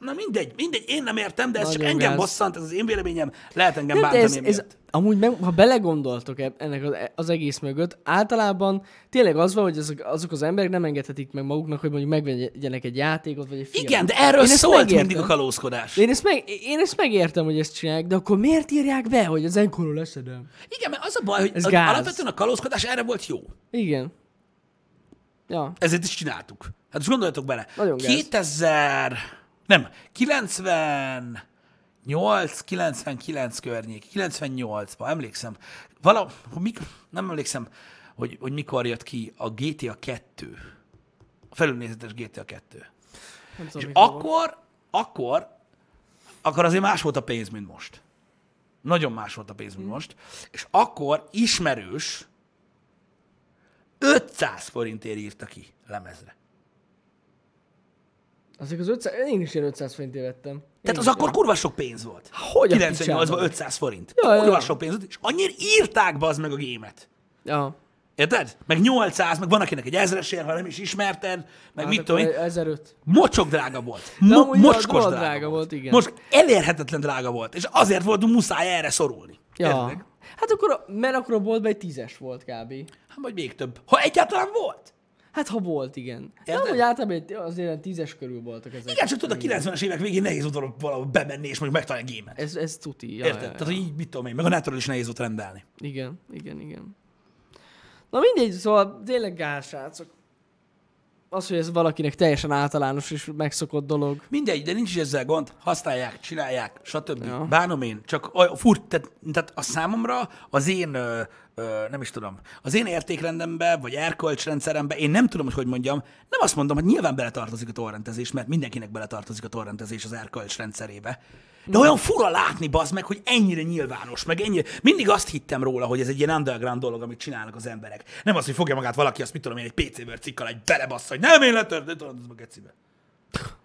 [SPEAKER 2] na mindegy, mindegy, én nem értem, de ez csak
[SPEAKER 1] Nagyon
[SPEAKER 2] engem
[SPEAKER 1] gáz.
[SPEAKER 2] bosszant, ez az én véleményem, lehet
[SPEAKER 1] Nem,
[SPEAKER 2] engem
[SPEAKER 1] de
[SPEAKER 2] bántani
[SPEAKER 1] ez,
[SPEAKER 2] emiatt.
[SPEAKER 1] ez, amúgy, meg, ha belegondoltok eb- ennek az, e- az egész mögött, általában tényleg az van, hogy azok, azok az emberek nem engedhetik meg maguknak, hogy mondjuk megvegyenek egy játékot, vagy egy filmet.
[SPEAKER 2] Igen, de erről
[SPEAKER 1] Én ezt
[SPEAKER 2] szólt
[SPEAKER 1] megértem.
[SPEAKER 2] mindig a kalózkodás.
[SPEAKER 1] Én ezt, meg, én ezt megértem, hogy ezt csinálják, de akkor miért írják be, hogy az enkorról leszedem?
[SPEAKER 2] Igen, mert az a baj, hogy
[SPEAKER 1] Ez
[SPEAKER 2] az
[SPEAKER 1] gáz.
[SPEAKER 2] alapvetően a kalózkodás erre volt jó.
[SPEAKER 1] Igen. Ja,
[SPEAKER 2] Ezért is csináltuk. Hát most gondoljatok bele.
[SPEAKER 1] Nagyon gáz.
[SPEAKER 2] 2000, nem, 98, 99 környék, 98-ban, emlékszem. Vala, mik, nem emlékszem, hogy, hogy mikor jött ki a GTA 2. A felülnézetes GTA 2.
[SPEAKER 1] nem tudom, mikor volt.
[SPEAKER 2] Akkor, akkor, akkor azért más volt a pénz, mint most. Nagyon más volt a pénz,
[SPEAKER 1] Mm.
[SPEAKER 2] mint most. És akkor ismerős 500 forintért írta ki lemezre.
[SPEAKER 1] Azok az 500, én is ilyen 500 forintért vettem. Én
[SPEAKER 2] Tehát
[SPEAKER 1] is
[SPEAKER 2] az akkor kurva sok pénz volt.
[SPEAKER 1] Hogy a picsába?
[SPEAKER 2] 98-ban 500 forint.
[SPEAKER 1] Ja,
[SPEAKER 2] Ja, kurva
[SPEAKER 1] ja, ja.
[SPEAKER 2] sok pénz volt, és annyira írták be az meg a gémet.
[SPEAKER 1] ilyen. Ja.
[SPEAKER 2] Érted? Meg 800, meg van akinek egy ezresért, ha nem is ismerted, meg hát mit
[SPEAKER 1] Hát
[SPEAKER 2] tudom én.
[SPEAKER 1] akkor 1005.
[SPEAKER 2] Mocsok drága volt.
[SPEAKER 1] De
[SPEAKER 2] Mo-
[SPEAKER 1] amúgy
[SPEAKER 2] mocskos
[SPEAKER 1] rohadt
[SPEAKER 2] drága, drága volt.
[SPEAKER 1] igen.
[SPEAKER 2] Most elérhetetlen drága volt, és azért voltunk muszáj erre szorulni.
[SPEAKER 1] Ja.
[SPEAKER 2] Érted?
[SPEAKER 1] Hát akkor, a- mert akkor a boltban egy tízes volt kb.
[SPEAKER 2] Hát vagy még több. Ha egyáltalán volt.
[SPEAKER 1] Hát ha volt, igen. De
[SPEAKER 2] Érted?
[SPEAKER 1] amúgy általában egy- azért ilyen tízes körül voltak ezek.
[SPEAKER 2] Igen, csak tudod, a 90-es évek végén nehéz volt valahol- valahol bemenni és mondjuk megtalálni a gémet.
[SPEAKER 1] Ez, ez tuti. Ja,
[SPEAKER 2] Érted?
[SPEAKER 1] ja, ja.
[SPEAKER 2] Tehát, hogy így mit tudom én, meg a netről is nehéz volt rendelni.
[SPEAKER 1] Igen, igen, igen. Na mindegy, szóval tényleg gáz, srácok. Az, hogy ez valakinek teljesen általános és megszokott dolog.
[SPEAKER 2] Mindegy, de nincs is ezzel gond, használják, csinálják, stb. Ja.
[SPEAKER 1] Ja.
[SPEAKER 2] Bánom én, csak olyan furt, tehát, tehát a számomra az én, ö, ö, nem is tudom, az én értékrendembe, vagy erkölcsrendszerembe, én nem tudom, hogy hogy mondjam, nem azt mondom, hogy nyilván beletartozik a torrentezés, mert mindenkinek beletartozik a torrentezés az erkölcsrendszerébe. De olyan fura látni, bazd meg, hogy ennyire nyilvános, meg ennyire... Mindig azt hittem róla, hogy ez egy ilyen underground dolog, amit csinálnak az emberek. Nem az, hogy fogja magát valaki, azt mit tudom én, egy PC World cikkal egy belebassza, hogy nem én letört, de tudod, az meg egyszerűen.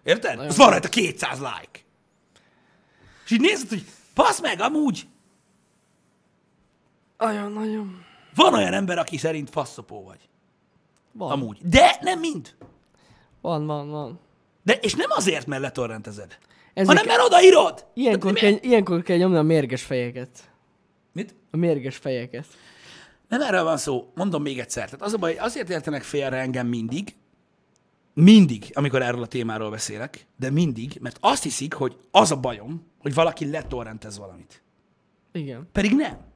[SPEAKER 2] Érted? Az van rajta 200 like. És így nézed, hogy basz meg, amúgy
[SPEAKER 1] Nagyon, nagyon.
[SPEAKER 2] van olyan ember, aki szerint faszopó vagy.
[SPEAKER 1] Van.
[SPEAKER 2] Amúgy. De nem mind.
[SPEAKER 1] Van, van, van.
[SPEAKER 2] De, és nem azért, mert letorrentezed.
[SPEAKER 1] Ezek-
[SPEAKER 2] hanem mert odaírod.
[SPEAKER 1] Ilyenkor
[SPEAKER 2] Tehát mi-
[SPEAKER 1] kell, ilyenkor kell nyomni a mérges fejeket.
[SPEAKER 2] Mit?
[SPEAKER 1] A mérges fejeket.
[SPEAKER 2] Nem erről van szó, mondom még egyszer. Tehát az a baj, azért értenek félre engem mindig, mindig, amikor erről a témáról beszélek, de mindig, mert azt hiszik, hogy az a bajom, hogy valaki letorrentez valamit.
[SPEAKER 1] Igen.
[SPEAKER 2] Pedig nem.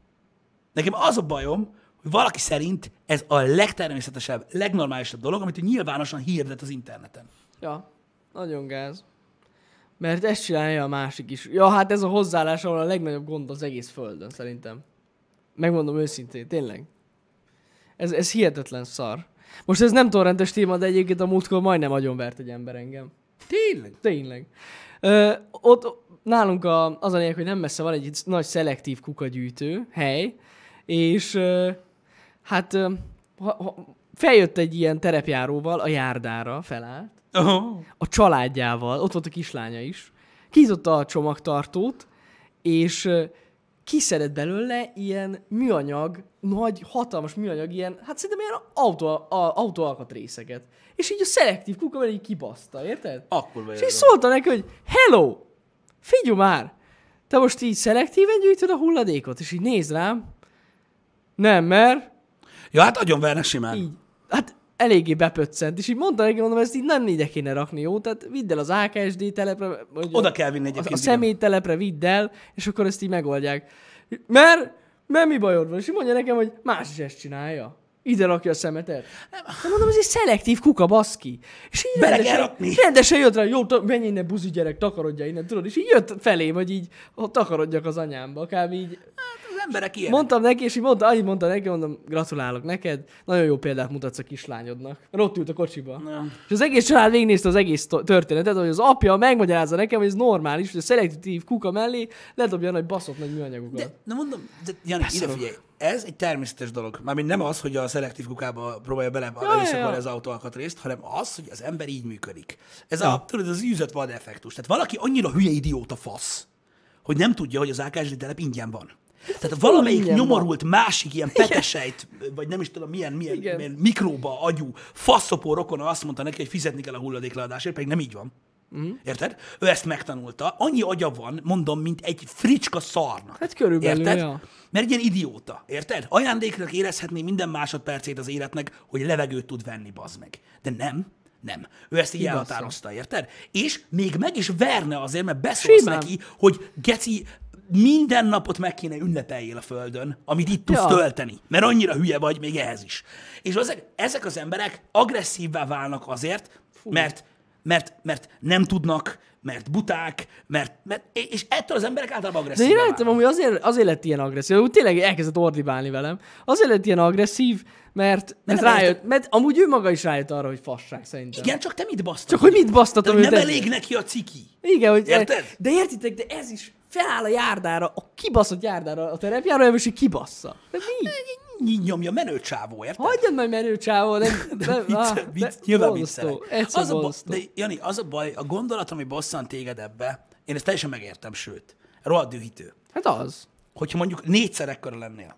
[SPEAKER 2] Nekem az a bajom, hogy valaki szerint ez a legtermészetesebb, legnormálisabb dolog, amit ő nyilvánosan hirdet az interneten.
[SPEAKER 1] Ja. Nagyon gáz. Mert ezt csinálja a másik is. Ja, hát ez a hozzáállás, ahol a legnagyobb gond az egész földön, szerintem. Megmondom őszintén, tényleg. Ez, ez hihetetlen szar. Most ez nem torrentes téma, de egyébként a múltkor majdnem agyonvert egy ember engem.
[SPEAKER 2] Tényleg?
[SPEAKER 1] Tényleg. Ö, ott nálunk a, az a lényeg, hogy nem messze van egy nagy szelektív kukagyűjtő hely, és ö, hát ö, ha, ha, feljött egy ilyen terepjáróval a járdára, felállt,
[SPEAKER 2] Oh.
[SPEAKER 1] a családjával, ott volt a kislánya is, kinyitotta a csomagtartót, és ö, kiszedett belőle ilyen műanyag, nagy, hatalmas műanyag, ilyen, hát szerintem ilyen autó, a, autóalkatrészeket. És így a szelektív kuka így kibaszta, érted?
[SPEAKER 2] Akkor vagy
[SPEAKER 1] És így szólta neki, hogy hello, figyelj már, te most így szelektíven gyűjtöd a hulladékot, és így néz rám, nem, mert
[SPEAKER 2] Ja, hát agyonvernek simán.
[SPEAKER 1] így, hát eléggé bepöccent, és így mondta neki, mondom, ezt így nem ide kéne rakni, jó? Tehát vidd el az AKSD telepre, vagy
[SPEAKER 2] Oda
[SPEAKER 1] a,
[SPEAKER 2] kell vinni
[SPEAKER 1] a,
[SPEAKER 2] egyébként.
[SPEAKER 1] a
[SPEAKER 2] igen.
[SPEAKER 1] személytelepre vidd el, és akkor ezt így megoldják. Mert, mert mi bajod van? És így mondja nekem, hogy más is ezt csinálja. Ide rakja a szemetet. De mondom, ez egy szelektív kuka, baszki. És így
[SPEAKER 2] Bele kell
[SPEAKER 1] rendesen,
[SPEAKER 2] rakni.
[SPEAKER 1] rendesen jött rá, jó, t- menj innen, buzi gyerek, takarodja innen, tudod? És így jött felém, hogy így ha takarodjak az anyámba, kb. így
[SPEAKER 2] Az emberek ilyenek.
[SPEAKER 1] Mondtam neki, és így mondta, annyit mondta neki, mondom, gratulálok neked, nagyon jó példát mutatsz a kislányodnak. Mert ott ült a kocsiba.
[SPEAKER 2] Ja.
[SPEAKER 1] És az egész család végignézte az egész to- történetet, hogy az apja megmagyarázza nekem, hogy ez normális, hogy a szelektív kuka mellé ledobja a nagy baszott nagy műanyagokat.
[SPEAKER 2] De, na mondom, de Jani, ide
[SPEAKER 1] Beszarok.
[SPEAKER 2] figyelj, ez egy természetes dolog. Mármint nem az, hogy a szelektív kukába próbálja bele
[SPEAKER 1] ja,
[SPEAKER 2] előszakolni
[SPEAKER 1] ja.
[SPEAKER 2] az autóalkatrészt, hanem az, hogy az ember így működik. Ez a, tudod, az üzött vad effektus. Tehát valaki annyira hülye idióta fasz, hogy nem tudja, hogy az AKSD telep ingyen van. Tehát valamelyik
[SPEAKER 1] Hát, ingyen van.
[SPEAKER 2] nyomorult másik ilyen petesejt, vagy nem is tudom milyen, milyen,
[SPEAKER 1] Igen.
[SPEAKER 2] milyen mikróba agyú, faszopó rokona azt mondta neki, hogy fizetni kell a hulladékleadásért, pedig nem így van.
[SPEAKER 1] Mm-hmm.
[SPEAKER 2] Érted? Ő ezt megtanulta. Annyi agya van, mondom, mint egy fricska szarnak.
[SPEAKER 1] Hát körülbelül,
[SPEAKER 2] Érted?
[SPEAKER 1] ja.
[SPEAKER 2] Mert egy ilyen idióta, érted? Ajándéknak érezhetné minden másodpercét az életnek, hogy levegőt tud venni, bazd meg. De nem, nem. Ő ezt így
[SPEAKER 1] Kibassza.
[SPEAKER 2] elhatározta, érted? És még meg is verne azért, mert beszélsz
[SPEAKER 1] Simán.
[SPEAKER 2] neki, hogy geci, minden napot meg kéne ünnepeljél a földön, amit itt tudsz
[SPEAKER 1] Ja.
[SPEAKER 2] tölteni, mert annyira hülye vagy még ehhez is. És ezek, ezek az emberek agresszívvá válnak azért, mert, mert, mert nem tudnak, mert buták, mert, mert, és ettől az emberek általában
[SPEAKER 1] De
[SPEAKER 2] agresszívvá
[SPEAKER 1] én
[SPEAKER 2] válnak.
[SPEAKER 1] rájöttem, hogy azért, azért lett ilyen agresszív, úgy tényleg elkezdett ordibálni velem. Azért lett ilyen agresszív, mert, mert
[SPEAKER 2] nem
[SPEAKER 1] rájött, mert amúgy ő maga is rájött arra, hogy fasság szerintem.
[SPEAKER 2] Igen, csak te mit basztod?
[SPEAKER 1] Csak hogy mit basztatom
[SPEAKER 2] Tehát
[SPEAKER 1] őt
[SPEAKER 2] nem
[SPEAKER 1] ezzel.
[SPEAKER 2] elég neki a ciki.
[SPEAKER 1] Igen, hogy
[SPEAKER 2] Érted?
[SPEAKER 1] De értitek, de ez is feláll a járdára, a kibaszott járdára, a terepjárójába, és így kibassza. De mi?
[SPEAKER 2] Így nyomja menő csávó, érted?
[SPEAKER 1] Hagyjad meg menő csávó, nem, nem,
[SPEAKER 2] vicc,
[SPEAKER 1] ah,
[SPEAKER 2] vicc,
[SPEAKER 1] de
[SPEAKER 2] nyilván
[SPEAKER 1] borzasztó.
[SPEAKER 2] viccelek.
[SPEAKER 1] Egyszer
[SPEAKER 2] Az a ba-
[SPEAKER 1] borzasztó.
[SPEAKER 2] de Jani, az a baj, a gondolat, ami bosszant téged ebbe, én ezt teljesen megértem, sőt, rohadt dühítő.
[SPEAKER 1] Hát az.
[SPEAKER 2] Hogyha mondjuk négyszer ekkora lennél,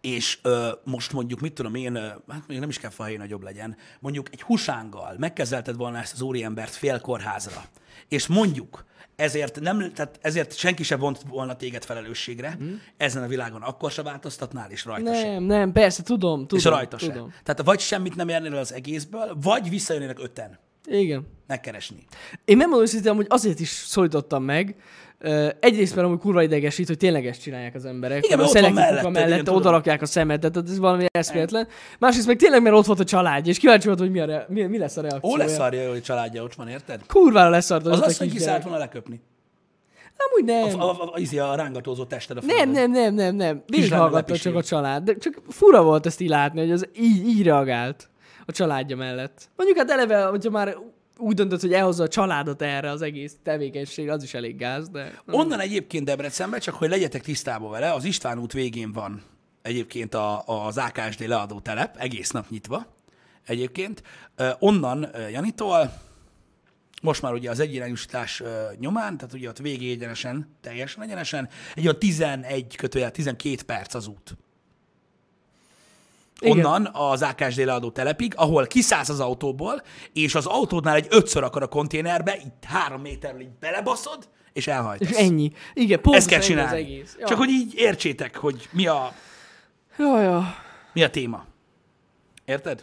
[SPEAKER 2] és ö, most mondjuk, mit tudom én, ö, hát mondjuk nem is kell fahelyén nagyobb legyen, mondjuk egy husánggal megkezelted volna ezt az úriembert félkórházra, és mondjuk ezért, nem, tehát ezért senki sem vont volna téged felelősségre, mm. ezen a világon akkor se változtatnál, és rajta se.
[SPEAKER 1] Hmm. Nem, nem, persze, tudom, tudom.
[SPEAKER 2] És rajta se.
[SPEAKER 1] tudom.
[SPEAKER 2] Tehát vagy semmit nem érnél el az egészből, vagy visszajönnének öten
[SPEAKER 1] Igen.
[SPEAKER 2] megkeresni.
[SPEAKER 1] Én megmondom őszintén, hogy azért is szólítottam meg. Ö, Egyrészt mert amúgy kurva idegesít, hogy tényleg ezt csinálják az emberek.
[SPEAKER 2] Igen,
[SPEAKER 1] hogy a
[SPEAKER 2] mert ott van
[SPEAKER 1] szelektív kuka
[SPEAKER 2] melletted, igen,
[SPEAKER 1] mellett
[SPEAKER 2] tudom.
[SPEAKER 1] oda rakják a szemetet, tehát ez valami eszméletlen. Másrészt meg tényleg, mert ott volt a családja, és kíváncsi volt, hogy mi, a re- mi, mi lesz a reakció.
[SPEAKER 2] Ó, leszarja, hogy családja ott van, érted?
[SPEAKER 1] Kurvára leszartott
[SPEAKER 2] Az
[SPEAKER 1] ott a
[SPEAKER 2] asszony kiszállt
[SPEAKER 1] kisgyerek.
[SPEAKER 2] volna leköpni.
[SPEAKER 1] Amúgy
[SPEAKER 2] A,
[SPEAKER 1] nem.
[SPEAKER 2] a, a, a, a rángatózó tested a
[SPEAKER 1] Nem,
[SPEAKER 2] földön.
[SPEAKER 1] nem, nem, nem, nem.
[SPEAKER 2] lepi
[SPEAKER 1] Végighallgatta csak
[SPEAKER 2] sír.
[SPEAKER 1] a család. De csak fura volt ezt így látni, hogy az így, így reagált a családja mellett. Mondjuk hát eleve, hogyha már úgy döntött, hogy elhozza a családot erre az egész tevékenység, az is elég gáz, de...
[SPEAKER 2] Mm. Onnan egyébként Debrecenbe, csak hogy legyetek tisztában vele, az István út végén van egyébként a, az AKSD leadó telep, egész nap nyitva egyébként. Ö, Onnan ö, Janitól, most már ugye az egyirányosítás ö, nyomán, tehát ugye ott végigegyenesen, teljesen egyenesen, egy olyan 11 kötőjel, 12 perc az út.
[SPEAKER 1] Igen.
[SPEAKER 2] Onnan az AKSD leadó telepig, ahol kiszállsz az autóból, és az autódnál egy ötször akar a konténerbe, így három méterről így belebaszod, és elhajtasz.
[SPEAKER 1] És ennyi. Igen, pontosan
[SPEAKER 2] Ezt kell
[SPEAKER 1] ennyi
[SPEAKER 2] csinálni.
[SPEAKER 1] Az egész. Ja.
[SPEAKER 2] Csak hogy így értsétek, hogy mi a,
[SPEAKER 1] Ja, ja.
[SPEAKER 2] mi a téma. Érted?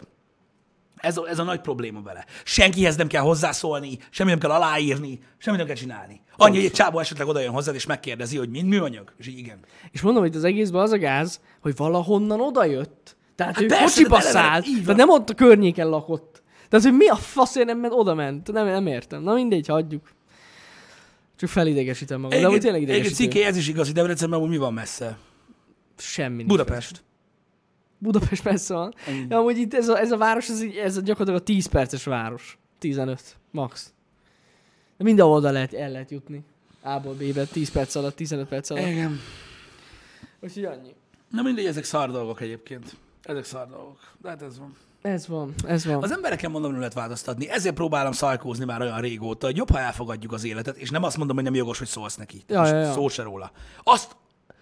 [SPEAKER 2] Ez a, ez a nagy probléma vele. Senkihez nem kell hozzászólni, semmi nem kell aláírni, semmi nem kell csinálni. Annyi, hogy egy csábó esetleg oda jön hozzád, és megkérdezi, hogy mind műanyag. És így igen.
[SPEAKER 1] És mondom, hogy itt az egészben az a gáz, hogy valahonnan odajött. Tehát
[SPEAKER 2] Hát
[SPEAKER 1] ő
[SPEAKER 2] persze,
[SPEAKER 1] kocsiba
[SPEAKER 2] de eleve-
[SPEAKER 1] szállt,
[SPEAKER 2] így van.
[SPEAKER 1] tehát nem ott a környéken lakott. Tehát, hogy mi a faszért nem ment, oda ment. Nem, nem értem. Na mindegy, hagyjuk. Csak felidegesítem magam. De úgy tényleg
[SPEAKER 2] Egyébként
[SPEAKER 1] idegesítő.
[SPEAKER 2] cikké, ez is igaz, hogy Debrecenben amúgy mi van messze?
[SPEAKER 1] Semmi. nincs
[SPEAKER 2] Budapest.
[SPEAKER 1] Budapest messze van. Ja, amúgy itt ez a, ez a város, ez, így- ez a gyakorlatilag a 10 perces város. 15, max. De mindenhol oda lehet, el lehet jutni. A-ból B-be, 10 perc alatt, 15 perc alatt.
[SPEAKER 2] Igen.
[SPEAKER 1] Úgyhogy annyi.
[SPEAKER 2] Na mindegy, ezek szar dolgok egyébként. Ezek szar dolgok. De hát ez van.
[SPEAKER 1] Ez van, ez van.
[SPEAKER 2] Az embereken mondom, nem lehet változtatni. Ezért próbálom szajkózni már olyan régóta, hogy jobb, ha elfogadjuk az életet, és nem azt mondom, hogy nem jogos, hogy szólsz neki. Tehát
[SPEAKER 1] Ja,
[SPEAKER 2] most
[SPEAKER 1] ja, ja.
[SPEAKER 2] Szó se róla. Azt,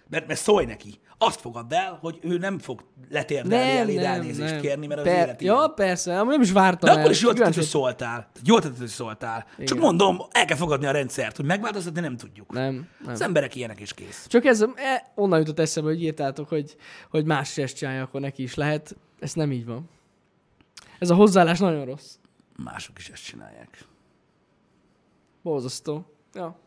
[SPEAKER 2] mert, mert szólj neki. Azt fogadd el, hogy ő nem fog letérdelni, eléd elnézést kérni, mert az
[SPEAKER 1] Per-
[SPEAKER 2] élet ilyen.
[SPEAKER 1] Ja, persze, amúgy nem is vártam
[SPEAKER 2] De akkor is jól tetted,
[SPEAKER 1] Kíváncsi
[SPEAKER 2] hogy szóltál. Tehát Jól tetted, hogy szóltál. Csak
[SPEAKER 1] Igen.
[SPEAKER 2] mondom, el kell fogadni a rendszert, hogy megváltoztatni nem tudjuk.
[SPEAKER 1] Nem, nem.
[SPEAKER 2] Az emberek ilyenek is kész.
[SPEAKER 1] Csak ez e, onnan jutott eszembe, hogy írtátok, hogy, hogy más se ezt csinálja, akkor neki is lehet. Ez nem így van. Ez a hozzáállás nagyon rossz.
[SPEAKER 2] Mások is ezt csinálják.
[SPEAKER 1] Borzasztó. Ja.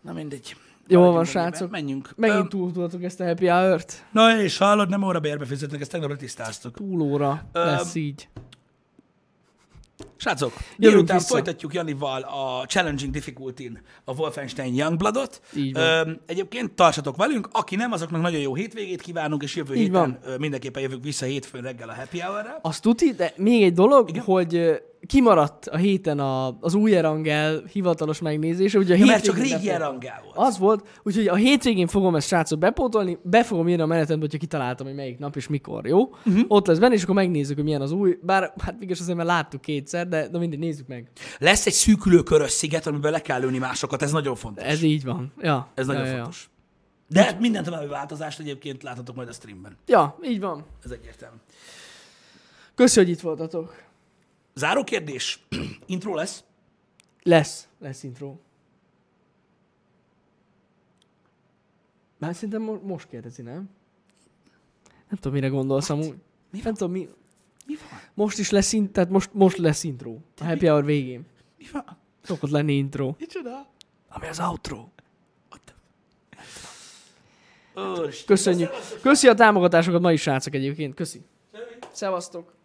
[SPEAKER 2] Na mindegy.
[SPEAKER 1] Jól van,
[SPEAKER 2] Maradjunk ennyiben.
[SPEAKER 1] srácok.
[SPEAKER 2] Menjünk.
[SPEAKER 1] Megint
[SPEAKER 2] Öm,
[SPEAKER 1] túl tudtuk ezt a happy hour-t.
[SPEAKER 2] Na és hallod, nem óra bérbe fizetnek, ezt tegnap tisztáztuk.
[SPEAKER 1] Túlóra
[SPEAKER 2] Öm,
[SPEAKER 1] lesz így.
[SPEAKER 2] Srácok, délután
[SPEAKER 1] vissza.
[SPEAKER 2] folytatjuk Janival a Challenging Difficulty-n a Wolfenstein Youngbloodot.
[SPEAKER 1] Így van.
[SPEAKER 2] Öm, egyébként tartsatok velünk, aki nem, azoknak nagyon jó hétvégét kívánunk, és jövő
[SPEAKER 1] Így
[SPEAKER 2] héten
[SPEAKER 1] van.
[SPEAKER 2] ö, mindenképpen jövünk vissza hétfőn reggel a Happy Hour-ra.
[SPEAKER 1] Azt tuti, de még egy dolog,
[SPEAKER 2] Igen?
[SPEAKER 1] Igen? hogy ö, kimaradt a héten a, az új erangel hivatalos megnézése. Ugye a
[SPEAKER 2] Ja, mert csak
[SPEAKER 1] hétvégén
[SPEAKER 2] régi
[SPEAKER 1] befog-
[SPEAKER 2] rangá volt.
[SPEAKER 1] Az volt, úgyhogy a hétvégén fogom ezt srácot bepótolni, be fogom írni a menetembe, hogyha kitaláltam, hogy melyik nap és mikor, jó?
[SPEAKER 2] Mhm.
[SPEAKER 1] Uh-huh. Ott lesz benne, és akkor megnézzük, hogy milyen az új. Bár, hát mégis azért már láttuk kétszer, de, de mindig nézzük meg.
[SPEAKER 2] Lesz egy szűkülőkörös sziget, amiben le kell lőni másokat, ez nagyon fontos.
[SPEAKER 1] Ez így van. Ja.
[SPEAKER 2] Ez
[SPEAKER 1] ja,
[SPEAKER 2] nagyon
[SPEAKER 1] ja,
[SPEAKER 2] fontos. De hát minden további változást egyébként láthatok majd a streamben.
[SPEAKER 1] Ja. ja, így van.
[SPEAKER 2] Ez egyértelmű.
[SPEAKER 1] Köszi, hogy itt voltatok.
[SPEAKER 2] Záró kérdés. Intro lesz.
[SPEAKER 1] Lesz, lesz intro. Már szerintem mo- most kérdezi, nem? Nem tudom, mire gondolsz amúgy.
[SPEAKER 2] Mi
[SPEAKER 1] Nem tudom, mi...
[SPEAKER 2] Mi van?
[SPEAKER 1] Most is lesz, in- tehát most, most lesz intro. A happy hour végén.
[SPEAKER 2] Mi van?
[SPEAKER 1] Szokott lenni intro.
[SPEAKER 2] Micsoda?
[SPEAKER 1] Ami az outro.
[SPEAKER 2] Úristen.
[SPEAKER 1] Köszönjük. Köszi a támogatásokat ma is, srácok egyébként. Köszi. Szevasztok.